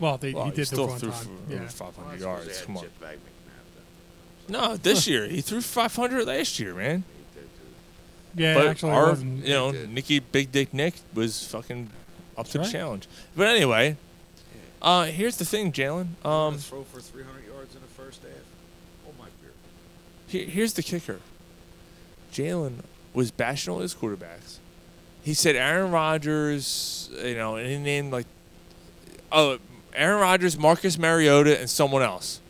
G: Well, they
J: Well,
G: he
J: he
G: did
J: still
G: the one
J: threw
G: time.
J: for
G: yeah.
J: 500
D: Well, that's
J: yards.
D: because
J: Come
D: they
J: on.
D: had Chet Bagley
J: No, this year he threw 500 last year, man.
G: Yeah,
J: but
G: actually, it
J: our,
G: wasn't.
J: you know, Nikki Big Dick Nick was fucking up to
G: That's
J: the
G: right.
J: challenge. But anyway, uh, here's the thing, Jalen. Um,
D: throw for 300 yards in the first half. Oh my beer.
J: Here, here's the kicker. Jalen was bashing all his quarterbacks. He said Aaron Rodgers, you know, and he named like, oh, Aaron Rodgers, Marcus Mariota, and someone else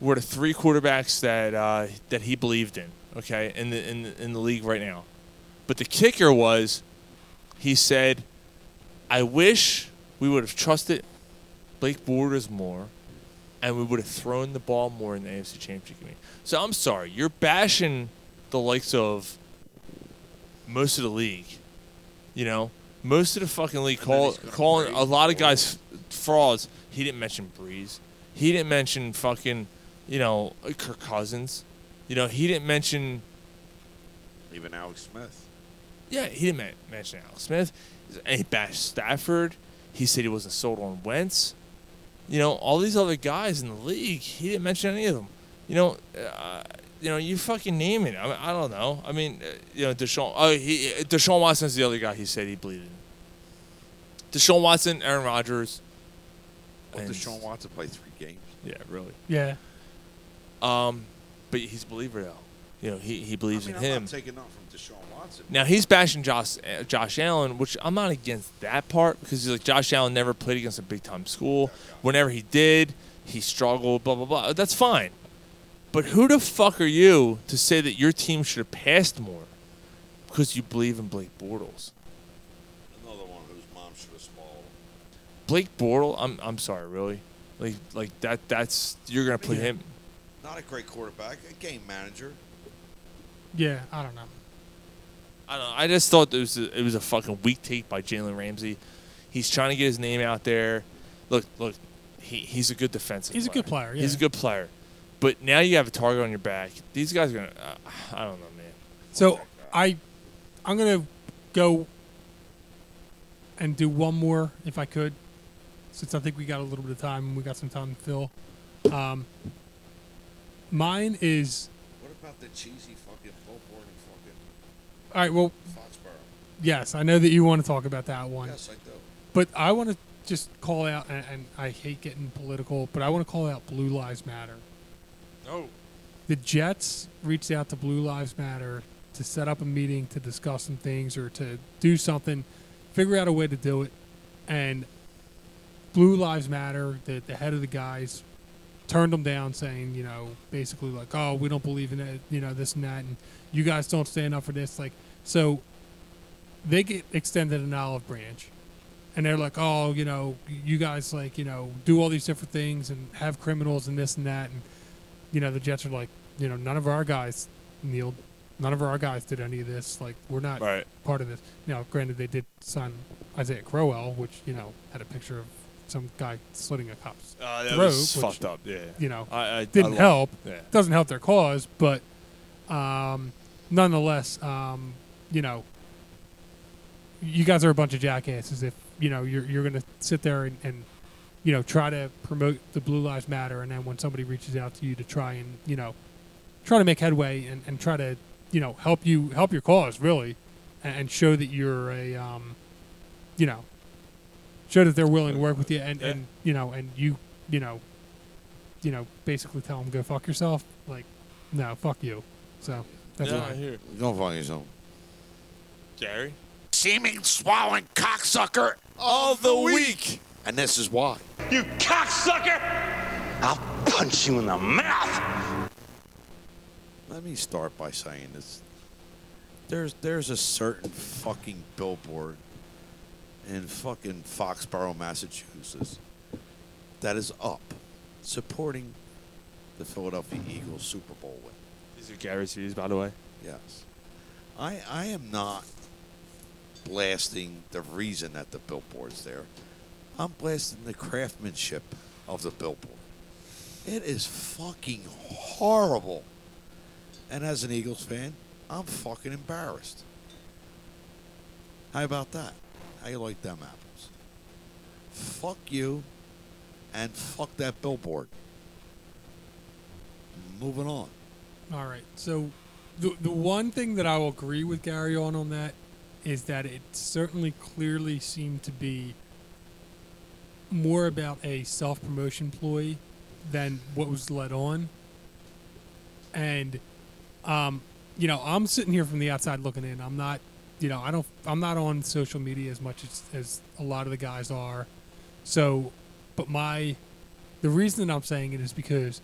J: were the three quarterbacks that uh, that he believed in. Okay, in the in the, in the league right now. But the kicker was, he said, I wish we would have trusted Blake Borders more and we would have thrown the ball more in the AFC Championship game. So I'm sorry, you're bashing the likes of most of the league. You know, most of the fucking league call, calling a lot of guys f- frauds. He didn't mention Breeze. He didn't mention fucking, you know, Kirk Cousins. You know, he didn't mention
D: Even Alex Smith.
J: yeah, he didn't men- mention Alex Smith. And he bashed Stafford. He said he wasn't sold on Wentz. You know, all these other guys in the league, he didn't mention any of them. You know, uh, you know, you fucking name it. I, mean, I don't know. I mean, uh, you know, Deshaun. Oh, he uh, Deshaun Watson's the other guy. He said he believed in. Deshaun Watson, Aaron Rodgers.
D: Well,
J: and-
D: Deshaun Watson played three games.
J: Yeah, really.
G: Yeah.
J: Um, but he's a believer though. You know, he he believes
D: I mean,
J: in
D: I'm
J: him.
D: not taking off from Deshaun Watson.
J: Now he's bashing Josh uh, Josh Allen, which I'm not against that part because he's like Josh Allen never played against a big time school. Whenever he did, he struggled. Blah blah blah. That's fine. But who the fuck are you to say that your team should have passed more because you believe in Blake Bortles?
D: Another one whose mom should have spoiled him.
J: Blake Bortles, I'm I'm sorry, really. Like like that that's you're gonna put him.
D: Not a great quarterback, a game manager.
G: Yeah, I don't know.
J: I don't know. I just thought it was a, it was a fucking weak take by Jalen Ramsey. He's trying to get his name out there. Look, look, he, he's a good defensive.
G: He's a good player,
J: He's
G: yeah.
J: a good player. But now you have a target on your back. These guys are gonna. Uh, I don't know, man.
G: So I, I'm gonna go and do one more if I could, since I think we got a little bit of time and we got some time to fill. Um, mine is
D: What about the cheesy fucking bullhorn and
G: all right. Well,
D: fucking Foxborough?
G: yes, I know that you want to talk about that one.
D: Yes, I do.
G: But I want to just call out, and, and I hate getting political, but I want to call out Blue Lives Matter.
J: Oh.
G: The Jets reached out to Blue Lives Matter to set up a meeting to discuss some things or to do something, figure out a way to do it. And Blue Lives Matter, the, the head of the guys, turned them down, saying, you know, basically like, oh, we don't believe in it, you know, this and that, and you guys don't stand up for this. Like, so they get extended an olive branch and they're like oh you know you guys like you know do all these different things and have criminals and this and that and you know the jets are like you know none of our guys kneeled none of our guys did any of this like we're not
J: Right.
G: part of this now granted they did sign isaiah crowell which you know had a picture of some guy slitting a cop's
J: Uh, that
G: throat
J: was
G: which,
J: fucked up, yeah.
G: you know
J: I- I-
G: didn't
J: I lo-
G: help
J: yeah.
G: doesn't help their cause, but um, nonetheless, um, you know, you guys are a bunch of jackasses if you know you're you're gonna sit there and, and you know try to promote the Blue Lives Matter, and then when somebody reaches out to you to try and you know try to make headway and, and try to you know help you help your cause really, and, and show that you're a um, you know show that they're willing to work with you and, and you know and you you know you know basically tell them go fuck yourself like no fuck you so that's
J: yeah,
G: why
J: I hear it.
D: Go find yourself.
J: Gary.
Q: Seeming swallowing cocksucker
D: Oh,
J: of the week.
D: And this is why.
Q: You cocksucker! I'll punch you in the mouth.
D: Let me start by saying this. There's there's a certain fucking billboard in fucking Foxborough, Massachusetts that is up supporting the Philadelphia Eagles Super Bowl win.
J: These are Gary's views, by the way.
D: Yes. I I am not blasting the reason that the billboard's there. I'm blasting the craftsmanship of the billboard. It is fucking horrible. And as an Eagles fan, I'm fucking embarrassed. How about that? How you like them apples? Fuck you, and fuck that billboard. Moving on.
G: All right. So, the the one thing that I will agree with Gary on on that is that it certainly clearly seemed to be more about a self promotion ploy than what was led on. And, um, you know, I'm sitting here from the outside looking in. I'm not, you know, I don't, I'm not on social media as much as, as a lot of the guys are. So, but my, the reason that I'm saying it is because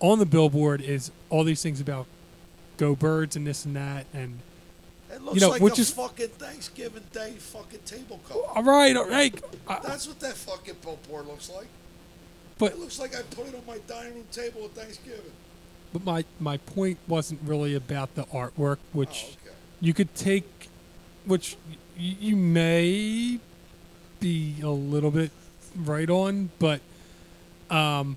G: on the billboard is all these things about go birds and this and that and
D: It looks
G: you know
D: like
G: which
D: a
G: is
D: fucking Thanksgiving Day fucking table cover.
G: all right all right uh,
D: That's what that fucking billboard looks like.
G: But-
D: it looks like I put it on my dining room table at Thanksgiving.
G: But my my point wasn't really about the artwork, which you could take, which y- you may be a little bit right on, but um,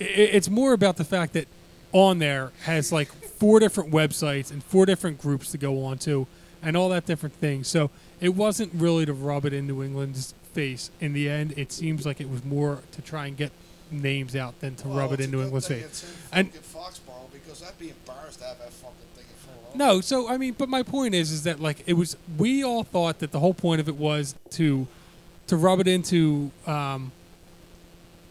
G: i- i it's more about the fact that on there has like four different websites and four different groups to go on to, and all that different thing. So it wasn't really to rub it in New England's face. In the end, it seems like it was more to try and get names out than to rub it in New England's face. And
D: Fucking Foxborough, because I'd be embarrassed to have that fucking thing in front of
G: no, so I mean, but my point is, is that like it was. We all thought that the whole point of it was to, to rub it into um,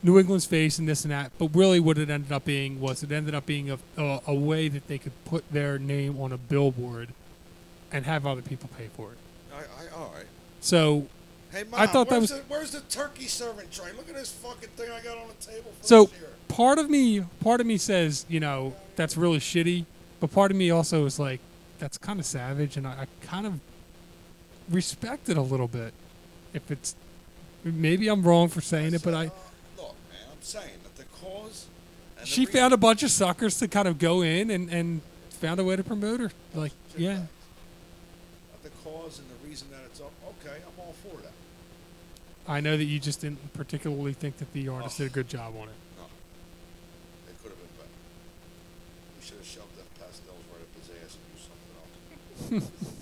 G: New England's face and this and that. But really, what it ended up being was it ended up being a, a, a way that they could put their name on a billboard, and have other people pay for it.
D: I, I, all right.
G: So,
D: Hey, Mom,
G: I thought that
D: where's
G: was
D: The, where's the turkey serving tray? Look at this fucking thing I got on the table. For
G: so.
D: this year.
G: Part of me, part of me says, you know, that's really shitty. But part of me also is like, that's kind of savage, and I, I kind of respect it a little bit. If it's maybe I'm wrong for saying it, but I
D: uh, Look, man, I'm saying that the cause. And
G: she
D: the
G: found a bunch of suckers to kind of go in and and found a way to promote her. Like, yeah,
D: re- the cause and the reason that it's up. Okay, I'm all for that.
G: I know that you just didn't particularly think that the artist did a good job on it.
D: No, it could have been better. We should have shoved that pastels right up his ass and do something else.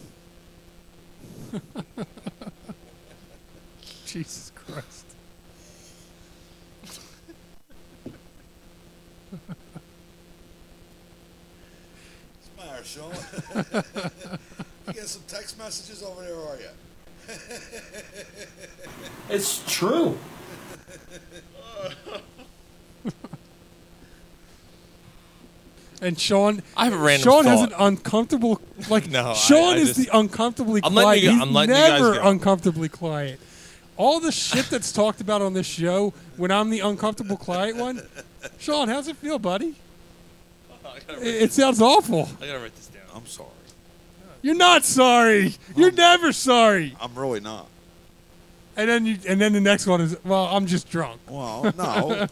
G: Jesus Christ.
D: What's the matter, Sean? you get some text messages over there, are you?
H: It's true.
G: And Sean,
J: I have a random
G: Sean has
J: thought.
G: an uncomfortable like.
J: No, I-
G: Sean
J: I
G: is
J: just-
G: the uncomfortably
J: I'm
G: quiet.
J: letting you-
G: He's
J: I'm letting you guys
G: never
J: go.
G: uncomfortably quiet. All the shit that's talked about on this show, when I'm the uncomfortable quiet one, Sean, how's it feel, buddy? It, it sounds awful.
J: I gotta write this down.
D: I'm sorry.
G: You're not sorry.
J: Oh.
G: You're never sorry.
D: I'm really not.
G: And then you, and then the next one is, well, I'm just drunk.
D: Well, no.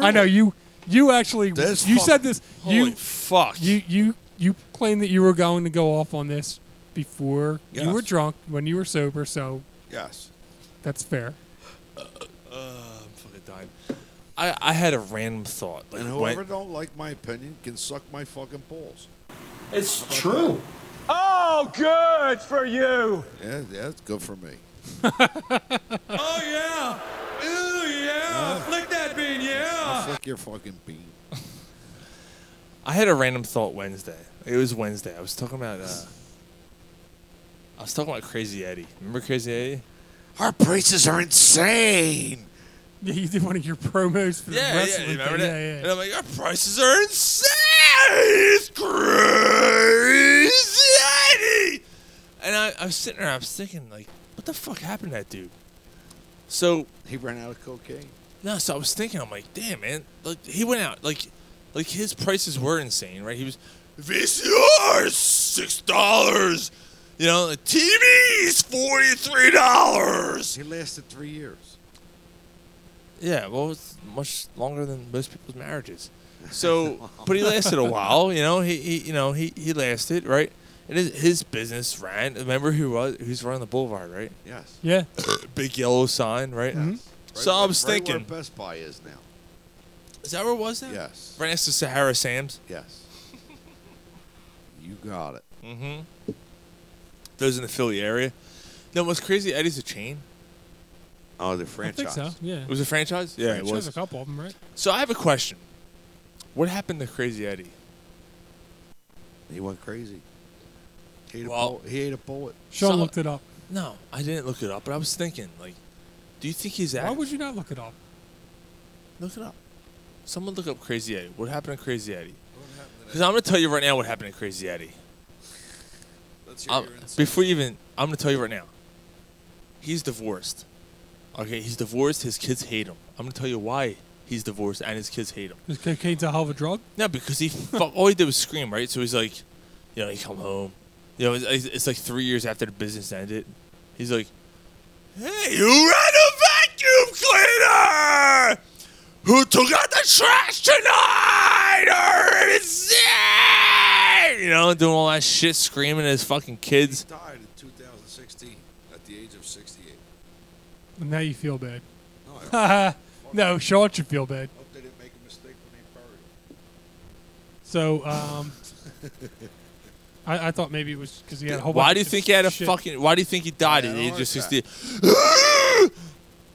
G: I know you. You actually,
D: This
G: you
D: fuck-
G: said this. you
D: Holy fuck.
G: You you you claimed that you were going to go off on this before you were
D: Yes.
G: drunk when you were sober. So
D: Yes.
G: that's fair.
J: Uh, I'm fucking dying. I, I had a random thought. Like,
D: and
J: when-
D: whoever don't like my opinion can suck my fucking balls.
H: It's
D: true.
H: Oh, good for you.
D: Yeah, yeah, it's good for me.
H: Oh yeah. Ooh yeah. Flick that bean,
D: I'll
H: yeah.
D: flick your fucking bean.
J: I had a random thought Wednesday. It was Wednesday. I was talking about. Uh, I was talking about Crazy Eddie. Remember Crazy Eddie?
D: Our prices are insane.
G: Yeah, you did one of your promos for the
J: Yeah, yeah,
G: wrestling
J: you remember
G: thing.
J: that?
G: Yeah,
J: And I'm like, our prices are insane. It's Crazy Eddie. And I, I was sitting there. I was thinking, like, what the fuck happened to that dude? So
D: he ran out of cocaine.
J: No, so I was thinking, I'm like, damn, man, like he went out, like, like his prices were insane, right? He was VCR six dollars, you know, the TV's forty three dollars.
D: He lasted three years.
J: Yeah, well, it's much longer than most people's marriages. So, but he lasted a while, you know. He, he you know, he, he lasted, right? And his, his business ran. Remember who was who's running the boulevard, right?
D: Yes.
G: yeah.
J: Big yellow sign, right? So I was
D: right
J: thinking,
D: where Best Buy is now.
J: is that where it was now?
D: Yes.
J: Right next to Sahara Sam's.
D: Yes. you got it.
J: Mm-hmm. Those in the Philly area. No, was Crazy Eddie's a chain?
D: Oh, the franchise.
G: so, yeah.
J: It was a franchise? Yeah,
G: Franchise,
J: it was.
G: a couple of them, right?
J: So I have a question. What happened to Crazy Eddie?
D: He went crazy. He ate,
J: Well-
D: a, bullet. he ate a bullet.
G: Sean looked it up.
J: No, I didn't look it up, but I was thinking, like, do you think he's
G: Why
J: active?
G: would you not look it up?
J: Look it up. Someone look up Crazy Eddie. What happened to Crazy Eddie? Because I'm going to tell you right now what happened to Crazy Eddie.
R: Let's
J: Um, before you even, I'm going to tell you right now. He's divorced. Okay, he's divorced. His kids hate him. I'm going to tell you why he's divorced and his kids hate him.
G: Is cocaine's a hell of a drug?
J: No, because he fuck, all he did was scream, right? So he's like, you know, he come home. You know, it's, it's it's like three years after the business ended. He's like, hey, who ran a vacuum cleaner? Who took out the trash tonight? Or it's it?" You know, doing all that shit, screaming at his fucking kids.
D: died in 2016 at the age of 68.
G: Now you feel bad.
D: No,
G: No, Sean should feel bad.
D: Hope they didn't make a mistake when they buried him.
G: So, um, I, I thought maybe it was because he had a whole.
J: Why
G: bunch
J: do you
G: of
J: think he had a
G: shit.
J: fucking? Why do you think he died at
G: Yeah,
J: the age
G: heart
J: of sixty? "Ah!"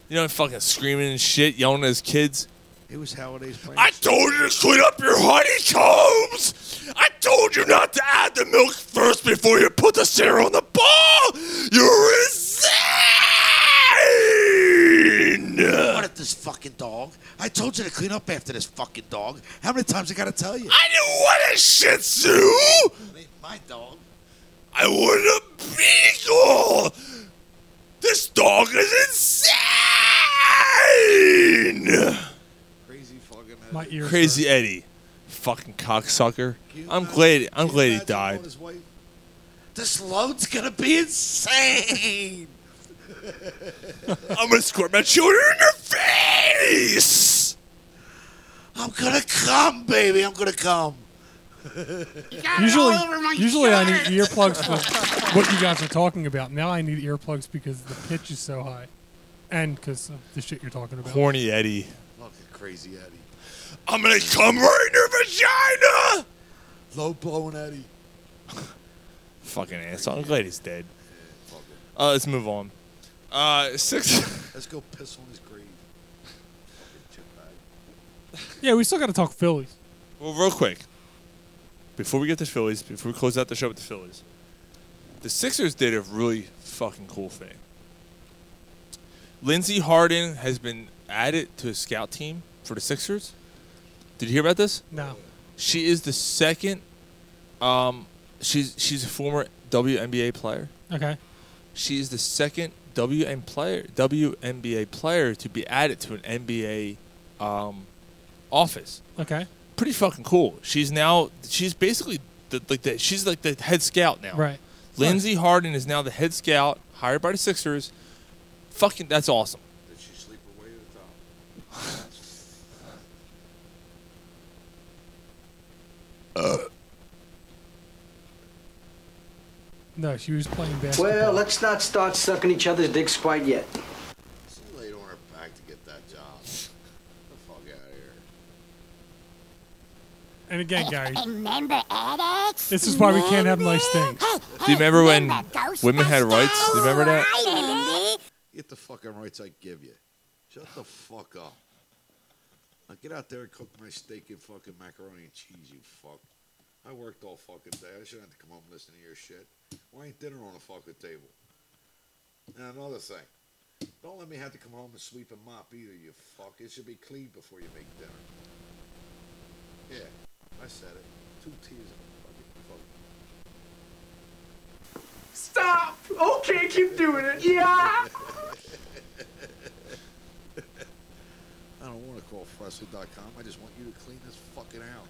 J: You know, fucking screaming and shit, yelling at his kids.
D: It was Halliday's plan.
S: I told you to clean up your honeycombs. I told you not to add the milk first before you put the cereal on the ball. You're insane.
R: What at this fucking dog? I told you to clean up after this fucking dog. How many times I gotta tell you?
S: I didn't want a Shih Tzu.
R: My dog.
S: I want a beagle. This dog is insane.
D: Crazy fucking
G: My ears.
J: Crazy Eddie, fucking cocksucker. I'm glad. I'm glad he died.
R: This load's gonna be insane.
S: I'm gonna squirt my children in their face.
R: I'm gonna come, baby. I'm gonna come.
G: Usually, usually I need earplugs for what you guys are talking about. Now I need earplugs because the pitch is so high, and because of the shit you're talking about.
J: Horny Eddie.
D: Look at Crazy Eddie.
S: I'm gonna come right in your vagina.
D: Low blowing Eddie.
J: Fucking asshole. I'm glad he's dead. Uh, let's move on. Uh, six.
D: Let's go piss on his grave. Fucking chip bag.
G: Yeah, we still got to talk Phillies.
J: Well, real quick, before we get to Phillies, before we close out the show with the Phillies, the Sixers did a really fucking cool thing. Lindsey Harden has been added to a scout team for the Sixers. Did you hear about this?
G: No.
J: She is the second. Um, she's she's a former WNBA player.
G: Okay.
J: She is the second WN player, WNBA player to be added to an NBA um, office.
G: Okay.
J: Pretty fucking cool. She's now she's basically the, like the, she's like the head scout now.
G: Right.
J: Lindsey Harden is now the head scout hired by the Sixers. Fucking that's awesome.
D: Did she sleep her way to the top?
G: No, she was playing basketball.
H: Well, let's not start sucking each other's dicks quite yet.
D: She laid on her back to get that job. Get the fuck out of here.
G: and again, guys, this is why we can't have nice things.
J: Do you remember when women had rights? Do you remember that?
D: Get the fucking rights I give you. Shut the fuck up. Now get out there and cook my steak and fucking macaroni and cheese, you fuck. I worked all fucking day. I shouldn't have to come home and listen to your shit. Why ain't dinner on the fucking table? And another thing. Don't let me have to come home and sweep and mop either, you fuck. It should be clean before you make dinner. Yeah, I said it. Two T's in a fucking fuck.
T: Stop! Okay, keep doing it. Yeah!
D: I don't want to call Fresco.com. I just want you to clean this fucking house.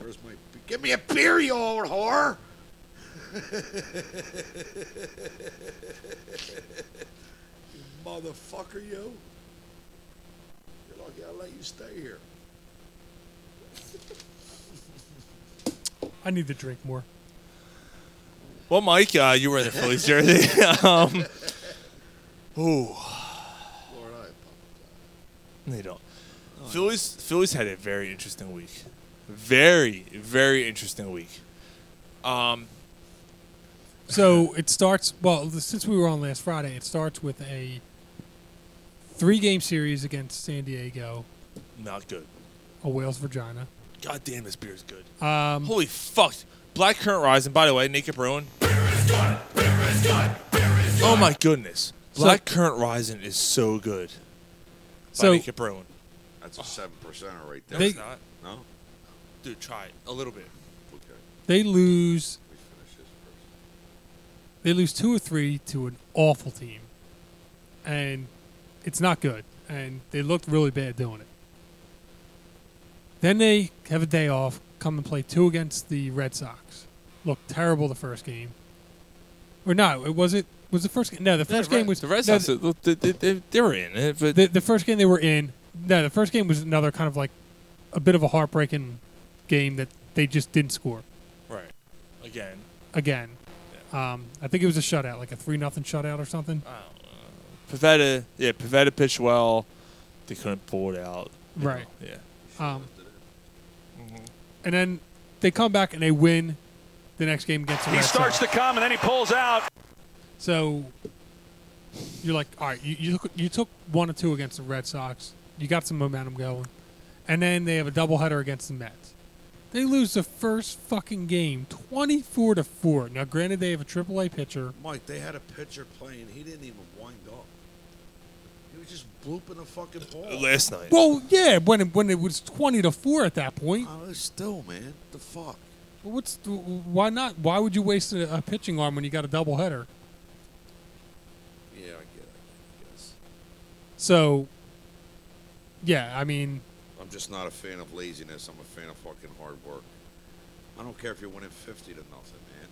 D: Where's my be- Give me a beer, you old whore! you motherfucker, you. You're lucky I let you stay here.
G: I need to drink more.
J: Well, Mike, uh, you were in the Phillies jersey. um, ooh,
D: Lord, I
J: they don't. Phillies, Phillies Oh, had a very interesting week. Very, very interesting week. Um,
G: So it starts well since we were on last Friday. It starts with a three-game series against San Diego,
J: Not good.
G: a whale's vagina.
J: God damn, this beer is good.
G: Um,
J: Holy fuck. Black Current Rise, and by the way, Naked Bruin. Oh my goodness.
G: So-
J: Black Current Rising is so good. By
G: So-
J: Naked Bruin.
D: That's a seven percenter right there.
J: No, it's not.
D: No.
J: Dude, try it. A little bit.
D: Okay.
G: They lose. They lose two or three to an awful team, and it's not good. And they looked really bad doing it. Then they have a day off, come and play two against the Red Sox. Looked terrible the first game, or no? It was it was the first game. No, the first game was
J: The Red
G: no,
J: Sox, look, they, they, they, they were in it, but
G: the, the first game they were in, no, the first game was another kind of like a bit of a heartbreaking game that they just didn't score
J: right again.
G: again. Um, I think it was a shutout, like a three nothing shutout or something.
U: Ah,
J: Pavetta, yeah, Pavetta pitched well. They couldn't pull it out. you know,
G: Right.
J: Yeah.
G: Um, and then they come back and they win the next game against the
U: He
G: Red
U: starts
G: Sox.
U: to come and then he pulls out.
G: So you're like, all right, you you, took- you took one or two against the Red Sox. You got some momentum going, and then they have a doubleheader against the Mets. They lose the first fucking game, twenty-four to four. Now, granted, they have a AAA pitcher.
D: Mike, they had a pitcher playing. He didn't even wind up. He was just blooping a fucking ball.
J: Last night.
G: Well, yeah, when it, when it was twenty to four at that point.
D: I was Oh, still, man. The fuck.
G: Well, What's th- why not? Why would you waste a, a pitching arm when you got a doubleheader?
D: Yeah, I get it. I guess.
G: So, yeah, I mean,
D: I'm just not a fan of laziness. I'm a fan of fucking hard work. I don't care if you're winning 50 to nothing, man.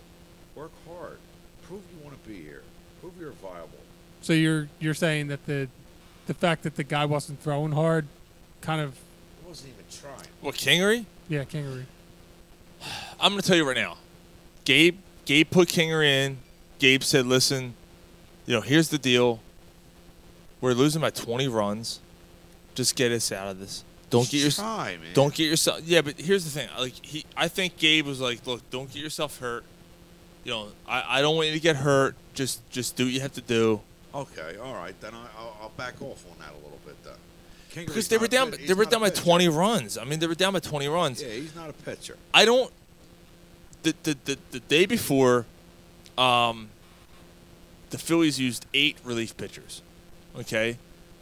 D: Work hard. Prove you want to be here. Prove you're viable.
G: so you're you're saying that the the fact that the guy wasn't throwing hard, kind of
D: I wasn't even trying.
J: What Kingery?
G: yeah, kangaroo.
J: I'm gonna tell you right now. Gabe Gabe put Kingery in. Gabe said, "Listen, you know, here's the deal. We're losing by 20 runs. Just get us out of this. Don't get your
D: Try, man.
J: don't get yourself. Yeah, but here's the thing. Like he, I think Gabe was like, look, don't get yourself hurt. You know, I, I don't want you to get hurt. Just just do what you have to do.
D: Okay, all right. Then I, I'll, I'll back off on that a little bit, then. Kingery's
J: Because they
D: not
J: were
D: a
J: down.
D: pit-
J: They
D: he's
J: were
D: not a
J: down by
D: pitcher.
J: 20 runs. I mean, they were down by 20 runs.
D: Yeah, he's not a pitcher.
J: I don't. The the, the, the day before, um, the Phillies used eight relief pitchers. Okay,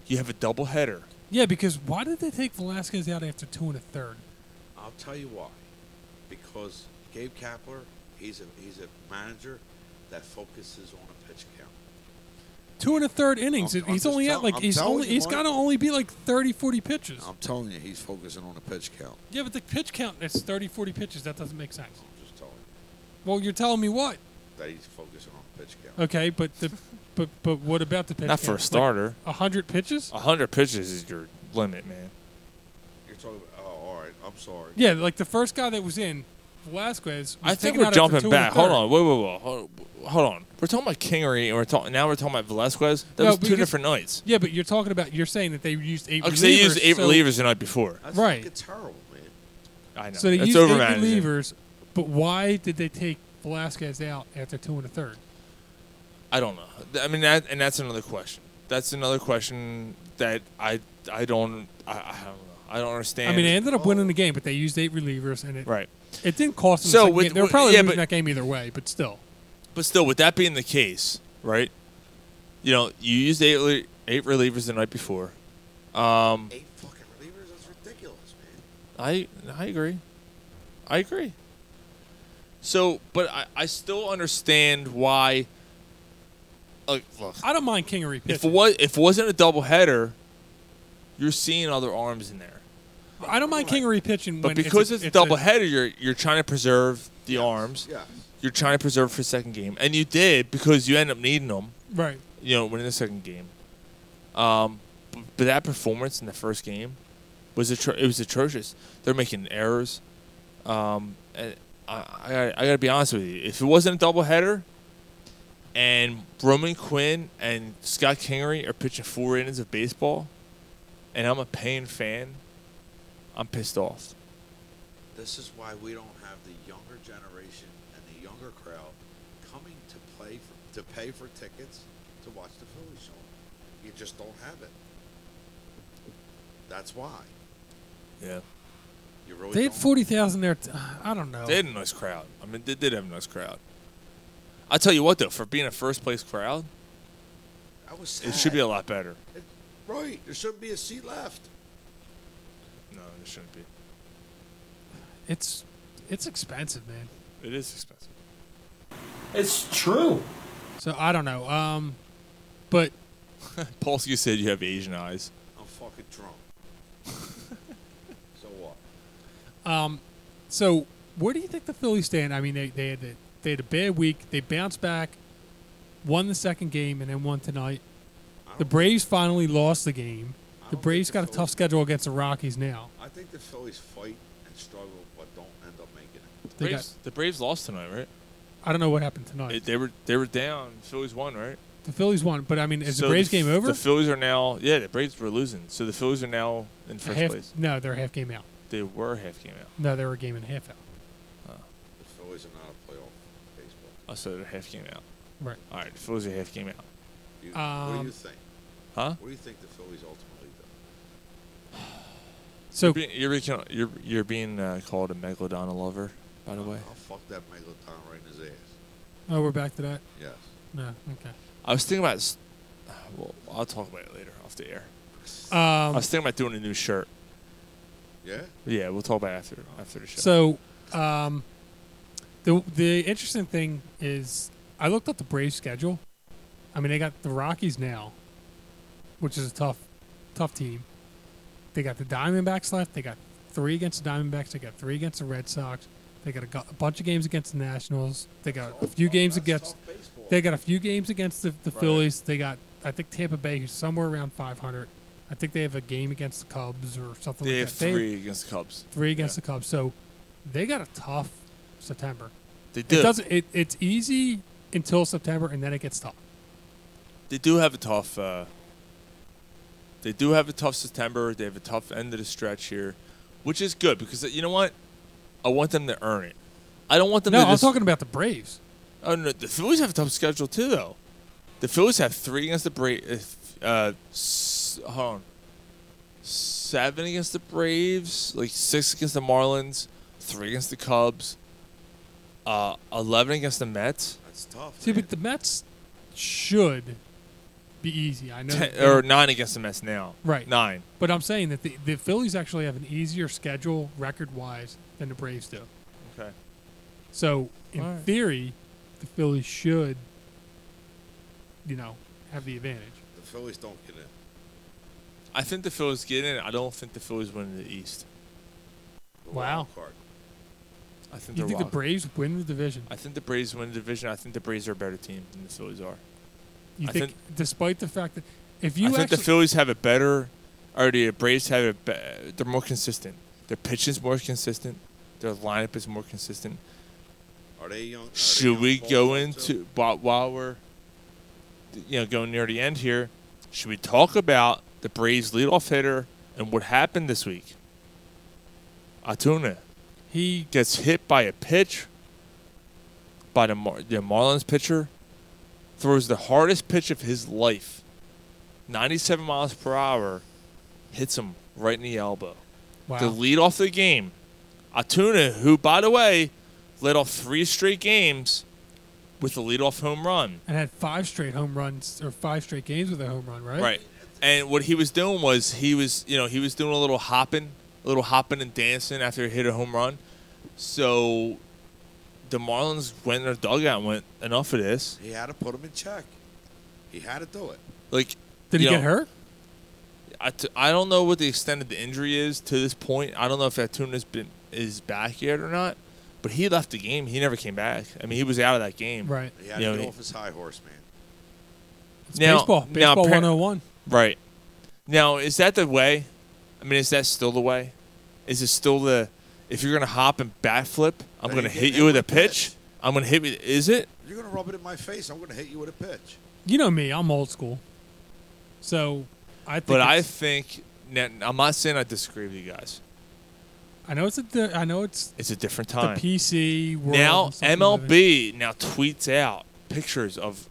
J: you have a double header.
G: Yeah, because why did they take Velasquez out after two and a third?
D: I'll tell you why. Because Gabe Kapler, he's a he's a manager that focuses on a pitch count.
G: Two and a third innings.
D: I'm- I'm
G: he's
D: just
G: only
D: tell-
G: at like
D: I'm
G: he's
D: telling
G: only
D: you,
G: he's
D: Mike.
G: got to only be like 30, 40 pitches.
D: I'm telling you, he's focusing on a pitch count.
G: Yeah, but the pitch count that's 30, 40 pitches. That doesn't make sense.
D: I'm just telling you
G: Well, you're telling me what?
D: that he's focusing on a pitch count.
G: Okay, but the but but what about the pitch?
J: Not for a
G: count? Like,
J: starter.
G: A hundred pitches.
J: hundred pitches is your limit, man.
D: You're talking about, oh, all right, I'm sorry.
G: Yeah, like the first guy that was in, Velasquez. Was
J: I think
G: taken
J: we're
G: out after two
J: jumping
G: and
J: back.
G: a third.
J: Hold on. Whoa, whoa, whoa. Hold- Hold on. We're talking about Kingery, and we're talking now. We're talking about Velasquez. That
G: No,
J: was two
G: because-
J: different nights.
G: Yeah, but you're talking about you're saying that they used eight.
J: Because they used
G: relievers,
J: eight
G: so-
J: relievers the night before.
D: That's
G: Right.
D: fucking terrible, man.
J: I know.
G: So they
J: That's
G: used
J: over
G: eight relievers, but why did they take Velasquez out after two and a third?
J: I don't know. Th- I mean, that, and that's another question. That's another question that I I don't I, I don't know. I don't understand.
G: I mean, they ended up winning the game, but they used eight relievers, and it
J: Right.
G: it didn't cost them.
J: So
G: the second
J: with-
G: game. they were
J: with-
G: probably
J: yeah,
G: losing
J: but-
G: that game either way, but still.
J: But still, with that being the case, right? You know, you used eight reli- eight relievers the night before. Um,
D: Eight fucking relievers? That's ridiculous, man.
J: I I agree. I agree. So, but I, I still understand why. Like, look,
G: I don't mind Kingery pitching.
J: if it was if it wasn't a doubleheader, you're seeing other arms in there.
G: I don't mind Kingery pitching,
J: But
G: when
J: because
G: it's,
J: it's,
G: a,
J: a doubleheader, you're you're trying to preserve the arms.
D: yes.
J: You're trying to preserve for second game, and you did because you end up needing them.
G: right?
J: You know, winning the second game. Um, b- but that performance in the first game was atro- it was atrocious. They're making errors. Um, and I I, gotta- I gotta be honest with you. If it wasn't a doubleheader, and Roman Quinn and Scott Kingery are pitching four innings of baseball, and I'm a paying fan, I'm pissed off.
D: This is why we don't have the younger generation and the younger crowd
K: coming to play for, to pay for tickets to watch the Phillies show. You just don't have it. That's why.
J: Yeah.
K: You really
G: They had
K: don't.
G: forty thousand there. T- I don't know.
J: They had a nice crowd. I mean, they did have a nice crowd. I tell you what, though, for being a first place crowd,
K: I was
J: it
K: sad.
J: should be a lot better.
K: Right. There shouldn't be a seat left.
J: No, it shouldn't be.
G: It's it's expensive, man.
J: It is expensive.
G: It's true. So I don't know. Um, but
J: Polsky said you have Asian eyes.
K: I'm fucking drunk. so what?
G: um, so where do you think the Phillies stand? I mean, they they had a, they had a bad week. They bounced back, won the second game, and then won tonight. The Braves finally lost the game. The Braves got a tough schedule against the Rockies now.
K: I think the Phillies fight and struggle, but don't end up making it.
G: They got-
J: Braves, the Braves lost tonight, right?
G: I don't know what happened tonight.
J: It- they were they were down. Phillies won, right?
G: The Phillies won, but I mean, is
J: So
G: the Braves
J: F-
G: game over?
J: The Phillies are now yeah. The Braves were losing, so the Phillies are now in first
G: half,
J: place.
G: No, they're half game out.
J: They were half game out.
G: No, they were a game and a half out.
K: The Phillies are not a playoff baseball.
J: Oh, so they're half game out.
G: Right.
J: All right, the Phillies are half game out.
K: You, what do
G: Um,
K: you think?
J: Huh?
K: What do you think the Phillies ultimately do?
G: So-
J: you're being you're being, you're, you're being uh, called a megalodon lover, by the way.
K: I'll fuck that Megalodon right in his ass.
G: Oh, we're back to that.
K: Yes.
G: No, okay.
J: I was thinking about. s- Well, I'll talk about it later off the air. I
G: Um,
J: was thinking about doing a new shirt.
K: Yeah.
J: Yeah, we'll talk about it after after the show.
G: So, um, the the interesting thing is, I looked up the Braves schedule. I mean, they got the Rockies now, which is a tough, tough team. They got the Diamondbacks left. They got three against the Diamondbacks. They got three against the Red Sox. They got a, gu- a bunch of games against the Nationals. They got a few games against. They got a few games against the, the
J: Right.
G: Phillies. They got, I think Tampa Bay, who's somewhere around 500. I think they have a game against the Cubs or something
J: they
G: like
J: have
G: that.
J: three against the Cubs.
G: three against the Cubs. So they got a tough September.
J: They do.
G: It doesn't. It, it's easy until September, and then it gets tough.
J: They do have a tough. Uh, they do have a tough September. They have a tough end of the stretch here, which is good because uh, you know what? I want them to earn it. I don't want them.
G: No,
J: to
G: I'm
J: just,
G: talking about the Braves.
J: Oh no, the Phillies have a tough schedule too, though. The Phillies have three against the Braves. Uh, s- hold on, seven against the Braves, like six against the Marlins, three against the Cubs, uh, eleven against the Mets,
K: That's tough.
G: See, but the Mets should be easy. I know.
J: ten,
G: that-
J: or nine against the Mets now.
G: Right.
J: nine.
G: But I'm saying that the, the Phillies actually have an easier schedule record wise than the Braves do.
J: Okay.
G: So in
J: All right.
G: theory, the Phillies should, you know, have the advantage.
K: The Phillies don't get in.
J: I think the Phillies get in. I don't think the Phillies win the East.
K: The
G: Wow.
K: wild Card.
J: I think
G: You
J: they're
G: think the
J: wild.
G: Braves win the division?
J: I think the Braves win the division. I think the Braves are a better team than the Phillies are.
G: You
J: I
G: think, despite the fact that if you
J: I think
G: actually,
J: the Phillies have a better, or the Braves have a. Be- they're more consistent. Their pitch is more consistent. Their lineup is more consistent.
K: Are they young? Are they
J: Should
K: young
J: we go
K: Baltimore, too?
J: into while, while we're, you know, going near the end here? Should we talk about the Braves leadoff hitter and what happened this week? Atuna
G: he
J: gets hit by a pitch by the, Mar- the Marlins pitcher, throws the hardest pitch of his life, 97 miles per hour, hits him right in the elbow.
G: Wow.
J: The lead off the game, Atuna, who, by the way, led off three straight games with the leadoff home run.
G: and had five straight home runs or five straight games with a home run, right?
J: Right. And what he was doing was he was, you know, he was doing a little hopping, a little hopping and dancing after he hit a home run. So the Marlins went in their dugout and went, enough of this.
K: He had to put him in check. He had to do it.
J: Like,
G: Did
J: you
G: he
J: know,
G: get hurt?
J: I, t- I don't know what the extent of the injury is to this point. I don't know if Atuna's been is back yet or not. But he left the game. He never came back. I mean, he was out of that game.
G: Right.
K: He had
J: You know,
K: to get
J: he-
K: off his high horse, man.
G: It's
J: Now-
G: baseball.
J: now
G: Baseball
J: appar-
G: 101.
J: Right. Now, is that the way? I mean, is that still the way? Is it still the if you're gonna hop and bat flip, I'm
K: Then
J: gonna
K: you get
J: hit
K: hit
J: you with a
K: with a
J: pitch. I'm gonna hit me. Is it?
K: You're gonna rub it in my face. I'm gonna hit you with a pitch.
G: You know me. I'm old school. So I think.
J: But I
G: it's-
J: think now, I'm not saying I disagree with you guys.
G: I know it's a. Di- I know it's.
J: It's a different time.
G: The PC world
J: now
G: and stuff like that.
J: MLB now tweets out pictures of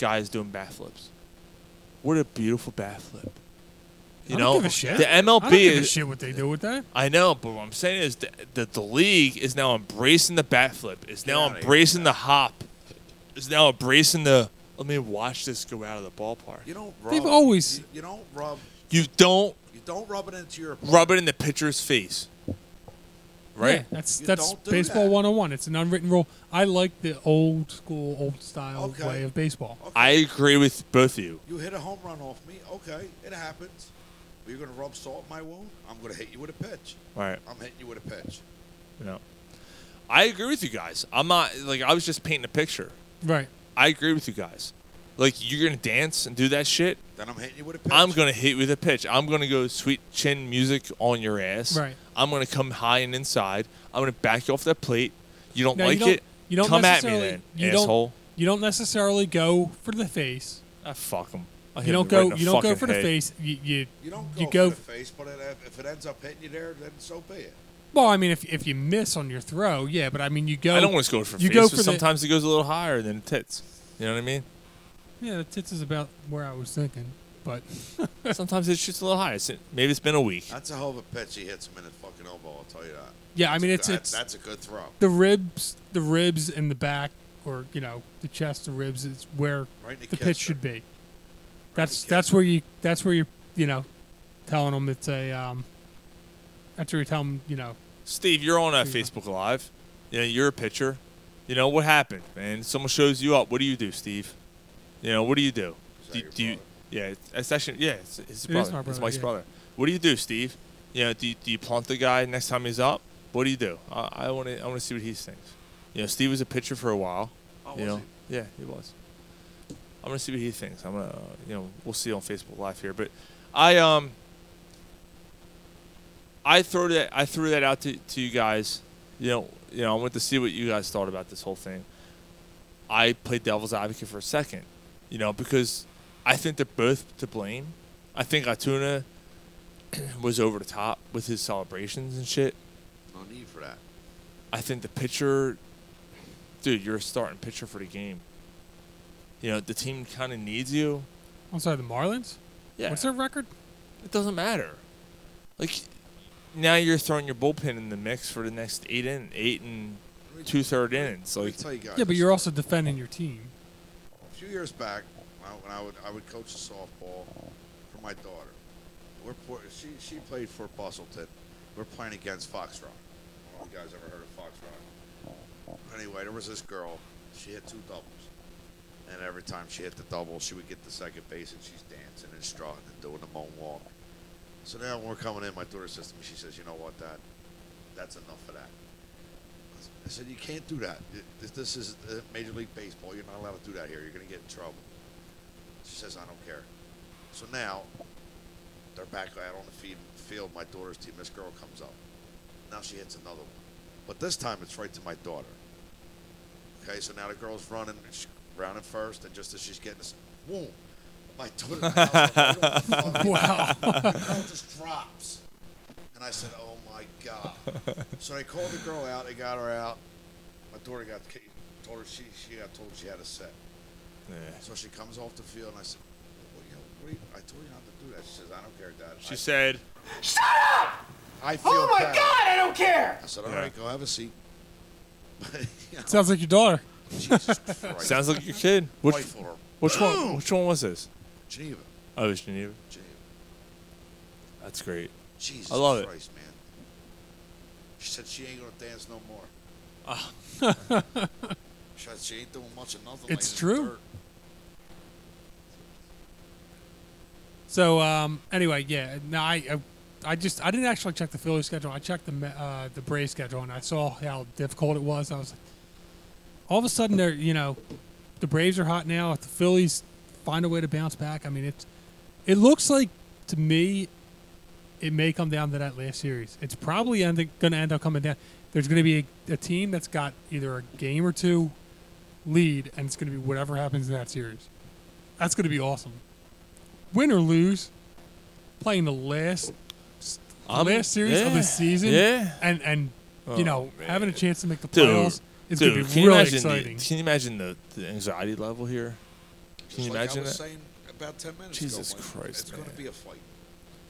J: guys doing backflips. What a beautiful backflip! You
G: I
J: know
G: don't give a shit.
J: the MLB
G: I don't give
J: is
G: a shit what they do with that.
J: I know, but what I'm saying is that the, the league is now embracing the bat flip, is now embracing the hop, is now embracing the let me watch this go out of the ballpark.
D: You don't
G: They've always-
D: You, you don't rub.
J: You don't
D: You don't rub it into your.
J: rub it in the pitcher's face. Right?
G: Yeah, that's
D: You
G: that's
D: don't do
G: baseball
D: that.
G: 101. It's an unwritten rule. I like the old school, old style
D: Okay.
G: way of baseball.
J: I agree with both of you.
D: You hit a home run off me. Okay, it happens. But you're gonna rub salt in my wound. I'm gonna hit you with a pitch.
J: Right.
D: I'm hitting you with a pitch.
J: No. I agree with you guys. I'm not like I was just painting a picture.
G: Right.
J: I agree with you guys. Like you're gonna dance and do that shit.
D: Then I'm hitting you with a pitch.
J: I'm gonna hit you with a pitch. I'm gonna go sweet chin music on your ass.
G: Right.
J: I'm gonna come high and inside. I'm gonna back you off that plate. You don't
G: Now,
J: like
G: you don't,
J: it?
G: You don't
J: come at me
G: necessarily-
J: then,
G: you
J: asshole.
G: Don't, you don't necessarily go for the face.
J: Ah, fuck 'em. I hit
G: You don't
J: him right
G: go.
J: in the
G: you don't go
J: fucking
G: for the
J: head.
G: face. You you,
D: You don't go,
G: you go.
D: for the face, but it, if it ends up hitting you there, then so be it.
G: well, I mean, if if you miss on your throw, yeah, but I mean, you go.
J: I don't want to score for
G: you
J: face,
G: go
J: but
G: for the-
J: sometimes it goes a little higher than it tits. You know what I mean?
G: yeah, the tits is about where I was thinking, but
J: sometimes it shoots a little higher. It's- Maybe it's been a week.
D: That's a hell of a pitch he hits him in his fucking elbow. I'll tell you that.
G: Yeah, I mean,
D: That's-
G: it's-
D: that-
G: it's-
D: that's a good throw.
G: the ribs, the ribs in the back, or you know, the chest, the ribs is where
D: Right in the
G: the pitch should be. That's that's where you that's where you're you know, telling them it's a um. That's where you tell them you know.
J: Steve, you're on uh, Facebook Live. You know, you're a pitcher. You know what happened, man? Someone shows you up. What do you do, Steve? You know, what do you do? Do, do you? Yeah, it's- it's actually yeah, it's, it's his
G: It is
J: brother.
G: my
J: It's
G: brother,
J: Mike's
G: yeah.
J: brother. What do you do, Steve? You know, do you, do you plant the guy next time he's up? What do you do? I want to I want to see what he thinks. You know, Steve was a pitcher for a while.
D: Oh,
J: you
D: was
J: know, yeah, he was. I'm gonna see what he thinks. I'm gonna, uh, you know, we'll see on Facebook Live here. But I um, I throw that I threw that out to, to you guys. You know, you know, I went to see what you guys thought about this whole thing. I played devil's advocate for a second, you know, because I think they're both to blame. I think Atuna was over the top with his celebrations and shit.
D: No need for that.
J: I think the pitcher, dude, you're a starting pitcher for the game. You know, the team kind of needs you.
G: I'm sorry, the Marlins.
J: Yeah.
G: What's their record?
J: It doesn't matter. Like, now you're throwing your bullpen in the mix for the next eight in, eight and two third innings. Like,
D: tell you guys.
G: Yeah, but you're also defending your team.
D: A few years back, when I- when I would I would coach the softball for my daughter. We're poor, she she played for Bustleton. We're playing against Fox Rock. I don't know if you guys ever heard of Fox Rock? Anyway, there was this girl. She hit two doubles, and every time she hit the double, she would get the second base, and she's dancing and strutting and doing the moonwalk. So now when we're coming in, my daughter says to me, she says, "You know what, Dad? That's enough of that." I said, "You can't do that. This, this is uh, Major League Baseball. You're not allowed to do that here. You're going to get in trouble." She says, "I don't care." So now they're back out on the feed, field. My daughter's team. This girl comes up. Now she hits another one, but this time it's right to my daughter. Okay, so now the girl's running, she's rounding first, and just as she's getting, this, boom, my daughter.
C: Wow.
D: The girl just drops. And I said, "Oh my god!" so they called the girl out. They got her out. My daughter got ki- told her she she got told she had a set. So she comes off the field, and I said, "What, you know, what are you, I told you not to do that." She says, "I don't care, Dad."
J: she
D: I,
J: said,
C: Shut up!
D: "I feel
C: Oh my
D: bad."
C: God, I don't care.
D: I said, "All right,
J: Yeah.
D: go have a seat." You know,
G: Sounds like your daughter.
D: Jesus Christ.
J: sounds like your kid. Which,
D: Rifle her.
J: which
D: Boom!
J: one? Which one was this?
D: Geneva.
J: Oh, it was Geneva.
D: Geneva.
J: That's great.
D: Jesus
J: I love
D: Christ, man. She said she ain't gonna dance no more.
J: Ah.
D: she said she ain't doing much of nothing.
G: It's
D: laying in
G: true.
D: the dirt.
G: So um, anyway, yeah. No, I, I I just I didn't actually check the Philly schedule. I checked the Ma- uh, the Braves schedule, and I saw how difficult it was. I was like, all of a sudden they're you know, the Braves are hot now. If the Phillies find a way to bounce back, I mean it's it looks like to me it may come down to that last series. It's probably going to end up coming down. There's going to be a, a team that's got either a game or two lead, and it's going to be whatever happens in that series. That's going to be awesome. Win or lose, playing the last s-
J: I'm-
G: last series of
J: yeah,
G: the season.
J: yeah.
G: And and
J: Oh,
G: you know having a chance to make the
J: Dude,
G: playoffs is
J: dude,
G: going to
J: can
G: be
J: you
G: really
J: imagine
G: exciting.
J: The, can you imagine the, the anxiety level here? Can you
D: like
J: imagine
D: I was
J: that?
D: saying about 10 minutes
J: Jesus
D: ago. Mike.
J: Christ,
D: It's going to be a fight.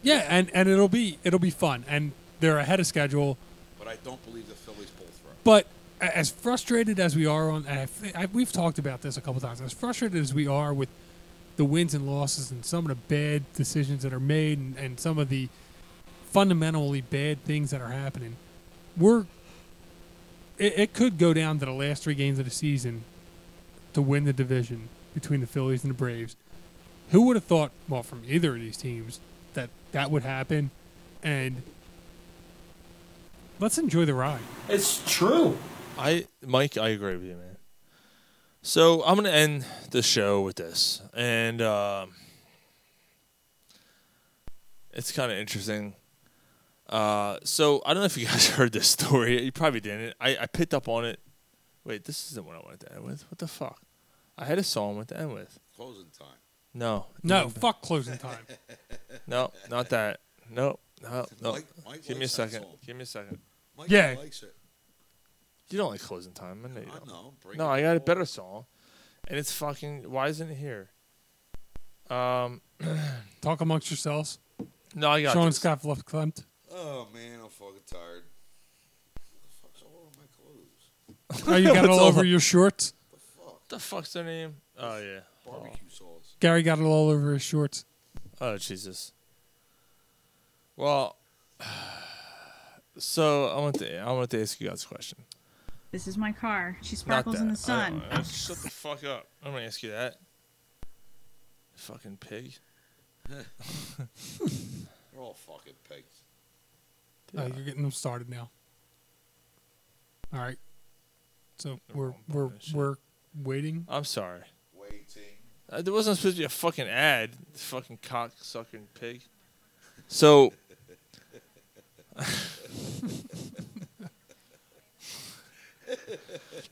G: yeah, and and it'll be it'll be fun, and they're ahead of schedule.
D: But I don't believe the Phillies pull through.
G: But a- as frustrated as we are on, and I, thi- I, we've talked about this a couple times. As frustrated as we are with the wins and losses and some of the bad decisions that are made and, and some of the fundamentally bad things that are happening, we're it, it could go down to the last three games of the season to win the division between the Phillies and the Braves. Who would have thought, well, from either of these teams, that that would happen? And let's enjoy the ride.
J: It's true. I, Mike, I agree with you, man. So I'm gonna end the show with this, and um, it's kind of interesting. Uh, so I don't know if you guys heard this story. You probably didn't. I, I picked up on it. Wait, this isn't what I wanted to end with. What the fuck? I had a song I wanted to end with.
D: Closing time.
J: No.
G: No, fuck closing time.
J: No, not that. No, no, no.
D: Mike- Mike
J: Give me a
D: likes that
J: second.
D: song.
J: Give me a second.
D: Mike
G: Yeah.
D: likes it.
J: You don't like closing time. I know you don't.
D: know, bring
J: No,
D: it
J: I got a better song, and it's fucking. Why isn't it here? Um,
G: Talk amongst yourselves.
J: no, I got.
G: Sean
J: this.
G: Scott left Clemt.
D: Oh, man, I'm fucking tired. What the fuck's all over my clothes?
G: Oh, you got it
J: What's
G: all
J: all
G: over
J: that?
G: your shorts.
J: What the fuck's their name? Oh yeah.
D: Barbecue sauce.
G: Gary got it all over his shorts.
J: Oh Jesus. Well, so I want to. I want to ask you guys a question.
V: This is my car. She
J: Not
V: sparkles
J: that.
V: in
J: I
V: the sun.
J: don't- uh, shut the fuck up. I'm gonna ask you that. Fucking pig.
D: They're all fucking pigs.
G: Uh, you're getting them started now. All right. So we're we're we're waiting.
J: I'm sorry.
D: Waiting.
J: Uh, there wasn't supposed to be a fucking ad. Fucking cock sucking pig. So.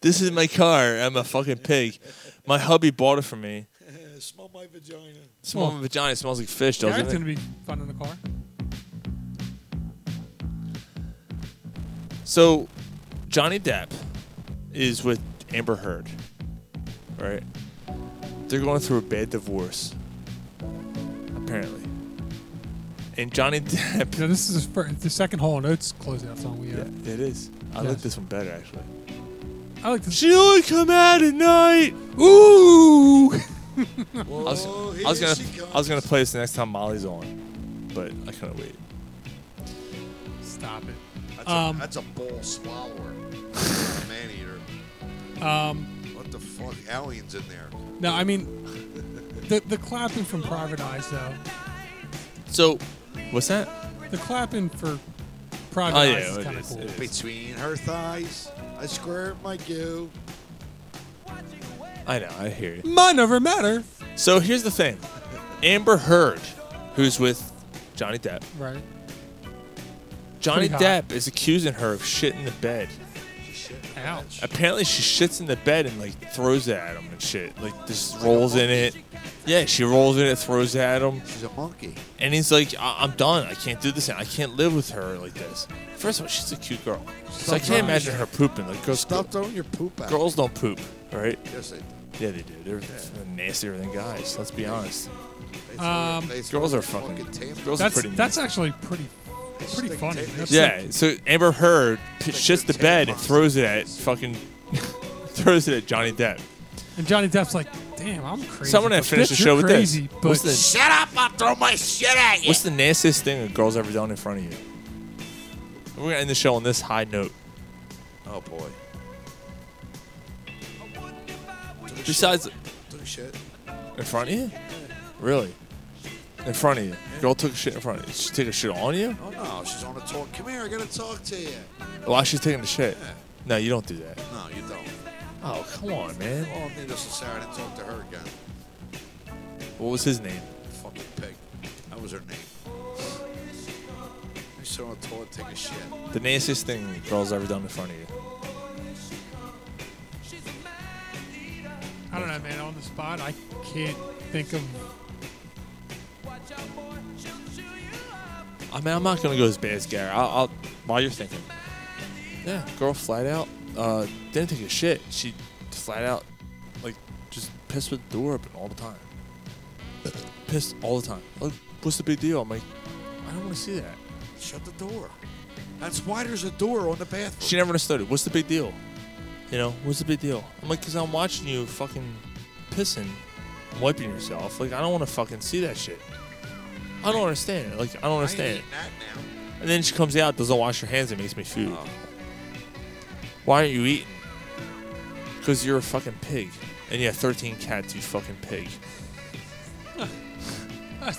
J: this is my car. I'm a fucking pig. My hubby bought it for me.
D: Eh, Smell my vagina.
J: Small my vagina smells like fish, doesn't
G: Gary's
J: it?
G: gonna be fun in the car.
J: So, Johnny Depp is with Amber Heard, right? They're going through a bad divorce, apparently. And Johnny Depp.
G: Yeah, this is his fir- the second Hall and Oates closeout song we have.
J: It is. I like
G: Yes.
J: this one better, actually.
G: I like this.
J: She only come out at night.
G: Ooh.
J: I was, I was gonna, I was gonna play this the next time Molly's on, but I couldn't wait.
G: Stop it.
K: That's,
G: Um,
K: a, that's a bull swallower. Man eater.
G: Um.
K: What the fuck? Aliens in there.
G: No, I mean, the the clapping from Private Eyes though.
J: So, what's that?
G: The clapping for Private
J: Oh,
G: Eyes
J: yeah,
G: is
J: it
G: kind of
J: is,
G: cool.
J: it is.
K: Between her thighs, I squirt my goo.
J: I know. I hear you.
G: Mine over matter.
J: So here's the thing, Amber Heard, who's with Johnny Depp.
G: Right.
J: Johnny
G: Pretty hot.
J: Depp is accusing her of shitting the bed.
G: Ouch.
J: Apparently, she shits in the bed and like throws it at him and shit. Like just rolls in it. Yeah, she rolls in it, throws it at him.
K: She's a monkey.
J: And he's like, I- I'm done. I can't do this. I can't live with her like this. First of all, she's a cute girl. So I
K: Stop
J: can't
K: throwing
J: imagine
K: shit.
J: her pooping. Like girls,
K: Stop throwing your poop out.
J: girls don't poop, right?
K: Yes, they do.
J: Yeah, they do. They're nastier than guys. Let's be honest.
K: They throw-
G: Um,
K: they throw
J: Girls are
K: their
J: fucking.
K: tail.
J: Girls are
G: That's
J: pretty.
G: that's actually pretty
K: They
G: pretty
K: stick
G: funny.
K: tape-
G: That's
J: Yeah, so Amber Heard p- shits the bed and throws it at fucking throws it at Johnny Depp.
G: And Johnny Depp's like, damn, I'm crazy.
J: Someone
G: but
J: had finished the
G: bitch,
J: show
G: you're
J: with this.
G: crazy, But
J: What's the-
K: Shut up! I'll throw my shit at you.
J: What's the nastiest thing a girl's ever done in front of you? We're gonna end the show on this high note.
K: Oh boy.
J: Besides,
K: Took a shit.
J: in front of you? Really? In front of you? Girl took a shit in front of you. She took a shit on you?
K: Oh no, she's on a talk. Come here, I gotta talk to you.
J: While she's taking the shit? No, you don't do that.
K: No, you don't.
J: Oh come on, man.
K: Oh, needless to say, I didn't talk to her again.
J: What was his name?
K: Fucking pig. That was her name. You sit on a toilet, take a shit.
J: The nastiest thing a girl's ever done in front of you.
G: I don't know, man. On the spot, I can't think of.
J: I mean, I'm not gonna go as bad as Gary. I'll, I'll while you're thinking. Yeah, girl, flat out uh, didn't take a shit. She flat out like just pissed with the door open all the time. pissed all the time. Like, what's the big deal? I'm like, I don't want to see that.
K: Shut the door. That's why there's a door on the bathroom.
J: She never understood it. What's the big deal? You know, what's the big deal? I'm like, because I'm watching you fucking pissing, wiping yourself. Like, I don't want to fucking see that shit. I don't understand it. Like, I don't understand it. And then she comes out, doesn't wash her hands, and makes me food.
W: Oh.
J: Why aren't you eating? Because you're a fucking pig. And you have 13 cats, you fucking pig.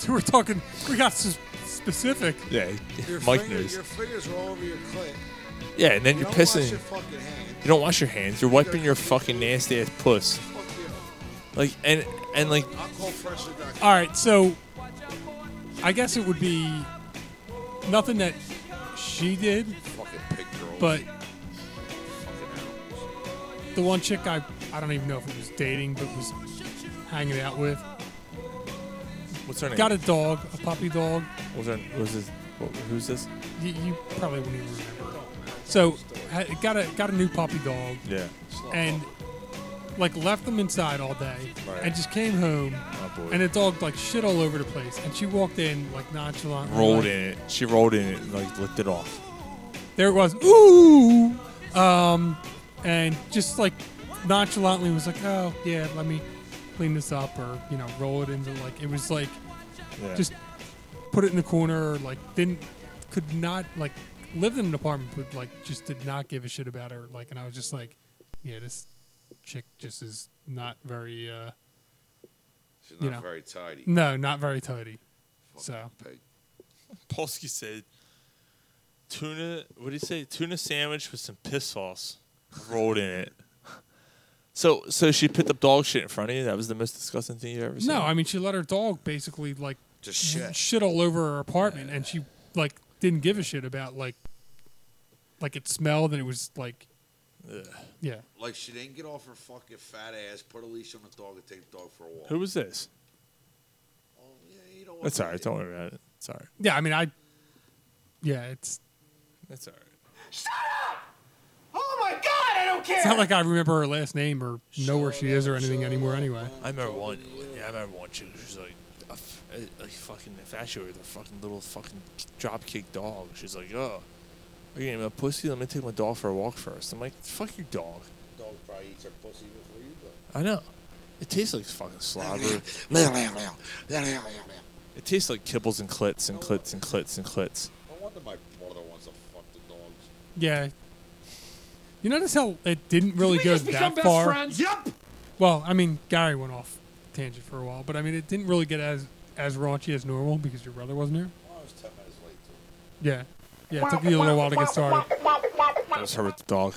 G: we're talking. We got s- specific.
J: Yeah,
W: Your,
J: Mike
W: finger-
J: knows.
W: your fingers are all over your clit.
J: Yeah, and then
W: You
J: you're
W: don't wash
J: pissing.
W: your fucking hands.
J: You don't wash your hands. You're wiping your fucking nasty ass puss. Like and and like
W: I'll call pressure back.
G: All right, so I guess it would be nothing that she did,
D: Fucking pig girls.
G: but
D: Fucking animals.
G: the one chick I I don't even know if it was dating, but was hanging out with.
J: What's her name?
G: Got a dog, a puppy dog.
J: was there, was this what- who's this?
G: You, you probably wouldn't even remember. So ha- got a got a new puppy dog.
J: Yeah.
G: And like left them inside all day,
J: Right. Oh,
G: and just came home.
J: boy.
G: And the dog like shit all over the place, and she walked in like nonchalant.
J: Rolled
G: like,
J: in it. She rolled in it and like licked it off.
G: There it was. Ooh. Um, and just like nonchalantly was like, oh yeah, let me clean this up or you know roll it into like it was like
J: Yeah.
G: just put it in the corner or like didn't could not like lived in an apartment but like just did not give a shit about her like and I was just like yeah this chick just is not very uh
D: She's
G: you
D: not
G: know.
D: very tidy.
G: no not very tidy so
J: Polsky said tuna what did he say? Tuna sandwich with some piss sauce rolled in it. So so she picked up dog shit in front of you? That was the most disgusting thing you've ever seen?
G: No, I mean she let her dog basically like
K: just shit,
G: all over her apartment, and she like didn't give a shit about like like it smelled and it was like yeah.
D: Like she didn't get off her fucking fat ass, put a leash on the dog, and take the dog for a walk. Oh,
J: Who was this? That's alright, don't worry about it. It's alright.
G: yeah. I mean I yeah it's
J: That's alright.
C: Oh my god, I don't care.
G: it's not like I remember her last name or know where she is or anything anymore anyway.
J: I remember one. Yeah, I remember one chick. She's like, a f- a- like fucking infatuated with a fucking little fucking dropkick dog. She's like, oh, are you getting a pussy? Let me take my dog for a walk first. I'm like, fuck you, dog.
D: Dog probably eats her pussy before you do.
J: I know. It tastes like fucking slobber. it tastes like kibbles and clits and clits and clits and clits.
D: No wonder my brother wants to fuck the dogs.
G: Yeah. You notice how it didn't really
C: we
G: go
C: just become
G: that
C: best
G: far.
C: friends? Yup.
G: Well, I mean Gary went off tangent for a while, but I mean it didn't really get as as raunchy as normal because your brother wasn't here.
D: I was ten minutes late too.
G: Yeah. Yeah, it took me a little while to get started.
J: That was her with the dog.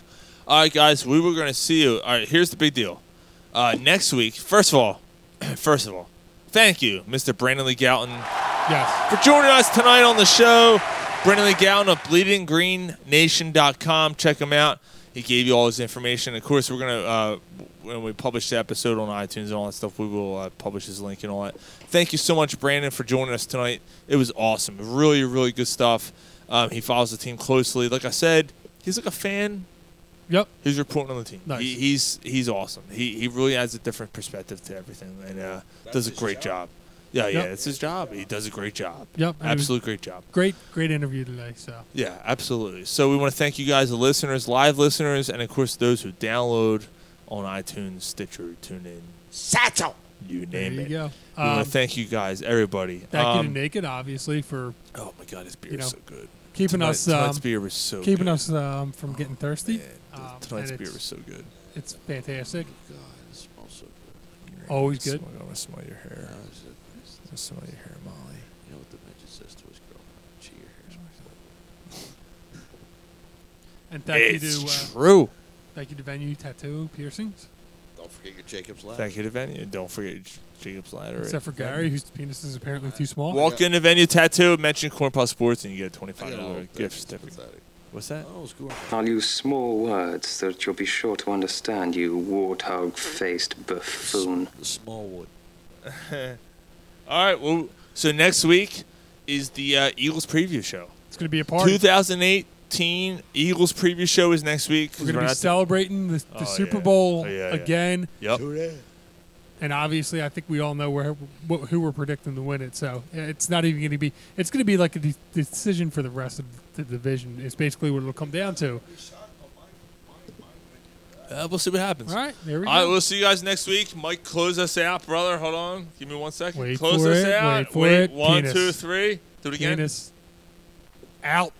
J: All right, guys, we were going to see you. All right, here's the big deal. Uh, next week, first of all, first of all, thank you, Mr. Brandon Lee Galton.
G: Yes.
J: For joining us tonight on the show, Brandon Lee Galton of bleedinggreennation.com. Check him out. He gave you all his information. Of course, we're going to, uh, when we publish the episode on iTunes and all that stuff, we will uh, publish his link and all that. Thank you so much, Brandon, for joining us tonight. It was awesome. Really, really good stuff. Um, he follows the team closely. Like I said, he's like a fan
G: Yep.
J: He's reporting on the team.
G: Nice.
J: He, he's he's awesome. He he really adds a different perspective to everything and uh, does a great job. Yeah, yeah,
G: Yep.
J: it's his job. He does a great job.
G: Yep. and it was
J: absolute great job.
G: Great, great interview today. So
J: Yeah, absolutely. So we want to thank you guys, the listeners, live listeners, and of course those who download on iTunes, Stitcher, TuneIn,
C: Satchel.
J: you
G: there
J: name
G: you
J: it.
G: go.
J: We want
G: Um,
J: to thank you guys, everybody.
G: thank you
J: Um,
G: to Naked, obviously, for
J: oh my God, his beer
G: you
J: is
G: know,
J: so good.
G: Keeping
J: Tonight-
G: us,
J: tonight's
G: um,
J: beer was so
G: keeping
J: good. Oh,
G: us um, from getting thirsty. Um,
J: tonight's
G: and
J: beer
G: it's-
J: was so good.
G: It's fantastic.
D: God, it smells so good.
G: Always good.
J: I want to smell your hair.
D: I was just-
J: I wanna smell your hair, Molly.
D: You know what the midget says to his girlfriend? Gee, your hair smells
G: And thank
J: It's
G: you to uh,
J: true.
G: Thank you to Venue Tattoo Piercings,
D: good. Don't forget your Jacob's ladder.
J: Thank you to Venue. Don't forget J- Jacob's Ladder.
G: except for Gary, whose penis is apparently too small.
J: Walk into Venue Tattoo, mention Corn Puff Sports, and you get a
D: I got a little
J: $25
D: thing.
J: gift certificate. What's that?
D: Oh, it's cool.
X: I'll use small words that you'll be sure to understand, you warthog faced buffoon.
D: Smallwood.
J: All right. Well, so next week, is the uh, Eagles preview show.
G: It's going to be a party.
J: 2018 Eagles preview show is next week.
G: We're going to be
J: not-
G: celebrating the, the
J: Oh,
G: Super
J: yeah.
G: Bowl
J: Oh, yeah, yeah.
G: again.
J: Yep.
G: And obviously, I think we all know where wh- who we're predicting to win it. So it's not even going to be. It's going to be like a de- decision for the rest of the division. Is basically what it'll come down to.
J: Uh, we'll see what happens.
G: All right, there we
J: All right,
G: go.
J: we'll see you guys next week. Mike, close us out, brother. Hold on. Give me one second.
G: Wait
J: close
G: for
J: us
G: it,
J: out.
G: wait for it.
J: One,
G: Penis.
J: two, three. Do it again.
G: Penis. Out.